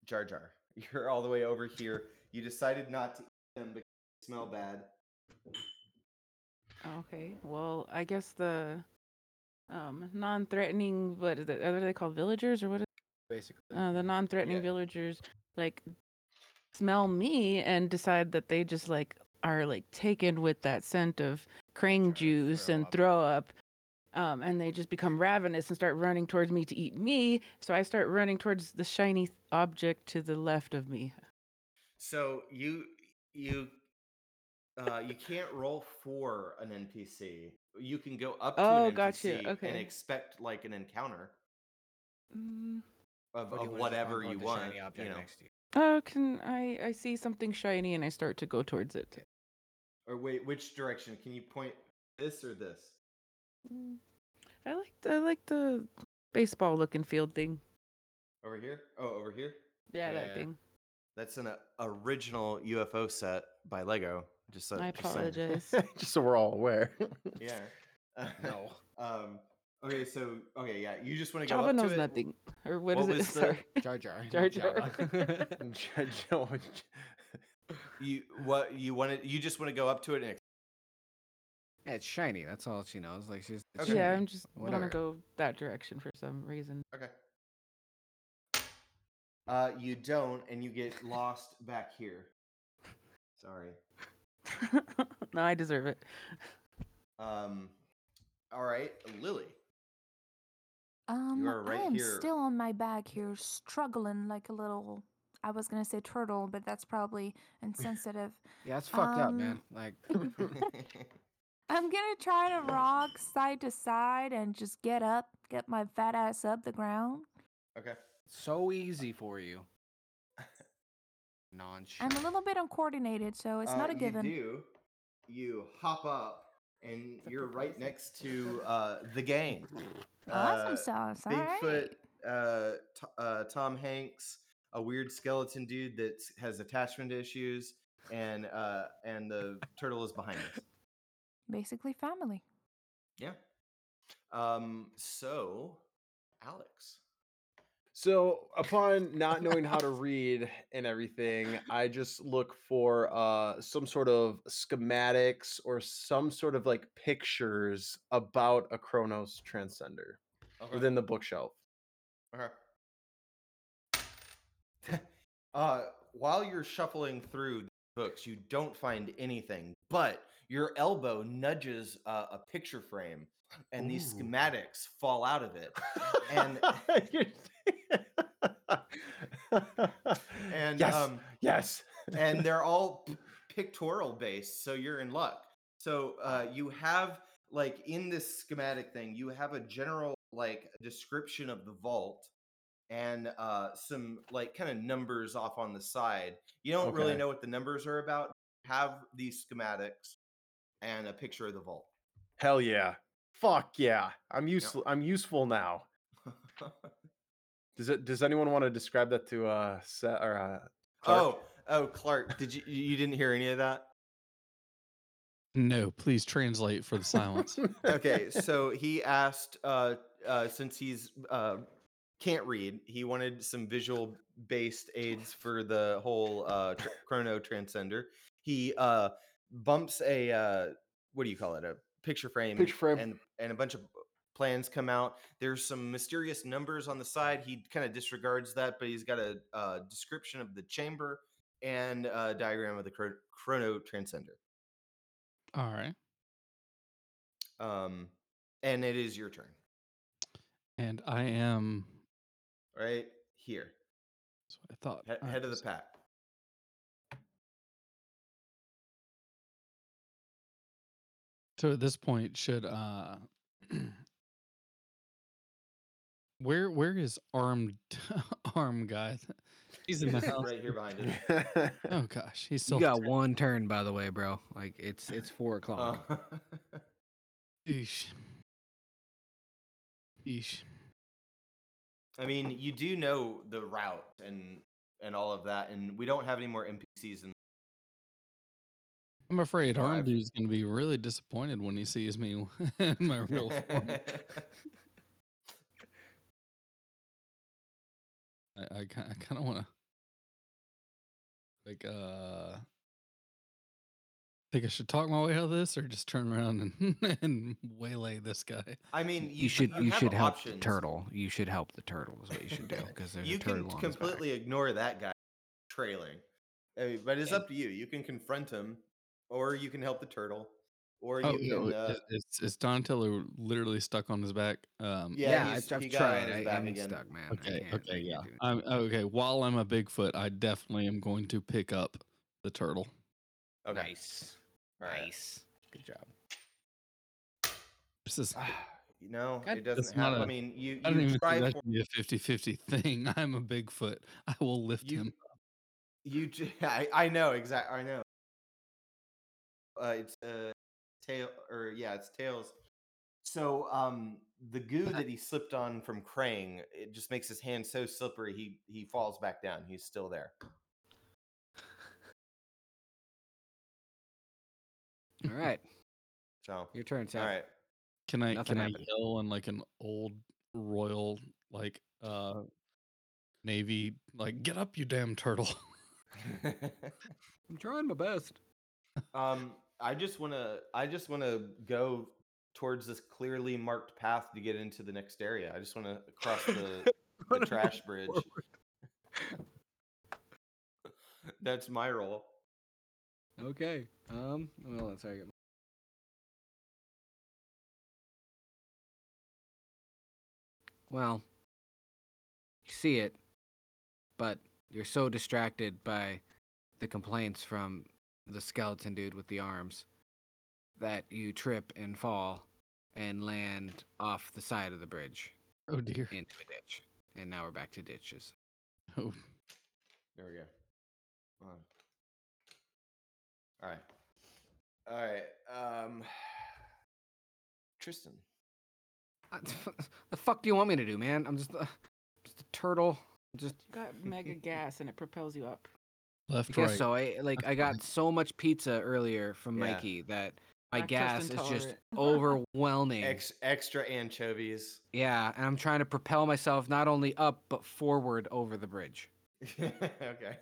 F: Jar Jar, you're all the way over here. You decided not to eat them because they smell bad.
G: Okay. Well, I guess the um non-threatening what is it, are they called villagers or what is
F: Basically,
G: uh, the non-threatening
F: Yeah.
G: villagers like smell me and decide that they just like are like taken with that scent of crane
F: Trying to
G: juice
F: throw
G: and
F: up.
G: throw up Um, and they just become ravenous and start running towards me to eat me. So I start running towards the shiny object to the left of me.
F: So you you uh, you can't roll for an NPC. You can go up to
G: Oh,
F: an NPC
G: gotcha,
F: and
G: okay.
F: expect like an encounter
G: Mm,
F: of,
E: Or
F: of
E: do you wanna just
F: whatever
E: unload
F: you
E: the
F: want.
E: shiny
F: You
E: object
F: know,
E: next to you?
G: Oh, can I? I see something shiny and I start to go towards it.
F: or wait, which direction? Can you point this or this?
G: Mm, I like the, I like the baseball looking field thing.
F: Over here? Oh, over here.
G: Yeah,
E: Yeah.
G: that thing.
F: That's an uh, original UFO set by Lego. Just so
G: I
F: just saying.
G: apologize.
D: Just so we're all aware.
F: Yeah.
E: No.
F: um. Okay. So. Okay. Yeah. You just want to go
G: Java
F: up to
G: knows
F: it.
G: nothing. Or what
F: What
G: is it?
F: was the-
G: Sorry.
E: Jar Jar. not
G: Jar Jar.
E: Java.
D: Judge- judge-
F: You what? You want to? You just want to go up to it and. ex-
E: Yeah, it's shiny. That's all she knows. Like she's. it's
F: Okay.
G: Yeah,
E: shiny.
G: I'm just
E: Whatever.
G: want to go that direction for some reason.
F: Okay. Uh, you don't, and you get lost back here. Sorry.
G: no, I deserve it.
F: Um. All right, Lily.
H: Um,
F: are right
H: I am
F: here.
H: still on my back here, struggling like a little. I was gonna say turtle, but that's probably insensitive.
E: Yeah, it's fucked up, man.
H: Um,
E: Like
H: I'm gonna try to rock side to side and just get up, get my fat ass up the ground.
F: okay.
E: so easy for you. Non.
H: I'm a little bit uncoordinated, so it's
F: Uh,
H: not a
F: you
H: given.
F: do. You hop up, and
G: a
F: you're right
G: proposal.
F: next to uh the gang.
H: Awesome
F: Uh,
H: sauce. All right.
F: Bigfoot, uh, t- uh, Tom Hanks, a weird skeleton dude that has attachment issues, and uh, and the turtle is behind us.
H: Basically, family.
F: Yeah. Um. So, Alex.
D: So, upon not knowing how to read and everything, I just look for uh, some sort of schematics or some sort of like pictures about a Chronos Transcender within the bookshelf. Uh-huh.
F: Okay. uh, while you're shuffling through the books, you don't find anything, but your elbow nudges uh, a picture frame, and these
D: Ooh.
F: schematics fall out of it. And- And
D: yes,
F: um,
D: yes.
F: and they're all p- pictorial based, so you're in luck. So uh, you have like in this schematic thing, you have a general like description of the vault and uh, some like kind of numbers off on the side. You don't really
D: Okay.
F: know what the numbers are about. Have these schematics and a picture of the vault.
D: Hell yeah. Fuck yeah. I'm useful. I'm useful now. Does it? Does anyone want to describe that to uh, set or uh, Clark?
F: oh, oh, Clark, did you you didn't hear any of that?
A: No, please translate for the silence.
F: okay so he asked uh uh since he's uh can't read he wanted some visual based aids for the whole uh tr- chrono transcender he uh bumps a uh what do you call it a picture frame
D: Picture frame.
F: and and a bunch of plans come out there's some mysterious numbers on the side he kind of disregards that but he's got a uh description of the chamber and a diagram of the chro- chrono transcender
A: All right.
F: um and it is your turn
A: And I am.
F: right here
A: That's what I thought.
F: He-
A: All
F: head
A: right,
F: of the
A: so-
F: pack.
A: So at this point, should uh, where where is armed arm guy? He's in my
F: He's
A: house.
F: right here behind us.
A: Oh gosh, he's so
E: You got one turn, by the way, bro. Like it's it's four
F: Uh,
A: Oh,
E: o'clock.
A: Eesh. Eesh.
F: I mean, you do know the route and and all of that, and we don't have any more NPCs. In-
A: I'm afraid
F: No,
A: arm
F: I've-
A: dude's gonna be really disappointed when he sees me in my real form. I, I kind of want to like uh think I should talk my way out of this or just turn around and and waylay this guy.
F: I mean, you,
E: You should you
F: have
E: should help the
F: options.
E: turtle. You should help the turtle is what you should do because there's
F: you
E: a turtle
F: can
E: on his back.
F: completely ignore that guy trailing, I mean, but it's up to you. You can confront him, or you can help the turtle. Or
A: Oh,
F: you
A: no,
F: can. Uh,
A: is, is Donatello literally stuck on his back? Um,
F: Yeah,
E: I,
F: he's-
E: I've
F: he got on
E: tried.
F: his
E: I,
F: back
E: I'm
F: again.
E: stuck, man. I
A: Okay,
E: can't- I
A: okay,
E: can't
A: yeah.
E: do it.
A: I'm uh, okay. While I'm a Bigfoot, I definitely am going to pick up the turtle.
F: okay.
E: Nice.
F: All right.
E: Nice. Good job.
A: This is, I
F: You know,
E: God,
F: it doesn't
A: that's not
F: happen. I
A: a-
F: mean, you,
A: don't
F: you
A: even
F: try
A: think that
F: for
A: should be a 50 50 thing. I'm a Bigfoot. I will lift
F: You-
A: him.
F: You, j- I, I know exactly. I know. Uh, it's uh, tail or yeah, it's tails. So um, the goo that he slipped on from Krang, it just makes his hand so slippery. He he falls back down. He's still there.
E: All right.
F: So
E: Your turn, Seth.
F: all right,
A: Can I
E: Nothing
A: can
E: happened.
A: I yell in like an old royal like uh navy like get up you damn turtle?
E: I'm trying my best.
F: um, I just wanna I just wanna go towards this clearly marked path to get into the next area. I just wanna cross the the
E: Wanna
F: trash bridge.
E: move forward.
F: That's my role.
E: Okay. Um. Well, let's second. Well, you see it, but you're so distracted by the complaints from the skeleton dude with the arms that you trip and fall and land off the side of the bridge
A: Oh dear.
E: into a ditch. And now we're back to ditches.
A: Oh,
F: There we go. All right. All right. Um, Tristan.
E: Uh, the fuck do you want me to do, man? I'm just, uh, just a turtle. Just
G: Got mega gas and it propels you up.
E: I
A: left
E: guess
A: right.
E: so. I like I got so much pizza earlier from
F: Yeah.
E: Mikey that my
G: Lactose
E: gas is just
G: intolerant.
E: overwhelming.
F: Ex- extra anchovies.
E: yeah, and I'm trying to propel myself not only up but forward over the bridge.
F: okay.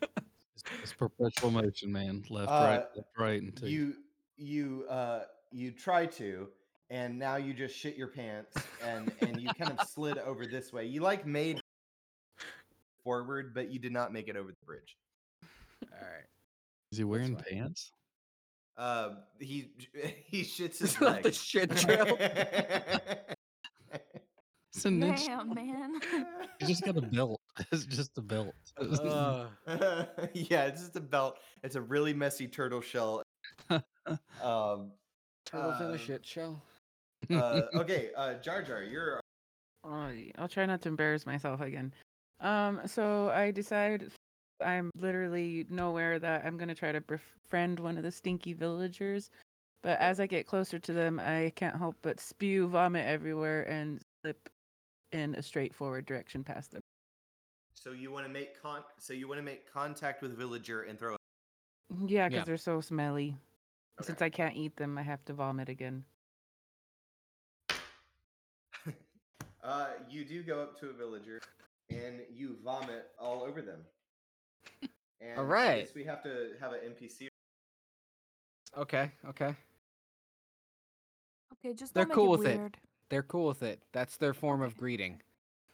A: It's, it's perpetual motion, man. Left
F: Uh,
A: right left right until you
F: You you uh you try to, and now you just shit your pants, and and you kind of slid over this way. You like made forward, but you did not make it over the bridge.
E: All right.
A: is he wearing
F: fine.
A: pants?
F: Uh, he he shits his
E: It's not the
F: leg.
E: shit trail.
A: It's a ninja.
H: Damn, man.
A: He's just got a belt. It's just a belt.
E: Uh,
F: yeah, it's just a belt. It's a really messy turtle shell. um,
E: turtles in
F: Uh,
E: a shit show.
F: uh, okay, uh, Jar Jar, you're
G: Oh, I'll try not to embarrass myself again. Um, so I decide I'm literally nowhere that I'm gonna try to befriend one of the stinky villagers. But as I get closer to them, I can't help but spew vomit everywhere and slip in a straightforward direction past them.
F: so you want to make con so you want to make contact with villager and throw.
G: Yeah, because
A: Yeah.
G: they're so smelly.
F: Okay.
G: Since I can't eat them, I have to vomit again.
F: uh, you do go up to a villager and you vomit all over them. And I
E: right.
F: guess we have to have an NPC.
E: Okay, okay.
H: Okay, just
E: They're
H: don't make
E: cool
H: it
E: with it.
H: weird.
E: They're cool with it. That's their form of greeting.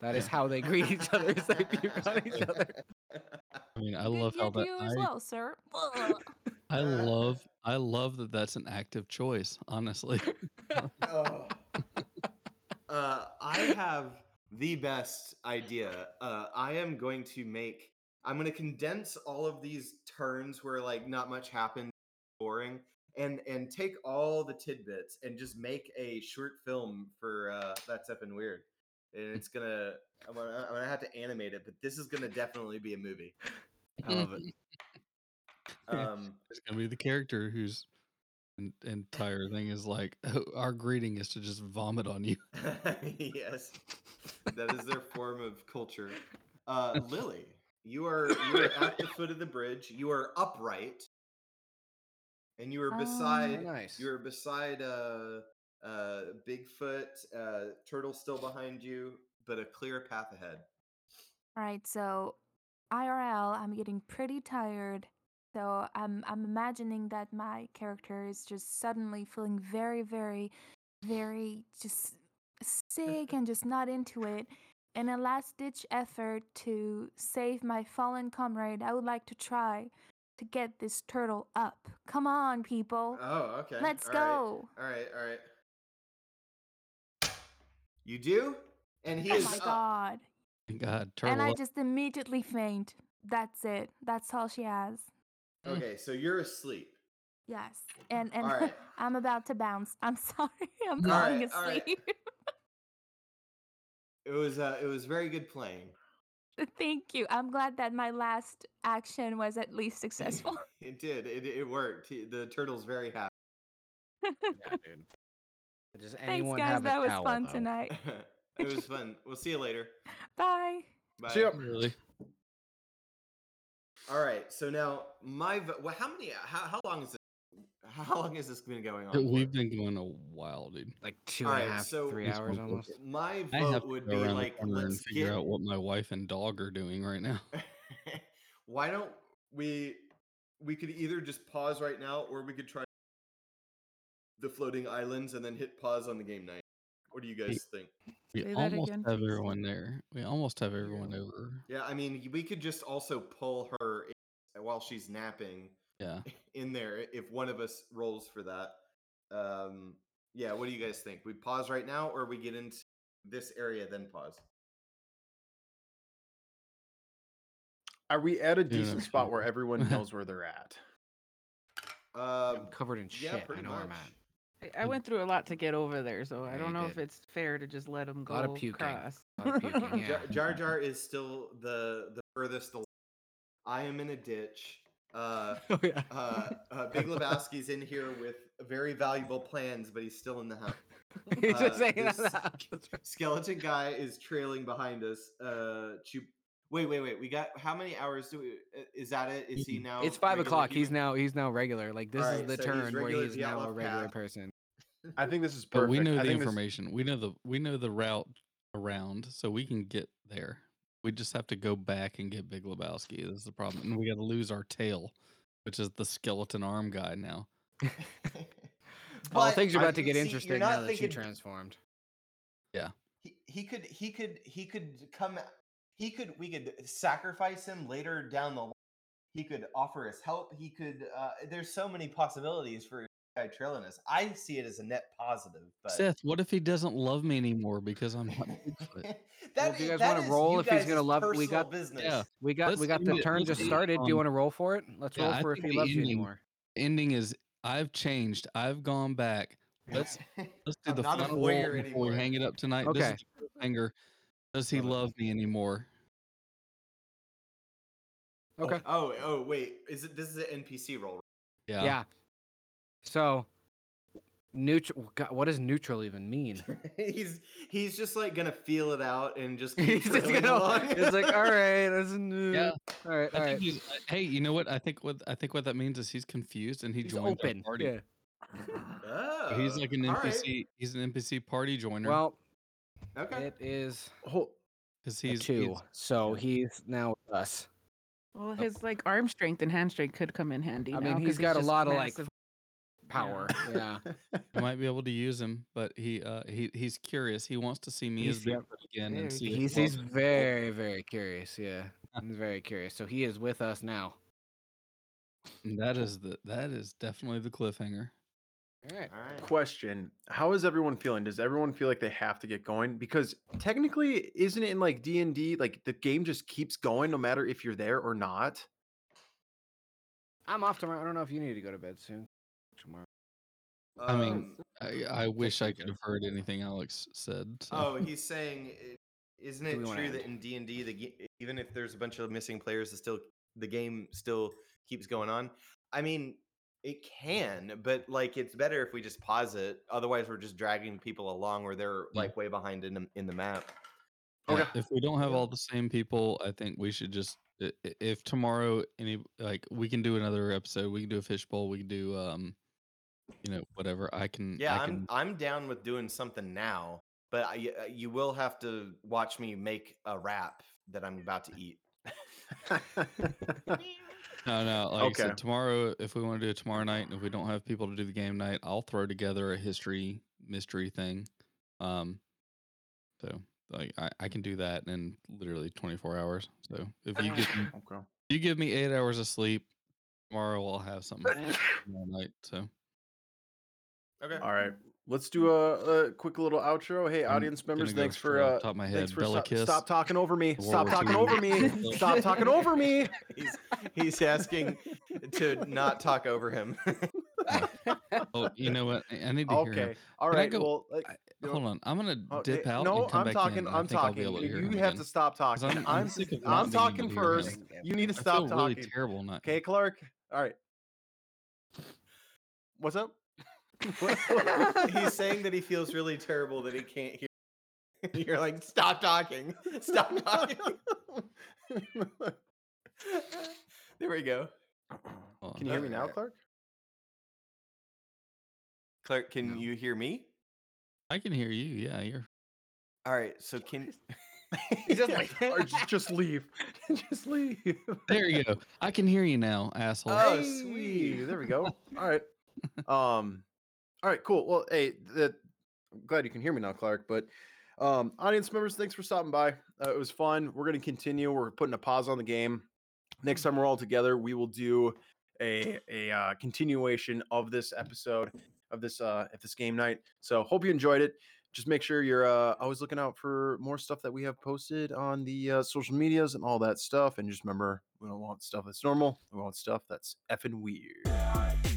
E: That is
A: Yeah.
E: how they greet each other. Is they puke on each other.
A: I mean, I
H: Good
A: love how
H: you
A: that
H: do
A: I,
H: as well, sir. Ugh.
A: I love I love that that's an active choice, honestly.
F: Oh. uh, I have the best idea. Uh, I am going to make. I'm going to condense all of these turns where like not much happened, boring, and and take all the tidbits and just make a short film for uh, that's up and weird. And it's gonna. I'm gonna, I'm gonna have to animate it, but this is gonna definitely be a movie.
E: I love it.
F: Um,
A: It's gonna be the character whose en- entire thing is like our greeting is to just vomit on you.
F: yes, that is their form of culture. Uh, Lily, you are you are at the foot of the bridge. You are upright, and you are
E: Oh,
F: beside
E: nice.
F: you are beside uh, uh, Bigfoot, uh, turtle still behind you, but a clear path ahead.
H: All right, so IRL, I'm getting pretty tired. So I'm I'm imagining that my character is just suddenly feeling very, very, very just sick and just not into it. In a last ditch effort to save my fallen comrade, I would like to try to get this turtle up. Come on, people.
F: Oh, okay.
H: Let's
F: all right,
H: go.
F: All right, all right. You do? And he
H: oh
F: is
H: my
F: up.
H: god.
A: Thank God, turtle.
H: and I
A: up.
H: just immediately faint. That's it. That's all she has.
A: Mm.
F: Okay, so you're asleep.
H: Yes. And and
F: Alright.
H: I'm about to bounce. I'm sorry. I'm falling
F: Alright,
H: asleep.
F: alright. It was uh it was very good playing.
H: Thank you. I'm glad that my last action was at least successful.
F: It did. It it worked. He- The turtle's very happy.
E: Yeah, dude. Does
H: Thanks,
E: anyone
H: guys.
E: have a
H: That was
E: towel,
H: fun
E: though?
H: tonight.
F: it was fun. We'll see you later.
H: Bye.
F: Bye.
D: See ya.
A: really.
F: All right. So now my vo- well, how many how, how long is this how long has this been going on? for?
A: We've been going a while, dude.
E: Like two and a half, three
F: Alright, so-
A: Please
E: hours
A: don't
E: almost.
A: book
F: My
A: I have
F: vote
A: to
F: would
A: go
F: be
A: around the
F: like
A: corner and
F: let's
A: figure
F: get
A: out what my wife and dog are doing right now.
F: Why don't we we could either just pause right now or we could try the floating islands and then hit pause on the game night. What do you guys think?
A: We
G: Say that
A: almost
G: again,
A: have
G: please.
A: everyone there. We almost have everyone over.
F: Yeah, I mean, we could just also pull her in while she's napping
A: Yeah.
F: in there if one of us rolls for that. Um yeah, what do you guys think? We pause right now or we get into this area then pause?
D: Are we at a
A: Yeah, sure.
D: decent spot where everyone knows where they're at?
F: Um
E: I'm covered in shit.
F: yeah,
E: I
F: pretty
E: know where I'm
F: much.
E: at.
G: I- I went through a lot to get over there, so I
E: Hmm. Yeah,
G: don't
E: you
G: know if
E: did.
G: it's fair to just let them
E: A
G: go
E: lot of puking.
G: across.
E: A lot of puking,
F: Jar-
E: yeah.
F: Jar Jar is still the the furthest. al- I am in a ditch. Uh,
E: Oh, yeah.
F: uh, uh, Big Lebowski's in here with very valuable plans, but he's still in the house.
E: You're
F: uh,
E: just saying that
F: this-
E: out. That's right.
F: Skeleton guy is trailing behind us. Uh, Chup- wait, wait, wait. We got how many hours do we? uh, Is that it? Is he
A: Mhm.
F: now?
E: Mm-hmm. It's five
F: regular
E: o'clock. He's
F: human?
E: now he's now regular. Like this
F: Alright,
E: is the
F: so he's
E: turn where
F: regular
E: he's now a
F: Diallo
E: regular
F: Path.
E: person.
D: I think this is
A: But
D: perfect.
A: we know
D: I
A: the
D: think this-
A: information. We know the we know the route around, so we can get there. We just have to go back and get Big Lebowski. That's the problem, and we got to lose our tail, which is the skeleton arm guy now.
E: well,
F: But
E: Oh, things are
F: I
E: about to
F: can
E: get
F: see you're
E: interesting
F: not
E: now that she
F: thinking-
E: transformed.
F: he, he could he could he could come he could we could sacrifice him later down the line he could offer us help he could uh there's so many possibilities for guy trailing us i see it as a net positive but
A: Seth, what if he doesn't love me anymore because I'm not Bigfoot?
F: that
E: do
F: i-
E: you guys
F: that
E: wanna
F: is
E: roll
F: you
E: if he's
F: guys'
E: gonna love- we
F: personal
E: got-
F: business
A: Yeah.
E: We got
A: Let's
E: we got
A: end
E: the
A: it.
E: turn
A: Let's
E: just
A: end it
E: started. Do
A: on-
E: you want to roll for it? Let's
A: Yeah,
E: roll
A: I
E: for if
A: think
E: he
A: the
E: loves you
A: ending-
E: anymore.
A: Ending is I've changed. I've gone back. Let's Let's do
F: I'm
A: the
F: not a
A: final
F: voyeur
A: roll before
F: anymore.
A: we hang it up tonight. This is
E: Okay.
A: the cliffhanger. Does he
F: Love it.
A: love me anymore?
E: Okay.
F: oh oh wait is it this is an npc roll
A: Yeah.
E: Yeah. So neutral God, what does neutral even mean?
F: right? he's he's just like gonna feel it out and just keep
E: he's just
F: trailing
E: gonna,
F: along.
E: it's like, all right, that's new.
A: Yeah.
E: All right,
A: I think
E: all right.
A: he's, I- hey, you know what? I think what I think what that means is he's confused and he
E: He's
A: joined
E: open.
A: our party.
E: Yeah.
A: So He's like an
F: Oh, all right.
A: NPC. He's an NPC party joiner
E: Well,
F: okay
E: it is
D: Ho-
A: because
E: a
A: he's
E: uh, two.
A: he's-
E: so
A: yeah.
E: he's now with us.
G: Well, his like arm strength and hand strength could come in handy.
E: I
G: now
E: mean,
G: 'cause
E: he's got a
G: just
E: lot of like
G: massive-
E: power. Yeah.
A: I might be able to use him, but he uh he he's curious. He wants to see me
E: He's-
A: as
E: yep.
A: Bigfoot again and see. if
E: he's
A: love
E: he's
A: is real.
E: very very curious. Yeah, he's very curious. So he is with us now.
A: And that is the that is definitely the cliffhanger.
E: All right.
F: all right
D: question how is everyone feeling does everyone feel like they have to get going because technically isn't it in like d&d like the game just keeps going no matter if you're there or not
E: I'm off tomorrow. I don't know if you need to go to bed soon. Tomorrow.
A: I mean,
F: Um,
A: I, I wish I could have heard anything Alex said. so.
F: Oh, he's saying, i- isn't
E: Do
F: it
E: we wanna
F: true
E: end?
F: that in D and D, the g- even if there's a bunch of missing players, it still the game still keeps going on. I mean, it can, but like it's better if we just pause it. Otherwise, we're just dragging people along, or they're
A: Yeah.
F: like way behind in the, in the map.
A: Yeah,
D: Okay.
A: If we don't have
F: Oh, Yeah.
A: all the same people, I think we should just i- i- if tomorrow any like we can do another episode, we can do a fishbowl, we can do um you know whatever. I can
F: Yeah,
A: I
F: I'm
A: can
F: I'm down with doing something now, but I, y- uh, you will have to watch me make a wrap that I'm about to eat.
A: no no like I said,
D: Okay.
A: tomorrow if we want to do it tomorrow night and if we don't have people to do the game night, I'll throw together a history mystery thing. Um so like I, I can do that in literally 24 hours. So if you give me,
D: okay
A: you give me 8 hours of sleep, Tomorrow I'll have something tomorrow night. So
F: Okay.
D: All right, let's do a, a quick little outro. Hey,
A: I'm
D: audience members,
A: gonna go
D: thanks for
A: straight off
D: uh,
A: the top of my
D: thanks
A: head,
D: for
A: Bella
D: stop,
A: Kiss,
D: stop talking over me.
A: World
D: Stop
A: War
D: talking
A: II.
D: over me. Stop talking over me.
F: He's he's asking to not talk over him.
A: Oh, you know what? I I need to hear him.
D: Okay. All
A: Can I
D: right.
A: go-
D: Well, like,
A: I-
D: you know-
A: Hold on, I'm gonna
D: oh,
A: dip
D: eh,
A: out.
D: No,
A: and come
D: I'm
A: back
D: talking.
A: in. I
D: I'm
A: think I'll be
D: talking.
A: able to hear
D: You
A: him
D: have
A: again.
D: to stop
A: 'Cause
D: talking.
A: I'm-
D: I'm
A: I'm
D: s-
A: sick of not
D: I'm
A: being able
D: talking
A: to hear him.
D: first. You need to
A: I feel
D: stop
A: really
D: talking.
A: terrible not.
D: Okay, Clark. All right. What's up?
F: he's saying that he feels really terrible that he can't hear. You're like, stop talking. Stop talking. there we go.
A: Hold on.
D: Can you hear me now,
F: Alright.
D: Clark?
F: Clark, can you hear me?
A: I can hear you. Yeah, you're.
F: All right. So can
D: He doesn't like or just, just leave. just leave.
A: There you go. I can hear you now, asshole.
F: Oh,
D: Hey,
F: sweet.
D: There we go. All right. Um all right, cool. Well, hey, that I'm glad you can hear me now, Clark, but um audience members, thanks for stopping by. Uh, it was fun. We're going to continue. We're putting a pause on the game. Next time we're all together, we will do a a uh, continuation of this episode of this uh of this game night. So, hope you enjoyed it. Just make sure you're uh, always looking out for more stuff that we have posted on the uh, social medias and all that stuff. And just remember, we don't want stuff that's normal. We want stuff that's effing weird.